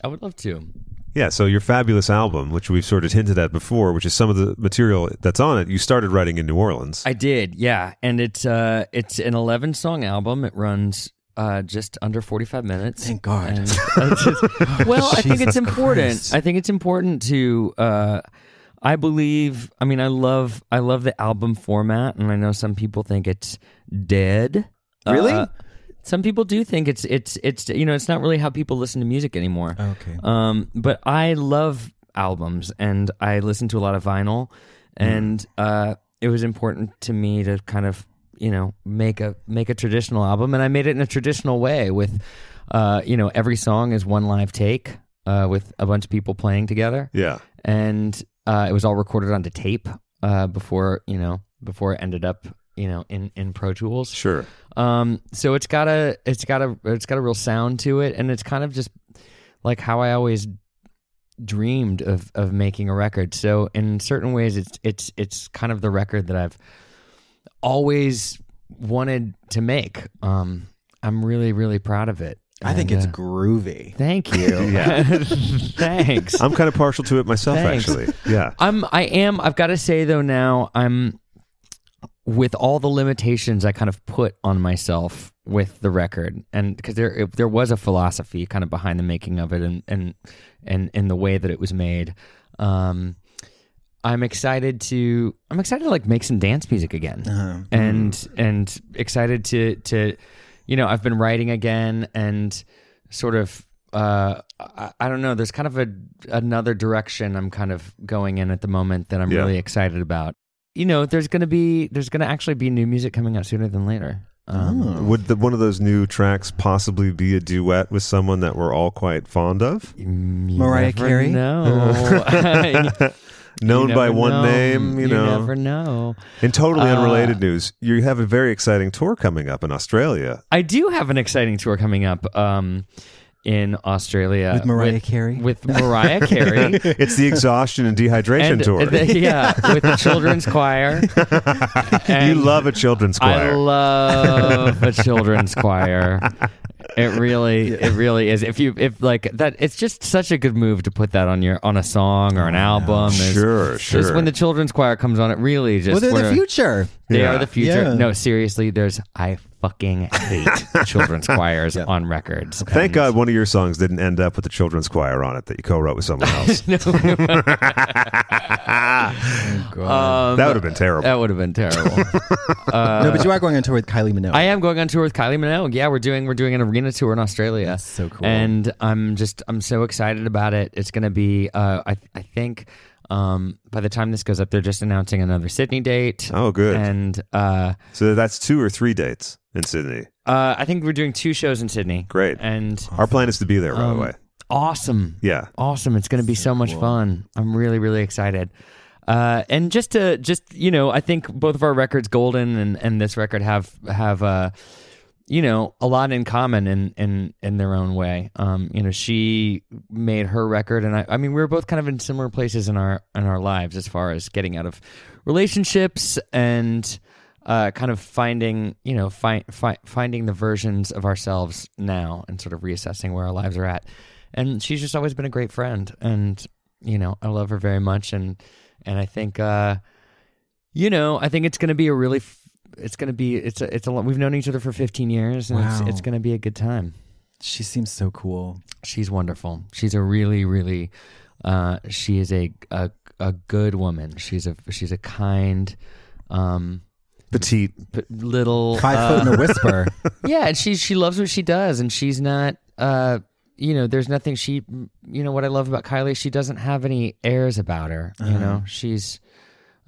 [SPEAKER 3] I would love to.
[SPEAKER 1] Yeah, so your fabulous album, which we've sort of hinted at before, which is some of the material that's on it, you started writing in New Orleans.
[SPEAKER 3] I did, yeah, and it's uh it's an eleven song album. It runs uh just under forty five minutes.
[SPEAKER 2] Thank God.
[SPEAKER 3] And- it's just- well, I think
[SPEAKER 2] Jesus
[SPEAKER 3] it's important.
[SPEAKER 2] Christ.
[SPEAKER 3] I think it's important to. Uh, I believe. I mean, I love. I love the album format, and I know some people think it's dead.
[SPEAKER 2] Really?
[SPEAKER 3] Uh, some people do think it's it's it's you know it's not really how people listen to music anymore.
[SPEAKER 2] Okay.
[SPEAKER 3] Um, but I love albums, and I listen to a lot of vinyl, and uh, it was important to me to kind of you know make a make a traditional album, and I made it in a traditional way with, uh, you know, every song is one live take uh, with a bunch of people playing together,
[SPEAKER 1] Yeah.
[SPEAKER 3] and uh, it was all recorded onto tape uh, before you know before it ended up you know in in Pro Tools.
[SPEAKER 1] Sure.
[SPEAKER 3] Um, so it's got a it's got a it's got a real sound to it, and it's kind of just like how I always dreamed of of making a record. So in certain ways, it's it's it's kind of the record that I've always wanted to make. Um, I'm really really proud of it.
[SPEAKER 2] I think
[SPEAKER 3] And,
[SPEAKER 2] it's
[SPEAKER 3] uh,
[SPEAKER 2] groovy.
[SPEAKER 3] thank you. Thanks.
[SPEAKER 1] I'm kind of partial to it myself,
[SPEAKER 3] Thanks.
[SPEAKER 1] actually. Yeah.
[SPEAKER 3] I'm I am I've got to say though now I'm with all the limitations I kind of put on myself with the record and because there it, there was a philosophy kind of behind the making of it and and and in the way that it was made um I'm excited to I'm excited to like make some dance music again
[SPEAKER 2] Uh-huh.
[SPEAKER 3] and
[SPEAKER 1] Mm-hmm.
[SPEAKER 3] and excited to to you know I've been writing again and sort of uh I, I don't know there's kind of a another direction I'm kind of going in at the moment that I'm
[SPEAKER 1] Yeah.
[SPEAKER 3] really excited about you know there's gonna be there's gonna actually be new music coming out sooner than later um,
[SPEAKER 1] Would the, one of those new tracks possibly be a duet with someone that we're all quite fond of?
[SPEAKER 2] Mariah Carey?
[SPEAKER 3] Oh. no
[SPEAKER 1] Known by one name, you, know.
[SPEAKER 3] never know
[SPEAKER 1] In totally
[SPEAKER 3] Uh,
[SPEAKER 1] unrelated news, you have a very exciting tour coming up in Australia.
[SPEAKER 3] I do have an exciting tour coming up um in Australia
[SPEAKER 2] With Mariah Carey?
[SPEAKER 3] with Mariah Carey
[SPEAKER 1] it's the exhaustion and dehydration tour.
[SPEAKER 3] uh, the- yeah, with the children's choir.
[SPEAKER 1] you
[SPEAKER 3] And
[SPEAKER 1] love a children's choir.
[SPEAKER 3] I love a children's choir. It really, it really is. If you, if like that, it's just such a good move to put that on your on a song or an album. is-
[SPEAKER 1] Sure,
[SPEAKER 3] Just
[SPEAKER 1] sure.
[SPEAKER 3] when the children's choir comes on, it really just
[SPEAKER 2] Well, they're
[SPEAKER 3] we're-
[SPEAKER 2] the future.
[SPEAKER 3] They
[SPEAKER 1] Yeah.
[SPEAKER 3] are the future.
[SPEAKER 2] Yeah.
[SPEAKER 3] No, seriously, there's I fucking hate children's choirs on records.
[SPEAKER 1] Thank God one of your songs didn't end up with the children's choir on it that you co-wrote with someone else.
[SPEAKER 3] Um,
[SPEAKER 1] that would have been terrible.
[SPEAKER 3] that would have been terrible.
[SPEAKER 2] no, but you are going on tour with Kylie Minogue.
[SPEAKER 3] Uh, I am going on tour with Kylie Minogue. Yeah, we're doing we're doing an arena tour in Australia. That's
[SPEAKER 2] so cool.
[SPEAKER 3] And I'm just I'm so excited about it. It's gonna be uh, I I think um, by the time this goes up, they're just announcing another Sydney date.
[SPEAKER 1] Oh, good.
[SPEAKER 3] And uh,
[SPEAKER 1] so that's two or three dates in Sydney.
[SPEAKER 3] Uh, I think we're doing two shows in Sydney.
[SPEAKER 1] Great.
[SPEAKER 3] And
[SPEAKER 1] Our plan is to be there, by
[SPEAKER 3] um,
[SPEAKER 1] the way.
[SPEAKER 3] awesome.
[SPEAKER 1] Yeah.
[SPEAKER 3] Awesome. It's going to be so much fun. I'm really, really excited. Uh, and just to just you know, I think both of our records, Golden and, and this record, have have uh, you know a lot in common in in in their own way. Um, you know, she made her record, and I. I mean, we were both kind of in similar places in our in our lives as far as getting out of relationships and uh, kind of finding you know fi- fi- finding the versions of ourselves now and sort of reassessing where our lives are at and she's just always been a great friend and you know i love her very much and and i think uh you know i think it's going to be a really f- it's going to be it's a it's a lot we've known each other for 15 years and
[SPEAKER 2] Wow.
[SPEAKER 3] it's, it's going to be a good time
[SPEAKER 2] She seems so cool.
[SPEAKER 3] she's wonderful she's a really really uh she is a a, a good woman she's a she's a kind um
[SPEAKER 1] Petite.
[SPEAKER 3] but little
[SPEAKER 2] Five
[SPEAKER 3] uh,
[SPEAKER 2] foot in a whisper.
[SPEAKER 3] yeah, and she she loves what she does, and she's not. Uh, you know, there's nothing she. You know what I love about Kylie? She doesn't have any airs about her. You
[SPEAKER 1] Uh-huh.
[SPEAKER 3] know, she's,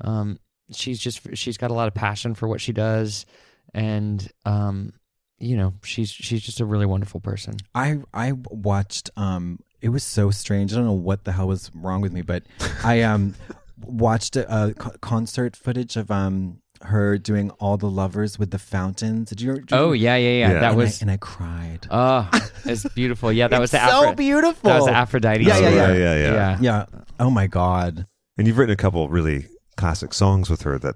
[SPEAKER 3] um, she's just she's got a lot of passion for what she does, and um, you know, she's she's just a really wonderful person.
[SPEAKER 2] I I watched um it was so strange. I don't know what the hell was wrong with me, but I um watched a, a co- concert footage of um her doing all the lovers with the fountains. Did you? Did you
[SPEAKER 3] Oh yeah, yeah, yeah.
[SPEAKER 1] Yeah.
[SPEAKER 3] That
[SPEAKER 2] and
[SPEAKER 3] was
[SPEAKER 2] I, and I cried.
[SPEAKER 3] uh, it's beautiful. Yeah, that was the
[SPEAKER 2] so
[SPEAKER 3] Aphro-
[SPEAKER 2] beautiful.
[SPEAKER 3] That was the Aphrodite.
[SPEAKER 2] Yeah, yeah,
[SPEAKER 3] song.
[SPEAKER 2] yeah.
[SPEAKER 1] Yeah, yeah, yeah.
[SPEAKER 2] yeah. Oh my god.
[SPEAKER 1] And you've written a couple really classic songs with her that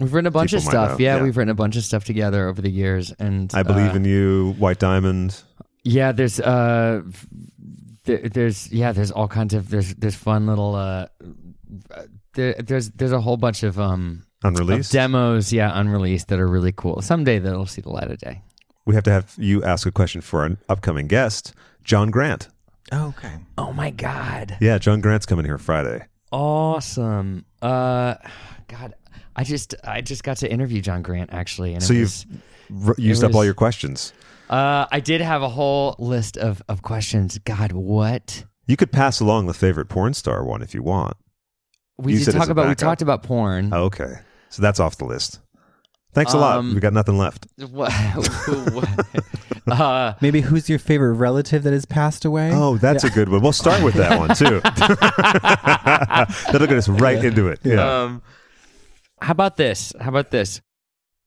[SPEAKER 3] We've written a bunch
[SPEAKER 1] People
[SPEAKER 3] of
[SPEAKER 1] might
[SPEAKER 3] stuff.
[SPEAKER 1] know.
[SPEAKER 3] Yeah,
[SPEAKER 1] Yeah.
[SPEAKER 3] we've written a bunch of stuff together over the years, and
[SPEAKER 1] I
[SPEAKER 3] uh,
[SPEAKER 1] Believe in You, White Diamond.
[SPEAKER 3] Yeah, there's uh, there, there's yeah, there's all kinds of there's there's fun little uh, there, there's there's a whole bunch of um of
[SPEAKER 1] Unreleased.
[SPEAKER 3] demos, yeah, unreleased that are really cool. Someday that'll see the light of day.
[SPEAKER 1] we have to have you ask a question for an upcoming guest, John Grant.
[SPEAKER 2] Oh, okay.
[SPEAKER 3] Oh my god,
[SPEAKER 1] Yeah, John Grant's coming here Friday.
[SPEAKER 3] awesome! Uh, God, I just I just got to interview John Grant actually, and it
[SPEAKER 1] So you've
[SPEAKER 3] was-
[SPEAKER 1] r- used up
[SPEAKER 3] was-
[SPEAKER 1] all your questions.
[SPEAKER 3] uh, I did have a whole list of of questions. God, what?
[SPEAKER 1] You could pass along the favorite porn star one if you want.
[SPEAKER 3] We
[SPEAKER 1] You
[SPEAKER 3] did
[SPEAKER 1] said as
[SPEAKER 3] talk
[SPEAKER 1] a
[SPEAKER 3] about we
[SPEAKER 1] backup.
[SPEAKER 3] talked about porn.
[SPEAKER 1] Oh, okay. So that's off the list. Thanks a lot.
[SPEAKER 3] Mm-hmm. Um,
[SPEAKER 1] We got nothing left.
[SPEAKER 3] What? uh,
[SPEAKER 2] Maybe who's your favorite relative that has passed away?
[SPEAKER 1] Oh, that's a good one. We'll start with that one too. That'll get us right into it. Yeah.
[SPEAKER 3] Um, how about this? How about this?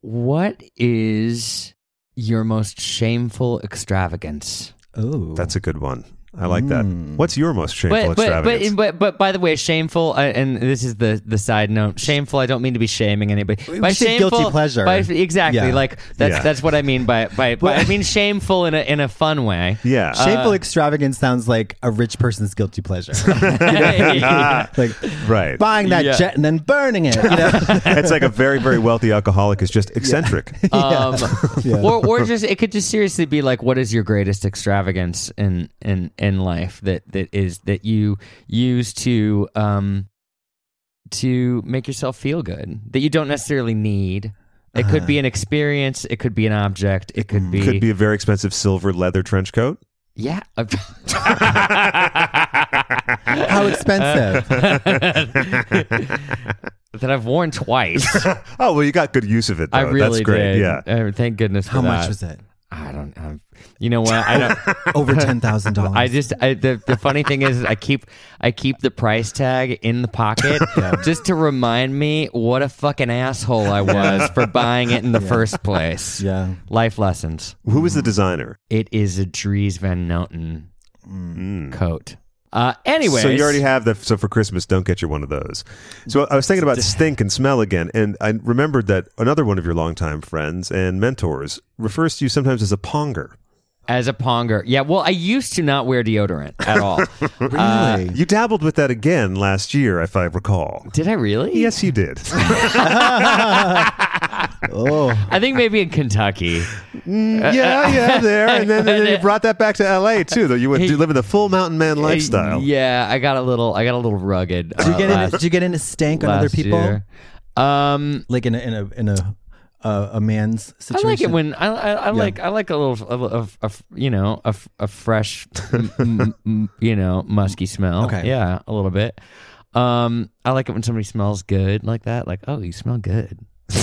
[SPEAKER 3] What is your most shameful extravagance?
[SPEAKER 2] oh,
[SPEAKER 1] That's a good one. I like that. What's your most shameful
[SPEAKER 3] Hmm. But but, but
[SPEAKER 1] extravagance?
[SPEAKER 3] but but by the way, shameful. I, and this is the the side note. Shameful. I don't mean to be shaming anybody. By
[SPEAKER 2] should
[SPEAKER 3] shameful,
[SPEAKER 2] guilty pleasure.
[SPEAKER 3] By, exactly.
[SPEAKER 2] Yeah.
[SPEAKER 3] Like that's
[SPEAKER 1] Yeah.
[SPEAKER 3] that's what I mean by by. by I mean shameful in a in a fun way.
[SPEAKER 1] yeah.
[SPEAKER 2] shameful extravagance sounds like a rich person's guilty pleasure.
[SPEAKER 3] Uh,
[SPEAKER 2] like
[SPEAKER 1] right.
[SPEAKER 2] buying that
[SPEAKER 3] Yeah.
[SPEAKER 2] jet and then burning it. You know?
[SPEAKER 1] it's like a very, very wealthy alcoholic is just eccentric.
[SPEAKER 3] Um,
[SPEAKER 2] Yeah.
[SPEAKER 3] Or, or just it could just seriously be like, what is your greatest extravagance in in in life that that is that you use to um to make yourself feel good that you don't necessarily need. It could be an experience. It could be an object. It could be,
[SPEAKER 1] Could be a very expensive silver leather trench coat.
[SPEAKER 3] yeah.
[SPEAKER 2] How expensive?
[SPEAKER 3] that I've worn twice.
[SPEAKER 1] Oh well, you got good use of it. Though.
[SPEAKER 3] I really
[SPEAKER 1] Oh, That's great.
[SPEAKER 3] did.
[SPEAKER 1] Yeah.
[SPEAKER 3] Uh, thank goodness. For
[SPEAKER 2] How much
[SPEAKER 3] that.
[SPEAKER 2] was it?
[SPEAKER 3] I don't. I'm, you know what? I don't.
[SPEAKER 2] Over ten thousand dollars.
[SPEAKER 3] I just I, the the funny thing is I keep I keep the price tag in the pocket just to remind me what a fucking asshole I was for buying it in the first place.
[SPEAKER 2] yeah.
[SPEAKER 3] Life lessons.
[SPEAKER 1] Who was the designer?
[SPEAKER 3] It is a Dries Van Noten
[SPEAKER 2] Mm.
[SPEAKER 3] coat. Uh, anyway,
[SPEAKER 1] So you already have the so for Christmas, don't get you one of those. So I was thinking about stink and smell again, and I remembered that another one of your longtime friends and mentors refers to you sometimes as a ponger.
[SPEAKER 3] as a ponger. Yeah. Well, I used to not wear deodorant at all.
[SPEAKER 2] really?
[SPEAKER 1] You dabbled with that again last year, if I recall.
[SPEAKER 3] Did I really?
[SPEAKER 1] Yes, you did.
[SPEAKER 2] oh,
[SPEAKER 3] I think maybe in Kentucky. Uh,
[SPEAKER 1] yeah, yeah, there, and then, and then you brought that back to L.A. too, though. You were living the full mountain man lifestyle.
[SPEAKER 3] Yeah, I got a little I got a little rugged.
[SPEAKER 2] did you
[SPEAKER 3] uh,
[SPEAKER 2] get
[SPEAKER 3] last-
[SPEAKER 2] in? Did you get into stank on other
[SPEAKER 3] last
[SPEAKER 2] people?
[SPEAKER 3] year. Um,
[SPEAKER 2] Like in a in a in a uh, a man's
[SPEAKER 3] I
[SPEAKER 2] situation.
[SPEAKER 3] like it when I I, I like I like a little of of, of you know a, f- a fresh m- m- m- you know musky smell.
[SPEAKER 2] Okay.
[SPEAKER 3] yeah, a little bit. Um, I like it when somebody smells good like that. Like, oh, you smell good.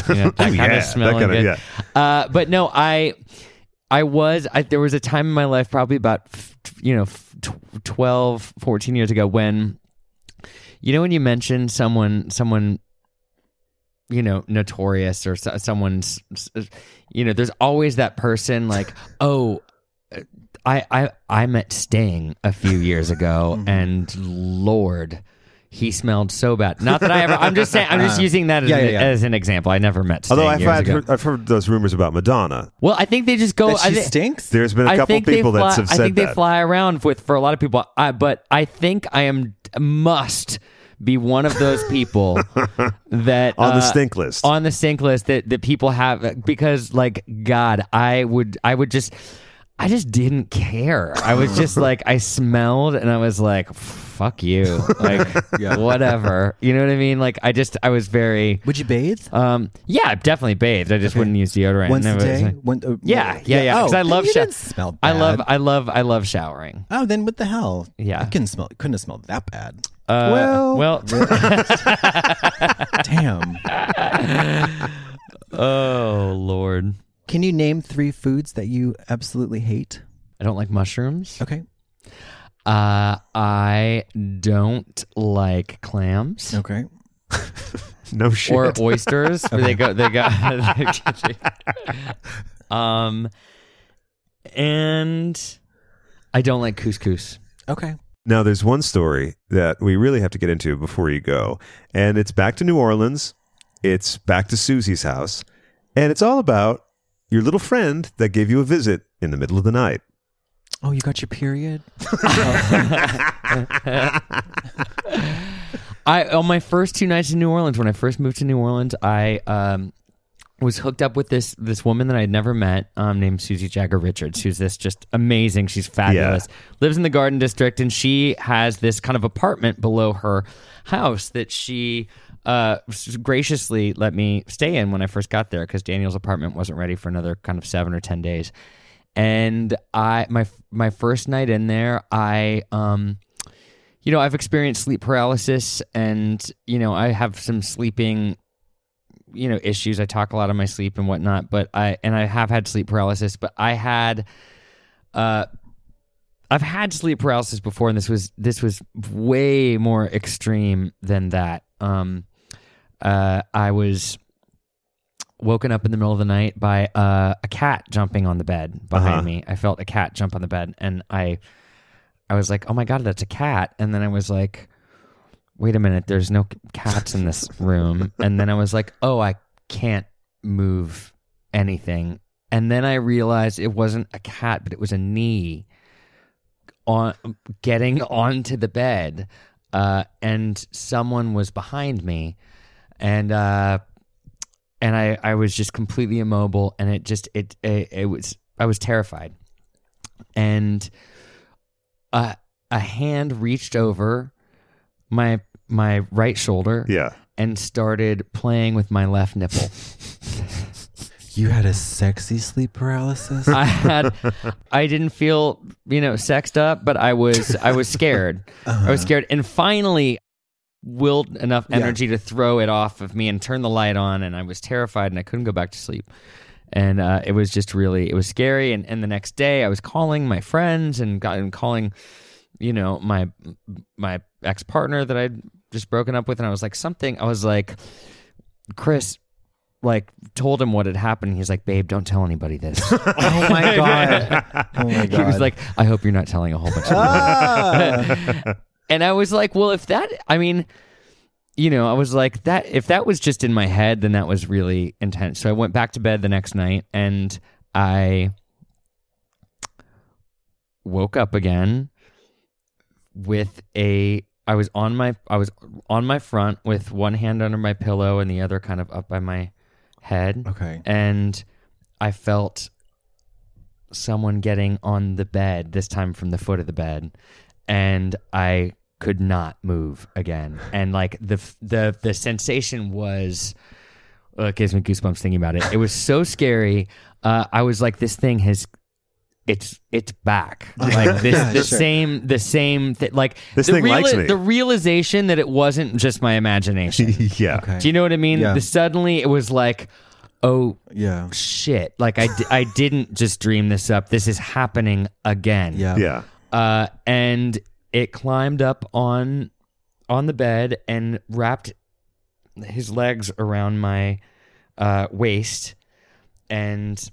[SPEAKER 3] You know, that kind
[SPEAKER 1] yeah,
[SPEAKER 3] of smelling
[SPEAKER 1] that kinda-
[SPEAKER 3] good. Uh, but no, I I was I, there was a time in my life probably about f- you know f- tw- 12 14 years ago when you know when you mention someone someone you know notorious or so, someone's you know there's always that person like oh I I I met Sting a few years ago
[SPEAKER 1] Mm-hmm.
[SPEAKER 3] and lord he smelled so bad. Not that I ever. I'm just saying. I'm
[SPEAKER 1] Uh-huh.
[SPEAKER 3] just using that as,
[SPEAKER 2] yeah,
[SPEAKER 3] an,
[SPEAKER 2] yeah, yeah.
[SPEAKER 3] as an example. I never met. Sting
[SPEAKER 1] Although I've,
[SPEAKER 3] years
[SPEAKER 1] had
[SPEAKER 3] ago.
[SPEAKER 1] heard, I've heard those rumors about Madonna.
[SPEAKER 3] Well, I think they just go.
[SPEAKER 2] That she
[SPEAKER 3] I thi-
[SPEAKER 2] stinks.
[SPEAKER 1] There's been a
[SPEAKER 3] I
[SPEAKER 1] couple
[SPEAKER 3] think they
[SPEAKER 1] people
[SPEAKER 3] fly,
[SPEAKER 1] that have said
[SPEAKER 3] I think
[SPEAKER 1] that.
[SPEAKER 3] they fly around with for a lot of people. I, but I think I am must be one of those people that
[SPEAKER 1] On the
[SPEAKER 3] uh,
[SPEAKER 1] stink list.
[SPEAKER 3] on the sink list that that people have because like God, I would I would just I just didn't care. I was just like I smelled and I was like fuck you like whatever you know what I mean like I just I was very.
[SPEAKER 2] Would you bathe
[SPEAKER 3] Um. Yeah, I definitely bathed. I just wouldn't use deodorant.
[SPEAKER 2] once a
[SPEAKER 3] Never-
[SPEAKER 2] day? One- uh,
[SPEAKER 3] yeah, yeah, yeah.
[SPEAKER 2] Oh,
[SPEAKER 3] Because I
[SPEAKER 2] then
[SPEAKER 3] love
[SPEAKER 2] you
[SPEAKER 3] sho-
[SPEAKER 2] didn't smell
[SPEAKER 3] I love,
[SPEAKER 2] bad.
[SPEAKER 3] I love, I love showering.
[SPEAKER 2] Oh, then what the hell?
[SPEAKER 3] Yeah.
[SPEAKER 2] I couldn't smell. Couldn't have smelled that bad.
[SPEAKER 3] Uh,
[SPEAKER 1] Well-
[SPEAKER 3] well,
[SPEAKER 2] Damn.
[SPEAKER 3] oh lord,
[SPEAKER 2] Can you name three foods that you absolutely hate?
[SPEAKER 3] I don't like mushrooms.
[SPEAKER 2] Okay.
[SPEAKER 3] Uh, I don't like clams
[SPEAKER 2] Okay.
[SPEAKER 1] no shit.
[SPEAKER 3] or oysters. They go, they go. um, and I don't like couscous.
[SPEAKER 2] Okay.
[SPEAKER 1] Now, there's one story that we really have to get into before you go, and it's back to New Orleans. It's back to Susie's house, and it's all about your little friend that gave you a visit in the middle of the night.
[SPEAKER 2] Oh, you got your period?
[SPEAKER 3] I on my first two nights in New Orleans, when I first moved to New Orleans, I um, was hooked up with this this woman that I had never met, um, named Susie Jagger Richards, who's this just amazing. She's fabulous. Lives in the Garden District, and she has this kind of apartment below her house that she uh, s- graciously let me stay in when I first got there because Daniel's apartment wasn't ready for another kind of seven or ten days. And I my my first night in there, I um you know, I've experienced sleep paralysis and, you know, I have some sleeping, you know, issues. I talk a lot on my sleep and whatnot, but I, and I have had sleep paralysis, but I had, uh, I've had sleep paralysis before, and this was this was way more extreme than that. Um, uh, I was woken up in the middle of the night by uh, a cat jumping on the bed behind
[SPEAKER 1] Uh-huh.
[SPEAKER 3] me. I felt a cat jump on the bed, and I, I was like, "Oh my god, that's a cat!" And then I was like, "Wait a minute, there's no c- cats in this room." and then I was like, "Oh, I can't move anything." And then I realized it wasn't a cat, but it was a knee on getting onto the bed, uh, and someone was behind me, and uh, and I I was just completely immobile, and it just it it, it was I was terrified, and a a hand reached over my my right shoulder
[SPEAKER 1] Yeah.
[SPEAKER 3] and started playing with my left nipple.
[SPEAKER 2] You had a sexy sleep paralysis?
[SPEAKER 3] I had I didn't feel, you know, sexed up, but I was I was scared. I was scared and finally willed enough energy to throw it off of me and turn the light on and I was terrified and I couldn't go back to sleep. And uh, it was just really it was scary and, and the next day I was calling my friends and got and calling you know my my ex partner that I'd just broken up with, and I was like something. I was like, Chris, like told him what had happened. He's like, babe, don't tell anybody this. oh my god.
[SPEAKER 2] oh my Ah!
[SPEAKER 3] He was like, I hope you're not telling a whole bunch of people. And I was like, well, if that, I mean, you know, I was like that. If that was just in my head, then that was really intense. So I went back to bed the next night, and I woke up again with a. I was on my I was on my front with one hand under my pillow and the other kind of up by my head
[SPEAKER 2] okay.
[SPEAKER 3] and I felt someone getting on the bed this time from the foot of the bed and I could not move again and like the f- the the sensation was uh, it gives me goosebumps thinking about it it was so scary uh, I was like this thing has it's it's back. Like this,
[SPEAKER 2] yeah,
[SPEAKER 3] the
[SPEAKER 2] sure.
[SPEAKER 3] same, the same. Th- like
[SPEAKER 1] This
[SPEAKER 3] the
[SPEAKER 1] thing likes me.
[SPEAKER 3] The realization that it wasn't just my imagination.
[SPEAKER 1] yeah.
[SPEAKER 3] Do you know what I mean?
[SPEAKER 2] Yeah.
[SPEAKER 3] The suddenly it was like, oh
[SPEAKER 2] Yeah.
[SPEAKER 3] shit! Like I, d- I didn't just dream this up. This is happening again.
[SPEAKER 2] Yeah.
[SPEAKER 1] Yeah.
[SPEAKER 3] Uh, and it climbed up on on the bed and wrapped his legs around my uh, waist and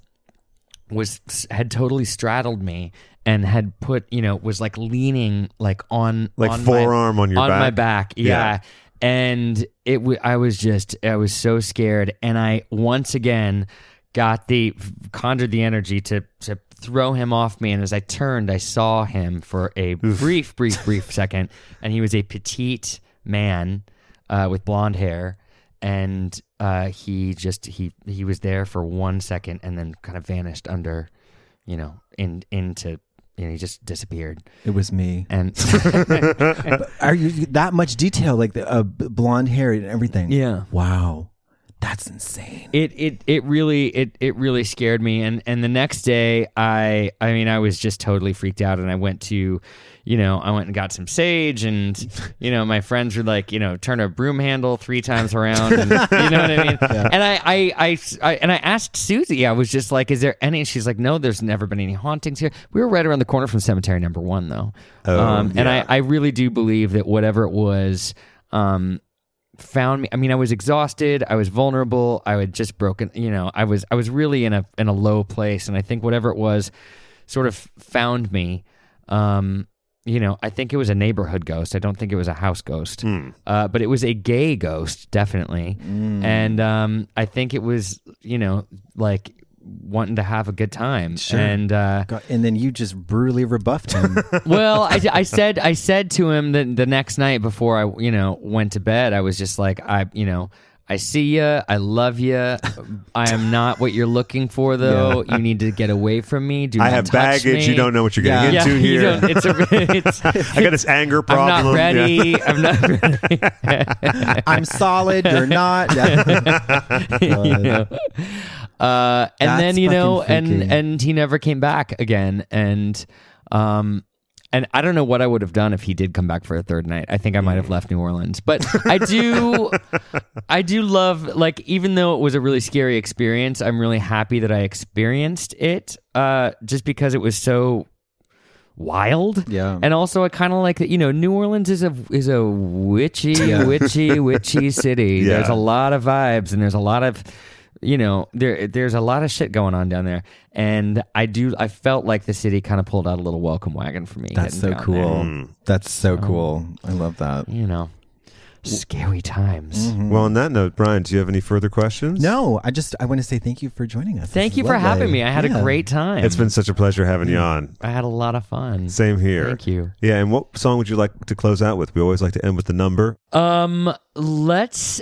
[SPEAKER 3] was had totally straddled me and had put you know was like leaning like on
[SPEAKER 1] Like
[SPEAKER 3] on my-
[SPEAKER 1] forearm on your
[SPEAKER 3] on
[SPEAKER 1] back.
[SPEAKER 3] my back yeah,
[SPEAKER 1] Yeah.
[SPEAKER 3] and it w- i was just i was so scared and i once again got the conjured the energy to to throw him off me and as i turned i saw him for a brief brief brief second and he was a petite man uh, with blonde hair and uh, he just he he was there for one second and then kind of vanished under you know in into you know he just disappeared
[SPEAKER 2] It was me.
[SPEAKER 3] and
[SPEAKER 2] Are you that much detail? Like the uh, b- blonde hair and everything.
[SPEAKER 3] yeah
[SPEAKER 2] Wow. That's insane.
[SPEAKER 3] it it it really it it really scared me and and the next day i i mean i was just totally freaked out and i went to you know i went and got some sage and you know my friends were like you know turn a broom handle three times around and, you know what i mean and I, I I i and i asked susie i was just like is there any she's like no there's never been any hauntings here we were right around the corner from cemetery number one though Um,
[SPEAKER 1] Oh,
[SPEAKER 3] and i i really do believe that whatever it was um found me i mean i was exhausted i was vulnerable i had just broken you know i was i was really in a in a low place and i think whatever it was sort of found me um you know i think it was a neighborhood ghost i don't think it was a house ghost uh, but it was a gay ghost definitely and um i think it was you know like wanting to have a good time and uh
[SPEAKER 2] God, and then you just brutally rebuffed him.
[SPEAKER 3] well, I, I said I said to him the, the next night before I you know went to bed. I was just like I you know I see you. I love you. I am not what you're looking for though. You need to get away from me. Do
[SPEAKER 1] I
[SPEAKER 3] not
[SPEAKER 1] have
[SPEAKER 3] touch
[SPEAKER 1] baggage.
[SPEAKER 3] me.
[SPEAKER 1] You don't know what you're getting
[SPEAKER 3] Yeah,
[SPEAKER 1] into
[SPEAKER 3] you
[SPEAKER 1] here.
[SPEAKER 3] don't- it's a, it's,
[SPEAKER 1] I got this anger problem.
[SPEAKER 3] I'm not
[SPEAKER 1] Yeah.
[SPEAKER 3] ready. I'm not ready.
[SPEAKER 2] I'm solid. You're not. Yeah.
[SPEAKER 3] you know? uh, and
[SPEAKER 2] That's
[SPEAKER 3] then you know,
[SPEAKER 2] fucking
[SPEAKER 3] and
[SPEAKER 2] freaky.
[SPEAKER 3] and he never came back again, and um. And I don't know what I would have done if he did come back for a third night. I think I might have left New Orleans, but I do, I do love like even though it was a really scary experience, I'm really happy that I experienced it, uh, just because it was so wild.
[SPEAKER 2] Yeah.
[SPEAKER 3] And also, I kind of like that. You know, New Orleans is a is a witchy, witchy, witchy city.
[SPEAKER 1] Yeah.
[SPEAKER 3] There's a lot of vibes, and there's a lot of, you know, there there's a lot of shit going on down there. And I do, I felt like the city kind of pulled out a little welcome wagon for me.
[SPEAKER 2] That's so
[SPEAKER 3] getting down
[SPEAKER 2] cool. That's so cool. I love that.
[SPEAKER 3] there. You know, scary times.
[SPEAKER 2] Mm.
[SPEAKER 1] Well, on that note, Brian, do you have any further questions?
[SPEAKER 2] No, I just I want to say thank you for joining us.
[SPEAKER 3] Thank
[SPEAKER 2] This
[SPEAKER 3] you
[SPEAKER 2] is
[SPEAKER 3] for having
[SPEAKER 2] lovely.
[SPEAKER 3] me. I had
[SPEAKER 2] Yeah.
[SPEAKER 3] a great time.
[SPEAKER 1] It's been such a pleasure having you on.
[SPEAKER 3] I had a lot of fun.
[SPEAKER 1] Same here.
[SPEAKER 3] Thank you.
[SPEAKER 1] Yeah, and what song would you like to close out with? We always like to end with the number.
[SPEAKER 3] Um, let's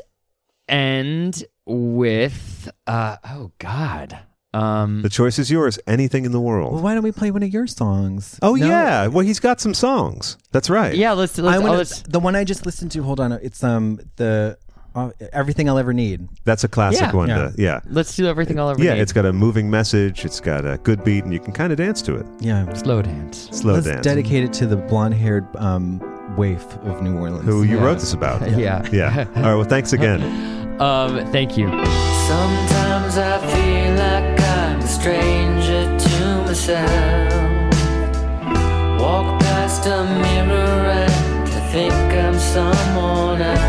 [SPEAKER 3] end with uh oh god. Um
[SPEAKER 1] The choice is yours. Anything in the world.
[SPEAKER 2] Well, why don't we play one of your songs?
[SPEAKER 1] Oh
[SPEAKER 2] No?
[SPEAKER 1] yeah. Well, he's got some songs. That's right.
[SPEAKER 3] yeah, let's let's,
[SPEAKER 2] I
[SPEAKER 3] oh,
[SPEAKER 2] wanna,
[SPEAKER 3] let's
[SPEAKER 2] the one I just listened to. Hold on, it's um the uh, everything I'll ever need.
[SPEAKER 1] That's a classic
[SPEAKER 3] Yeah.
[SPEAKER 1] one.
[SPEAKER 2] Yeah.
[SPEAKER 1] to- yeah.
[SPEAKER 3] let's do everything all over
[SPEAKER 1] Yeah,
[SPEAKER 3] again.
[SPEAKER 1] it's got a moving message. It's got a good beat, and you can kind of dance to it.
[SPEAKER 2] Yeah,
[SPEAKER 3] slow dance.
[SPEAKER 1] Slow
[SPEAKER 2] let's
[SPEAKER 1] dance.
[SPEAKER 2] dedicate it to the blonde-haired um, waif of New Orleans.
[SPEAKER 1] Who you
[SPEAKER 3] Yeah.
[SPEAKER 1] wrote this about?
[SPEAKER 3] Yeah.
[SPEAKER 1] Yeah. All right. Well, thanks again.
[SPEAKER 3] Um thank you.
[SPEAKER 5] Sometimes I feel like I'm a stranger to myself. Walk past a mirror and I think I'm someone else.